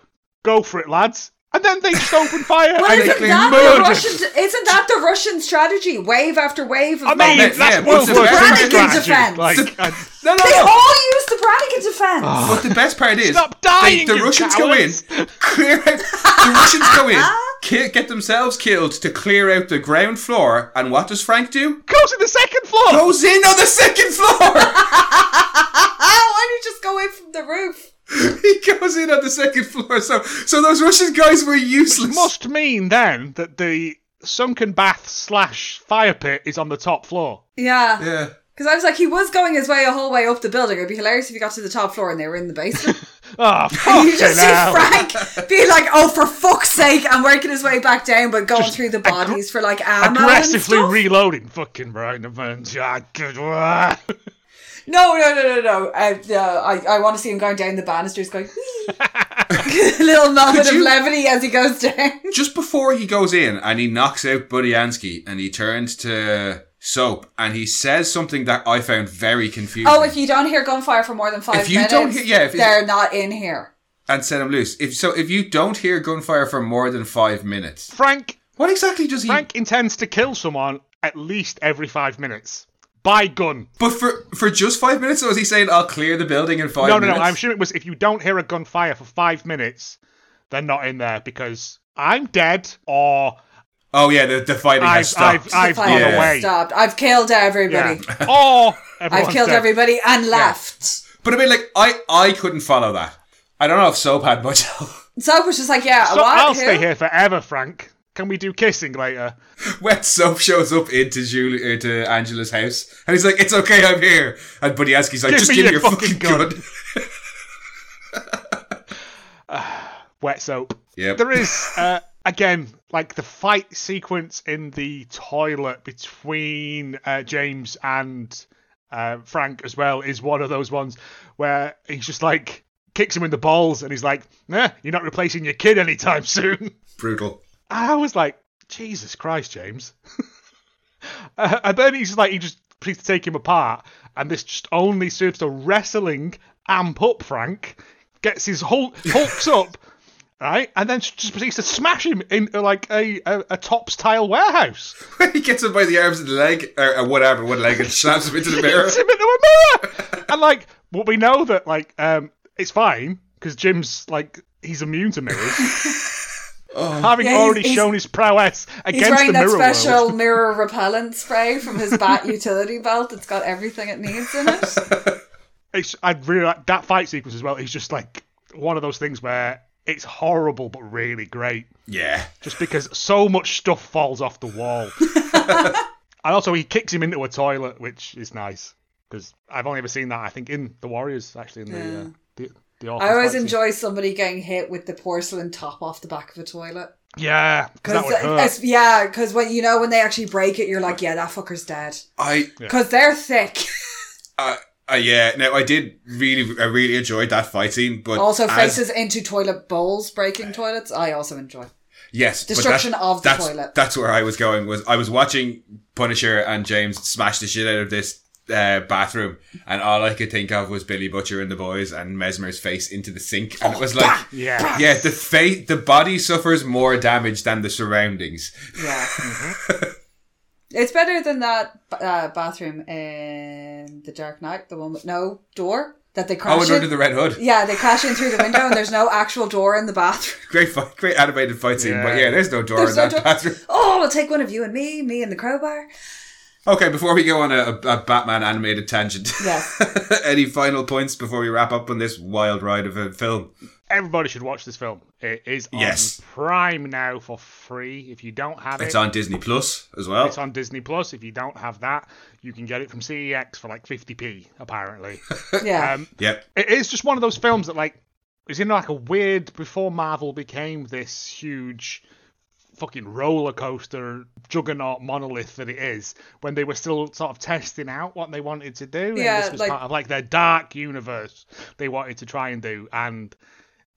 Speaker 3: "Go for it, lads!" And then they just open fire.
Speaker 2: Well,
Speaker 3: and
Speaker 1: is
Speaker 2: isn't
Speaker 1: they
Speaker 2: that, the
Speaker 1: murdered.
Speaker 2: Russian, isn't that the Russian strategy? Wave after wave of
Speaker 3: I mean,
Speaker 2: moments.
Speaker 1: Yeah,
Speaker 3: that's
Speaker 1: but
Speaker 3: World
Speaker 1: the
Speaker 3: War
Speaker 1: Branigan
Speaker 3: II strategy.
Speaker 2: defense.
Speaker 3: Like, and-
Speaker 1: No, no,
Speaker 2: They
Speaker 1: no.
Speaker 2: all use the Brannigan defense.
Speaker 3: Ah.
Speaker 1: But the best part is,
Speaker 3: Stop dying,
Speaker 1: they- the
Speaker 3: you
Speaker 1: Russians
Speaker 3: cowards.
Speaker 1: go in, clear out. The Russians go in, ki- get themselves killed to clear out the ground floor. And what does Frank do?
Speaker 3: goes in the second floor.
Speaker 1: Goes in on the second floor.
Speaker 2: Ah, Why don't you just go in from the roof?
Speaker 1: he goes in on the second floor. So, so those Russian guys were useless.
Speaker 3: Must mean then that the sunken bath slash fire pit is on the top floor.
Speaker 2: Yeah,
Speaker 1: yeah.
Speaker 2: because I was like, he was going his way a whole way up the building. It'd be hilarious if he got to the top floor and they were in the basement.
Speaker 3: Oh,
Speaker 2: and
Speaker 3: fucking
Speaker 2: you just see
Speaker 3: hell.
Speaker 2: Frank being like, "Oh, for fuck's sake!" and working his way back down, but going through the bodies for like ammo and
Speaker 3: aggressively
Speaker 2: stuff.
Speaker 3: reloading. Fucking Brian Evans. Yeah, uh, good work.
Speaker 2: no, no, no, no, no. Uh, no I, I want to see him going down the banisters, going little moment of
Speaker 1: you-
Speaker 2: levity as he goes down.
Speaker 1: Just before he goes in and he knocks out Buddy Ansky and he turns to Soap and he says something that I found very confusing.
Speaker 2: Oh, if you don't hear gunfire for more than five
Speaker 1: If you
Speaker 2: minutes,
Speaker 1: don't hear- yeah, if-
Speaker 2: they're not in here.
Speaker 1: and set him loose. If so, if you don't hear gunfire for more than five minutes,
Speaker 3: Frank
Speaker 1: what exactly does he?
Speaker 2: Mm.
Speaker 3: Frank intends to kill someone at least every five minutes. By gun.
Speaker 1: But for for just five minutes, or is he saying I'll clear the building in five
Speaker 3: No, no,
Speaker 1: minutes?
Speaker 3: no. I'm sure it was if you don't hear a gunfire for five minutes, they're not in there because I'm dead or
Speaker 1: Oh yeah, the, the fighting has
Speaker 3: I've,
Speaker 1: stopped.
Speaker 3: I've, I've
Speaker 2: Fire
Speaker 3: gone
Speaker 1: Yeah.
Speaker 3: away.
Speaker 2: Stopped. I've killed everybody.
Speaker 3: Yeah. Or
Speaker 2: I've
Speaker 3: everyone's
Speaker 2: killed
Speaker 3: dead.
Speaker 2: everybody and left.
Speaker 1: But I mean, like I I couldn't follow that. I don't know if soap had much. help.
Speaker 2: So it was just like, yeah,
Speaker 3: So
Speaker 2: what?
Speaker 3: I'll
Speaker 2: Who?
Speaker 3: stay here forever, Frank. Can we do kissing later?
Speaker 1: when soap shows up into Julie uh, to Angela's house, and he's like, "It's okay, I'm here." And Buddy Askey's like,
Speaker 3: Give
Speaker 1: "Just
Speaker 3: me
Speaker 1: give me
Speaker 3: your
Speaker 1: your fucking
Speaker 3: fucking gun."
Speaker 1: gun."
Speaker 3: Wet soap.
Speaker 1: Yep.
Speaker 3: There is uh, again like the fight sequence in the toilet between uh, James and uh, Frank as well is one of those ones where he's just like kicks him in the balls, and he's like, "Nah, you're not replacing your kid anytime soon."
Speaker 1: Brutal.
Speaker 3: I was like, Jesus Christ, James. uh, and then he's just like, he just proceeds to take him apart, and this just only serves to wrestling amp up Frank, gets his Hulk, hulks up, right, and then just proceeds to smash him in uh, like a, a, a tops tile warehouse.
Speaker 1: he gets him by the arms and the leg, or, or whatever, one leg, and slaps him into the mirror.
Speaker 3: Hits him into a mirror! and like, well, we know that like um, it's fine because Jim's like he's immune to mirrors, having
Speaker 2: Yeah, he's-
Speaker 3: already
Speaker 2: he's-
Speaker 3: shown his prowess
Speaker 2: He's
Speaker 3: against
Speaker 2: wearing
Speaker 3: the
Speaker 2: that
Speaker 3: mirror world.
Speaker 2: special mirror repellent spray from his bat utility belt. It's got everything it needs in it.
Speaker 3: it's I'd really like that fight sequence as well. Is just like one of those things where it's horrible but really great,
Speaker 1: Yeah.
Speaker 3: just because so much stuff falls off the wall. and also, he kicks him into a toilet, which is nice because I've only ever seen that I think in the Warriors actually in the
Speaker 2: Yeah.
Speaker 3: uh, the, the
Speaker 2: I
Speaker 3: Orphans
Speaker 2: always
Speaker 3: fight scene.
Speaker 2: enjoy somebody getting hit with the porcelain top off the back of a toilet.
Speaker 3: yeah because that would hurt.
Speaker 2: Because yeah, because when you know when they actually break it, you're like, yeah, that fucker's dead.
Speaker 1: I
Speaker 2: Because they're thick.
Speaker 1: Uh, uh, yeah, no, I did really, I really enjoyed that fight scene, but
Speaker 2: also,
Speaker 1: as-
Speaker 2: faces into toilet bowls, breaking toilets. I also enjoy.
Speaker 1: yes, but
Speaker 2: destruction
Speaker 1: that's-
Speaker 2: of the
Speaker 1: that's-
Speaker 2: toilet.
Speaker 1: That's where I was going. Was I was watching Punisher and James smash the shit out of this uh, bathroom, and all I could think of was Billy Butcher and the boys and Mesmer's face into the sink,
Speaker 2: Oh,
Speaker 1: and it was like,
Speaker 3: yeah,
Speaker 1: yeah, the fa- the body suffers more damage than the surroundings.
Speaker 2: Yeah.
Speaker 1: Mm-hmm.
Speaker 2: it's better than that uh, bathroom in the Dark Knight, the one with no door that they
Speaker 1: Oh,
Speaker 2: crash
Speaker 1: and
Speaker 2: in.
Speaker 1: under the red hood,
Speaker 2: yeah, they crash in through the window, and there's no actual door in the bathroom.
Speaker 1: great fight, great animated fight scene, but
Speaker 3: Yeah.
Speaker 1: yeah, there's no door
Speaker 2: There's
Speaker 1: in
Speaker 2: no
Speaker 1: that
Speaker 2: door.
Speaker 1: bathroom.
Speaker 2: Oh, we'll take one of you and me, me and the crowbar.
Speaker 1: Okay, before we go on a, a a Batman animated tangent,
Speaker 2: Yes.
Speaker 1: Any final points before we wrap up on this wild ride of a film?
Speaker 3: everybody should watch this film. It is on
Speaker 1: Yes.
Speaker 3: Prime now for free. If you don't have
Speaker 1: It's
Speaker 3: it,
Speaker 1: on Disney Plus as well.
Speaker 3: It's on Disney Plus. If you don't have that, you can get it from CEX for like 50p, apparently.
Speaker 2: Yeah.
Speaker 3: um,
Speaker 1: Yep.
Speaker 3: it is just one of those films that, like, is in like a weird before Marvel became this huge fucking roller coaster juggernaut monolith that it is when they were still sort of testing out what they wanted to do and
Speaker 2: Yeah,
Speaker 3: this was
Speaker 2: like-
Speaker 3: part of like their dark universe they wanted to try and do and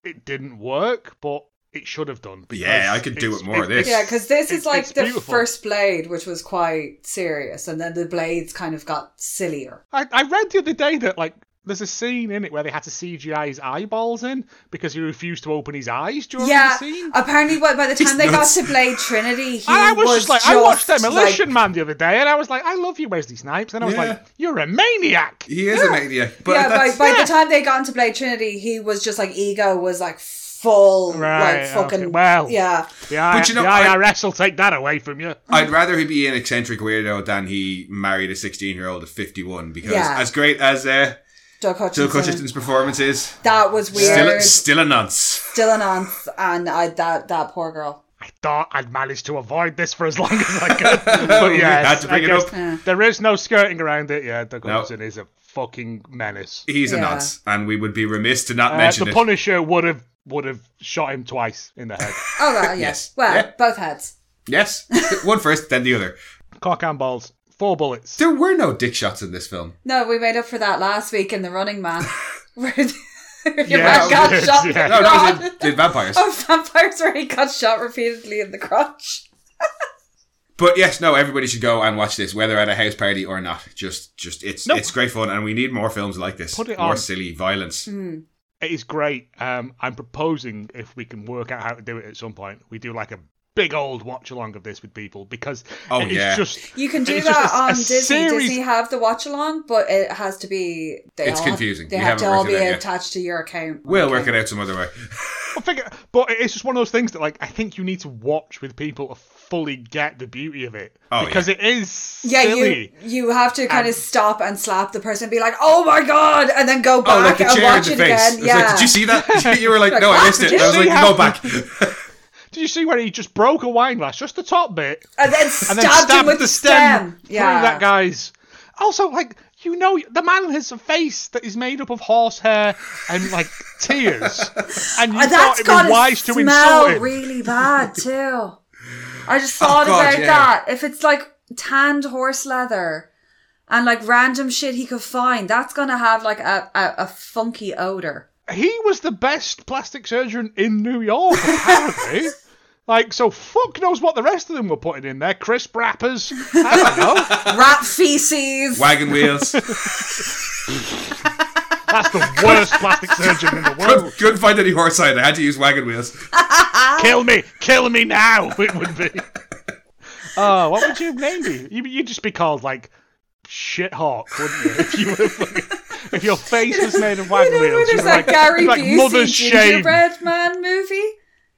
Speaker 3: it didn't work but it should have done because
Speaker 1: Yeah, I could do
Speaker 3: it's-
Speaker 1: it more of this.
Speaker 2: Yeah, because this
Speaker 3: it's-
Speaker 2: is like
Speaker 3: it's
Speaker 2: the
Speaker 3: beautiful.
Speaker 2: first blade, which was quite serious, and then the blades kind of got sillier.
Speaker 3: I, I read the other day that like there's a scene in it where they had to CGI his eyeballs in because he refused to open his eyes during
Speaker 2: Yeah,
Speaker 3: the scene.
Speaker 2: apparently by, by the time they got to Blade Trinity, he
Speaker 3: And I was,
Speaker 2: was
Speaker 3: just like, I watched
Speaker 2: just,
Speaker 3: Demolition
Speaker 2: like-
Speaker 3: Man the other day, and I was like, I love you, Wesley Snipes, and I was
Speaker 1: Yeah.
Speaker 3: like, you're a maniac.
Speaker 1: He is a maniac. But
Speaker 2: yeah, by,
Speaker 1: that's-
Speaker 2: by the time they got into Blade Trinity, he was just like ego was like full,
Speaker 3: Right,
Speaker 2: like fucking
Speaker 3: okay, well.
Speaker 2: yeah,
Speaker 3: The, I-
Speaker 1: But you know,
Speaker 3: the
Speaker 1: I-
Speaker 3: IRS will take that away from you.
Speaker 1: I'd rather he be an eccentric weirdo than he married a 16 year old at 51 because
Speaker 2: Yeah.
Speaker 1: as great as uh,
Speaker 2: Doug
Speaker 1: Jill
Speaker 2: Hutchinson.
Speaker 1: Hutchinton's performance is,
Speaker 2: That was
Speaker 1: still,
Speaker 2: weird. Still,
Speaker 1: still a nonce.
Speaker 2: an aunt, and I that that poor girl.
Speaker 3: I thought I'd managed to avoid this for as long as I could, but yeah,
Speaker 1: Had to bring it up.
Speaker 2: Yeah.
Speaker 3: There is no skirting around it. Yeah, Doug
Speaker 1: No.
Speaker 3: Hudson is a fucking menace.
Speaker 1: He's a
Speaker 2: Yeah.
Speaker 1: nonce, and we would be remiss to not
Speaker 3: Uh,
Speaker 1: mention
Speaker 3: the
Speaker 1: it.
Speaker 3: Punisher would have would have shot him twice in the head.
Speaker 2: Oh well,
Speaker 1: Yes.
Speaker 2: yes. Well,
Speaker 1: Yeah.
Speaker 2: both heads.
Speaker 1: yes, one first, then the other.
Speaker 3: Cock and balls, four bullets.
Speaker 1: There were no dick shots in this film.
Speaker 2: No, we made up for that last week in the Running Man. where the- Your
Speaker 3: Yeah,
Speaker 2: man got
Speaker 3: we did,
Speaker 2: shot.
Speaker 3: yeah.
Speaker 2: Yeah.
Speaker 1: No, that was in, in vampires.
Speaker 2: Oh, vampires where he got shot repeatedly in the crotch.
Speaker 1: But yes, no, everybody should go and watch this, whether at a house party or not. Just, just it's
Speaker 3: No.
Speaker 1: it's great fun, and we need more films like this.
Speaker 3: Put it
Speaker 1: more
Speaker 3: on.
Speaker 1: silly violence.
Speaker 2: Mm,
Speaker 3: It is great. Um, I'm proposing if we can work out how to do it at some point, we do like a big old watch along of this with people because
Speaker 1: Oh,
Speaker 3: it is
Speaker 1: yeah.
Speaker 3: just
Speaker 2: You can do
Speaker 3: It's just
Speaker 2: that
Speaker 3: a-
Speaker 2: on
Speaker 3: a
Speaker 2: Disney.
Speaker 3: series-
Speaker 2: Disney have the watch along, but it has to be. They
Speaker 1: It's
Speaker 2: all have-
Speaker 1: confusing.
Speaker 2: They
Speaker 1: We
Speaker 2: have to
Speaker 1: haven't
Speaker 2: all
Speaker 1: worked
Speaker 2: be
Speaker 1: it out yet.
Speaker 2: attached to your account.
Speaker 1: We'll work it out some other way.
Speaker 3: I figure, but it's just one of those things that like I think you need to watch with people to fully get the beauty of it
Speaker 1: Oh,
Speaker 3: because it is
Speaker 2: Yeah,
Speaker 3: silly.
Speaker 2: you you have to kind of stop and slap the person, and be like, "Oh my god," and then go back
Speaker 1: Oh, like the
Speaker 2: and
Speaker 1: chair in
Speaker 2: watch
Speaker 1: the
Speaker 2: it
Speaker 1: face.
Speaker 2: again.
Speaker 1: It's
Speaker 2: Yeah,
Speaker 1: like, did you see that? You were like, no, I missed it.
Speaker 2: Did
Speaker 1: I was
Speaker 3: you
Speaker 1: like,
Speaker 3: see
Speaker 1: go
Speaker 3: how-
Speaker 1: back.
Speaker 3: Did you see where he just broke a wine glass, just the top bit,
Speaker 2: and then
Speaker 3: and
Speaker 2: stabbed,
Speaker 3: then stabbed,
Speaker 2: him with
Speaker 3: the stem,
Speaker 2: Yeah,
Speaker 3: through that guy's? Also, like you know, the man has a face that is made up of horsehair and like tears, and you
Speaker 2: And Uh,
Speaker 3: thought
Speaker 2: that's
Speaker 3: it
Speaker 2: got
Speaker 3: was
Speaker 2: to
Speaker 3: wise to
Speaker 2: smell
Speaker 3: insult him.
Speaker 2: really bad too. I just thought
Speaker 1: Oh, God,
Speaker 2: about
Speaker 1: yeah.
Speaker 2: that. If it's like tanned horse leather and like random shit he could find, that's gonna have like a, a, a funky odor.
Speaker 3: he was the best plastic surgeon in New York, apparently. like, so fuck knows what the rest of them were putting in there. Crisp wrappers. I don't know.
Speaker 2: Rat feces.
Speaker 1: Wagon wheels.
Speaker 3: That's the worst plastic surgeon in the world.
Speaker 1: couldn't, couldn't find any horse side. I had to use wagon wheels.
Speaker 3: Kill me. Kill me now, it would be. Oh, what would your name be? You, you'd just be called, like, Shit Hawk, wouldn't you? If, you were, fucking- if your face was made of
Speaker 2: You
Speaker 3: wagon
Speaker 2: know,
Speaker 3: wheels,
Speaker 2: when
Speaker 3: you'd
Speaker 2: there's
Speaker 3: be
Speaker 2: that
Speaker 3: like,
Speaker 2: Gary
Speaker 3: like
Speaker 2: Busey
Speaker 3: Mother's Shame.
Speaker 2: gingerbread man movie.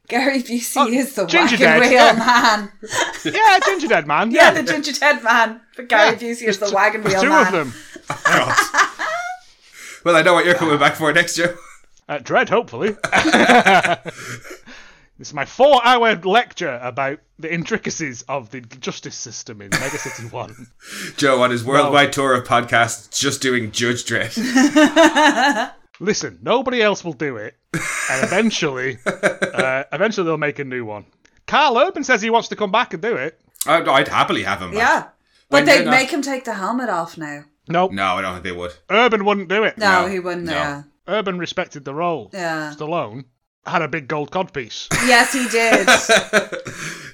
Speaker 2: Gary Busey
Speaker 3: Oh,
Speaker 2: is the
Speaker 3: Ginger
Speaker 2: wagon
Speaker 3: Dead,
Speaker 2: wheel
Speaker 3: yeah.
Speaker 2: man.
Speaker 3: Yeah, Ginger Dead Man.
Speaker 2: Yeah, the ginger dead man. But Gary Busey is the wagon
Speaker 3: There's
Speaker 2: wheel
Speaker 3: two
Speaker 2: man.
Speaker 3: of them.
Speaker 1: Well, I know what you're coming back for next year.
Speaker 3: Uh, Dread, hopefully. this is my four hour lecture about the intricacies of the justice system in Mega City 1.
Speaker 1: Joe on his worldwide tour of podcasts, just doing Judge Dredd.
Speaker 3: Listen, nobody else will do it, and eventually, uh, eventually they'll make a new one. Carl Urban says he wants to come back and do it.
Speaker 1: I'd, I'd happily have him. back.
Speaker 2: Yeah.
Speaker 1: When
Speaker 2: But they'd
Speaker 1: they're not-
Speaker 2: make him take the helmet off now.
Speaker 3: No,
Speaker 1: No, I don't think they would.
Speaker 3: Urban wouldn't do it.
Speaker 2: No,
Speaker 1: No,
Speaker 2: he wouldn't.
Speaker 1: no.
Speaker 2: Yeah.
Speaker 3: Urban respected the role.
Speaker 2: Yeah.
Speaker 3: Stallone had a big gold codpiece.
Speaker 2: Yes, he did.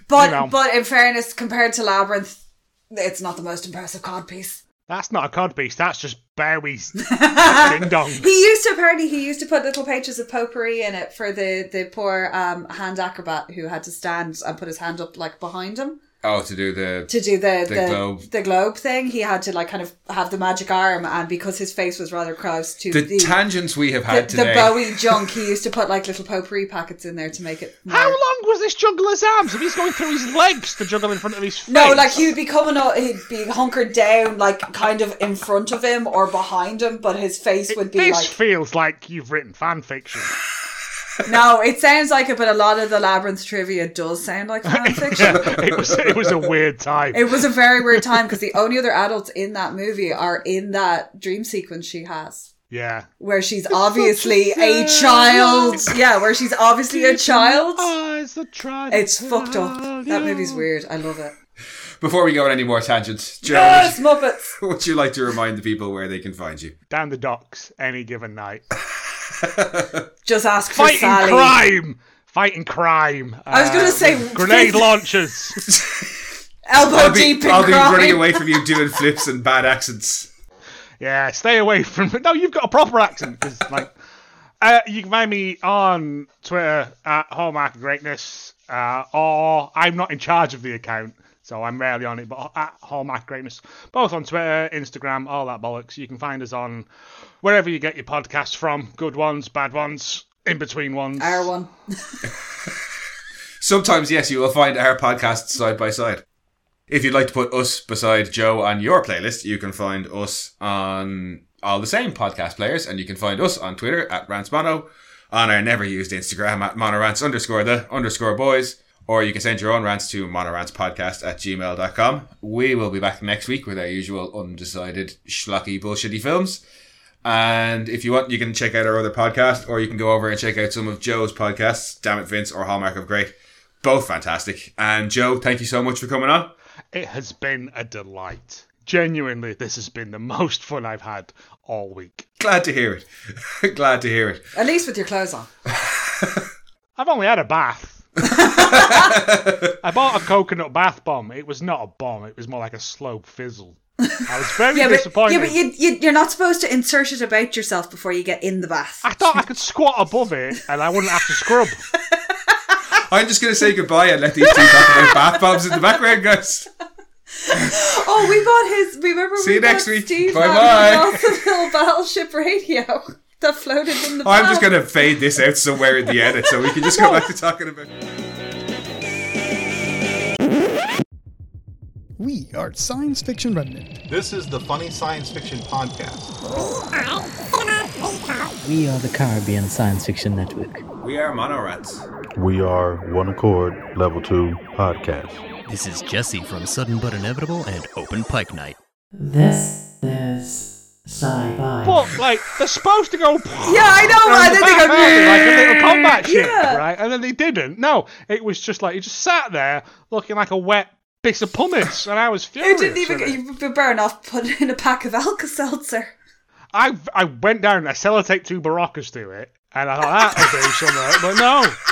Speaker 2: but
Speaker 3: You know.
Speaker 2: but in fairness, compared to Labyrinth, it's not the most impressive codpiece.
Speaker 3: That's not a codpiece. That's just Barry's ding dong.
Speaker 2: He used to apparently he used to put little pages of potpourri in it for the the poor um, hand acrobat who had to stand and put his hand up like behind him
Speaker 1: Oh, to do the.
Speaker 2: to do the
Speaker 1: The
Speaker 2: the,
Speaker 1: globe.
Speaker 2: the globe thing. He had to like kind of have the magic arm, and because his face was rather close to
Speaker 1: The
Speaker 2: the
Speaker 1: tangents we have
Speaker 2: the,
Speaker 1: had
Speaker 2: the
Speaker 1: today.
Speaker 2: Bowie junk, he used to put like little potpourri packets in there to make it. More...
Speaker 3: How long was this juggler's arms? If he's going through his legs to juggle in front of his face.
Speaker 2: No, like he would be coming up, he'd be hunkered down, like kind of in front of him or behind him, but his face would be
Speaker 3: this
Speaker 2: like.
Speaker 3: feels like you've written fan fiction.
Speaker 2: no, it sounds like it, but a lot of the labyrinth trivia does sound like fan fiction.
Speaker 3: it was it was a weird time.
Speaker 2: It was a very weird time because the only other adults in that movie are in that dream sequence she has.
Speaker 3: yeah.
Speaker 2: Where she's obviously a child. Yeah, where she's obviously a child.
Speaker 3: Eyes that try to
Speaker 2: It's fucked
Speaker 3: tell
Speaker 2: up. That
Speaker 3: you.
Speaker 2: movie's weird. I love it.
Speaker 1: Before we go on any more tangents, Joe,
Speaker 2: Yes, Muppets!
Speaker 1: would, would you like to remind the people where they can find you?
Speaker 3: Down the docks any given night.
Speaker 2: Just ask for
Speaker 3: Fighting
Speaker 2: Sally.
Speaker 3: crime. Fighting crime.
Speaker 2: I was gonna
Speaker 3: Uh,
Speaker 2: say-
Speaker 3: with grenade launchers.
Speaker 2: Elbow
Speaker 1: I'll be,
Speaker 2: deep in
Speaker 1: I'll be
Speaker 2: Oh, crime.
Speaker 1: running away from you doing flips and bad accents.
Speaker 3: yeah, stay away from. No, you've got a proper accent. 'cause, like, uh, you can find me on Twitter at Hallmark Greatness, uh, or I'm not in charge of the account, so I'm rarely on it. But at Hallmark Greatness, both on Twitter, Instagram, all that bollocks. You can find us on wherever you get your podcasts from. Good ones, bad ones, in between ones.
Speaker 2: Our one.
Speaker 1: Sometimes, yes, you will find our podcasts side by side. If you'd like to put us beside Joe on your playlist, you can find us on all the same podcast players, and you can find us on Twitter at RantsMono, on our never used Instagram at monorants underscore the underscore boys, or you can send your own rants to monorantspodcast at gmail.com. We will be back next week with our usual undecided schlocky bullshitty films. And if you want, you can check out our other podcast, or you can go over and check out some of Joe's podcasts, Damn It Vince or Hallmark of Great. Both fantastic. And Joe, thank you so much for coming on.
Speaker 3: It has been a delight. Genuinely, this has been the most fun I've had all week.
Speaker 1: Glad to hear it. Glad to hear it.
Speaker 2: At least with your clothes on.
Speaker 3: I've only had a bath. I bought a coconut bath bomb. It was not a bomb, it was more like a slow fizzle. I was very
Speaker 2: Yeah, but,
Speaker 3: disappointed.
Speaker 2: yeah, but you, you, you're not supposed to insert it about yourself before you get in the bath.
Speaker 1: Ah.
Speaker 3: I thought I could squat above it and I wouldn't have to scrub.
Speaker 1: I'm just going to say goodbye and let these two talk about bath bombs in the background, guys.
Speaker 2: Oh, we bought his. We remember
Speaker 1: See
Speaker 2: we
Speaker 1: you next
Speaker 2: bought
Speaker 1: week.
Speaker 2: Steve
Speaker 1: Bye-bye.
Speaker 2: on the Nelsonville Battleship Radio that floated in the.
Speaker 1: I'm just
Speaker 2: bath.
Speaker 1: going to fade this out somewhere in the edit so we can just go back to talking about.
Speaker 4: We are Science Fiction Remnant.
Speaker 5: This is the Funny Science Fiction Podcast.
Speaker 6: We are the Caribbean Science Fiction Network.
Speaker 1: We are Monorants.
Speaker 7: We are One Accord Level 2 Podcast.
Speaker 8: This is Jesse from Sudden But Inevitable and Open Pike Night.
Speaker 9: This is sci-fi.
Speaker 3: But, like, they're supposed to go.
Speaker 2: Yeah, I know.
Speaker 3: around
Speaker 2: I
Speaker 3: the
Speaker 2: think
Speaker 3: back, aren't they, like a
Speaker 2: I'm
Speaker 3: little combat ship,
Speaker 2: Yeah.
Speaker 3: right? And then they didn't. No, it was just like, it just sat there looking like a wet piece of pumice, and I was
Speaker 2: You
Speaker 3: furious.
Speaker 2: didn't even.
Speaker 3: with it.
Speaker 2: You would be better off putting in a pack of Alka Seltzer.
Speaker 3: I I went down, I sellotape two Baracas to it, and I thought that'll do something. But no,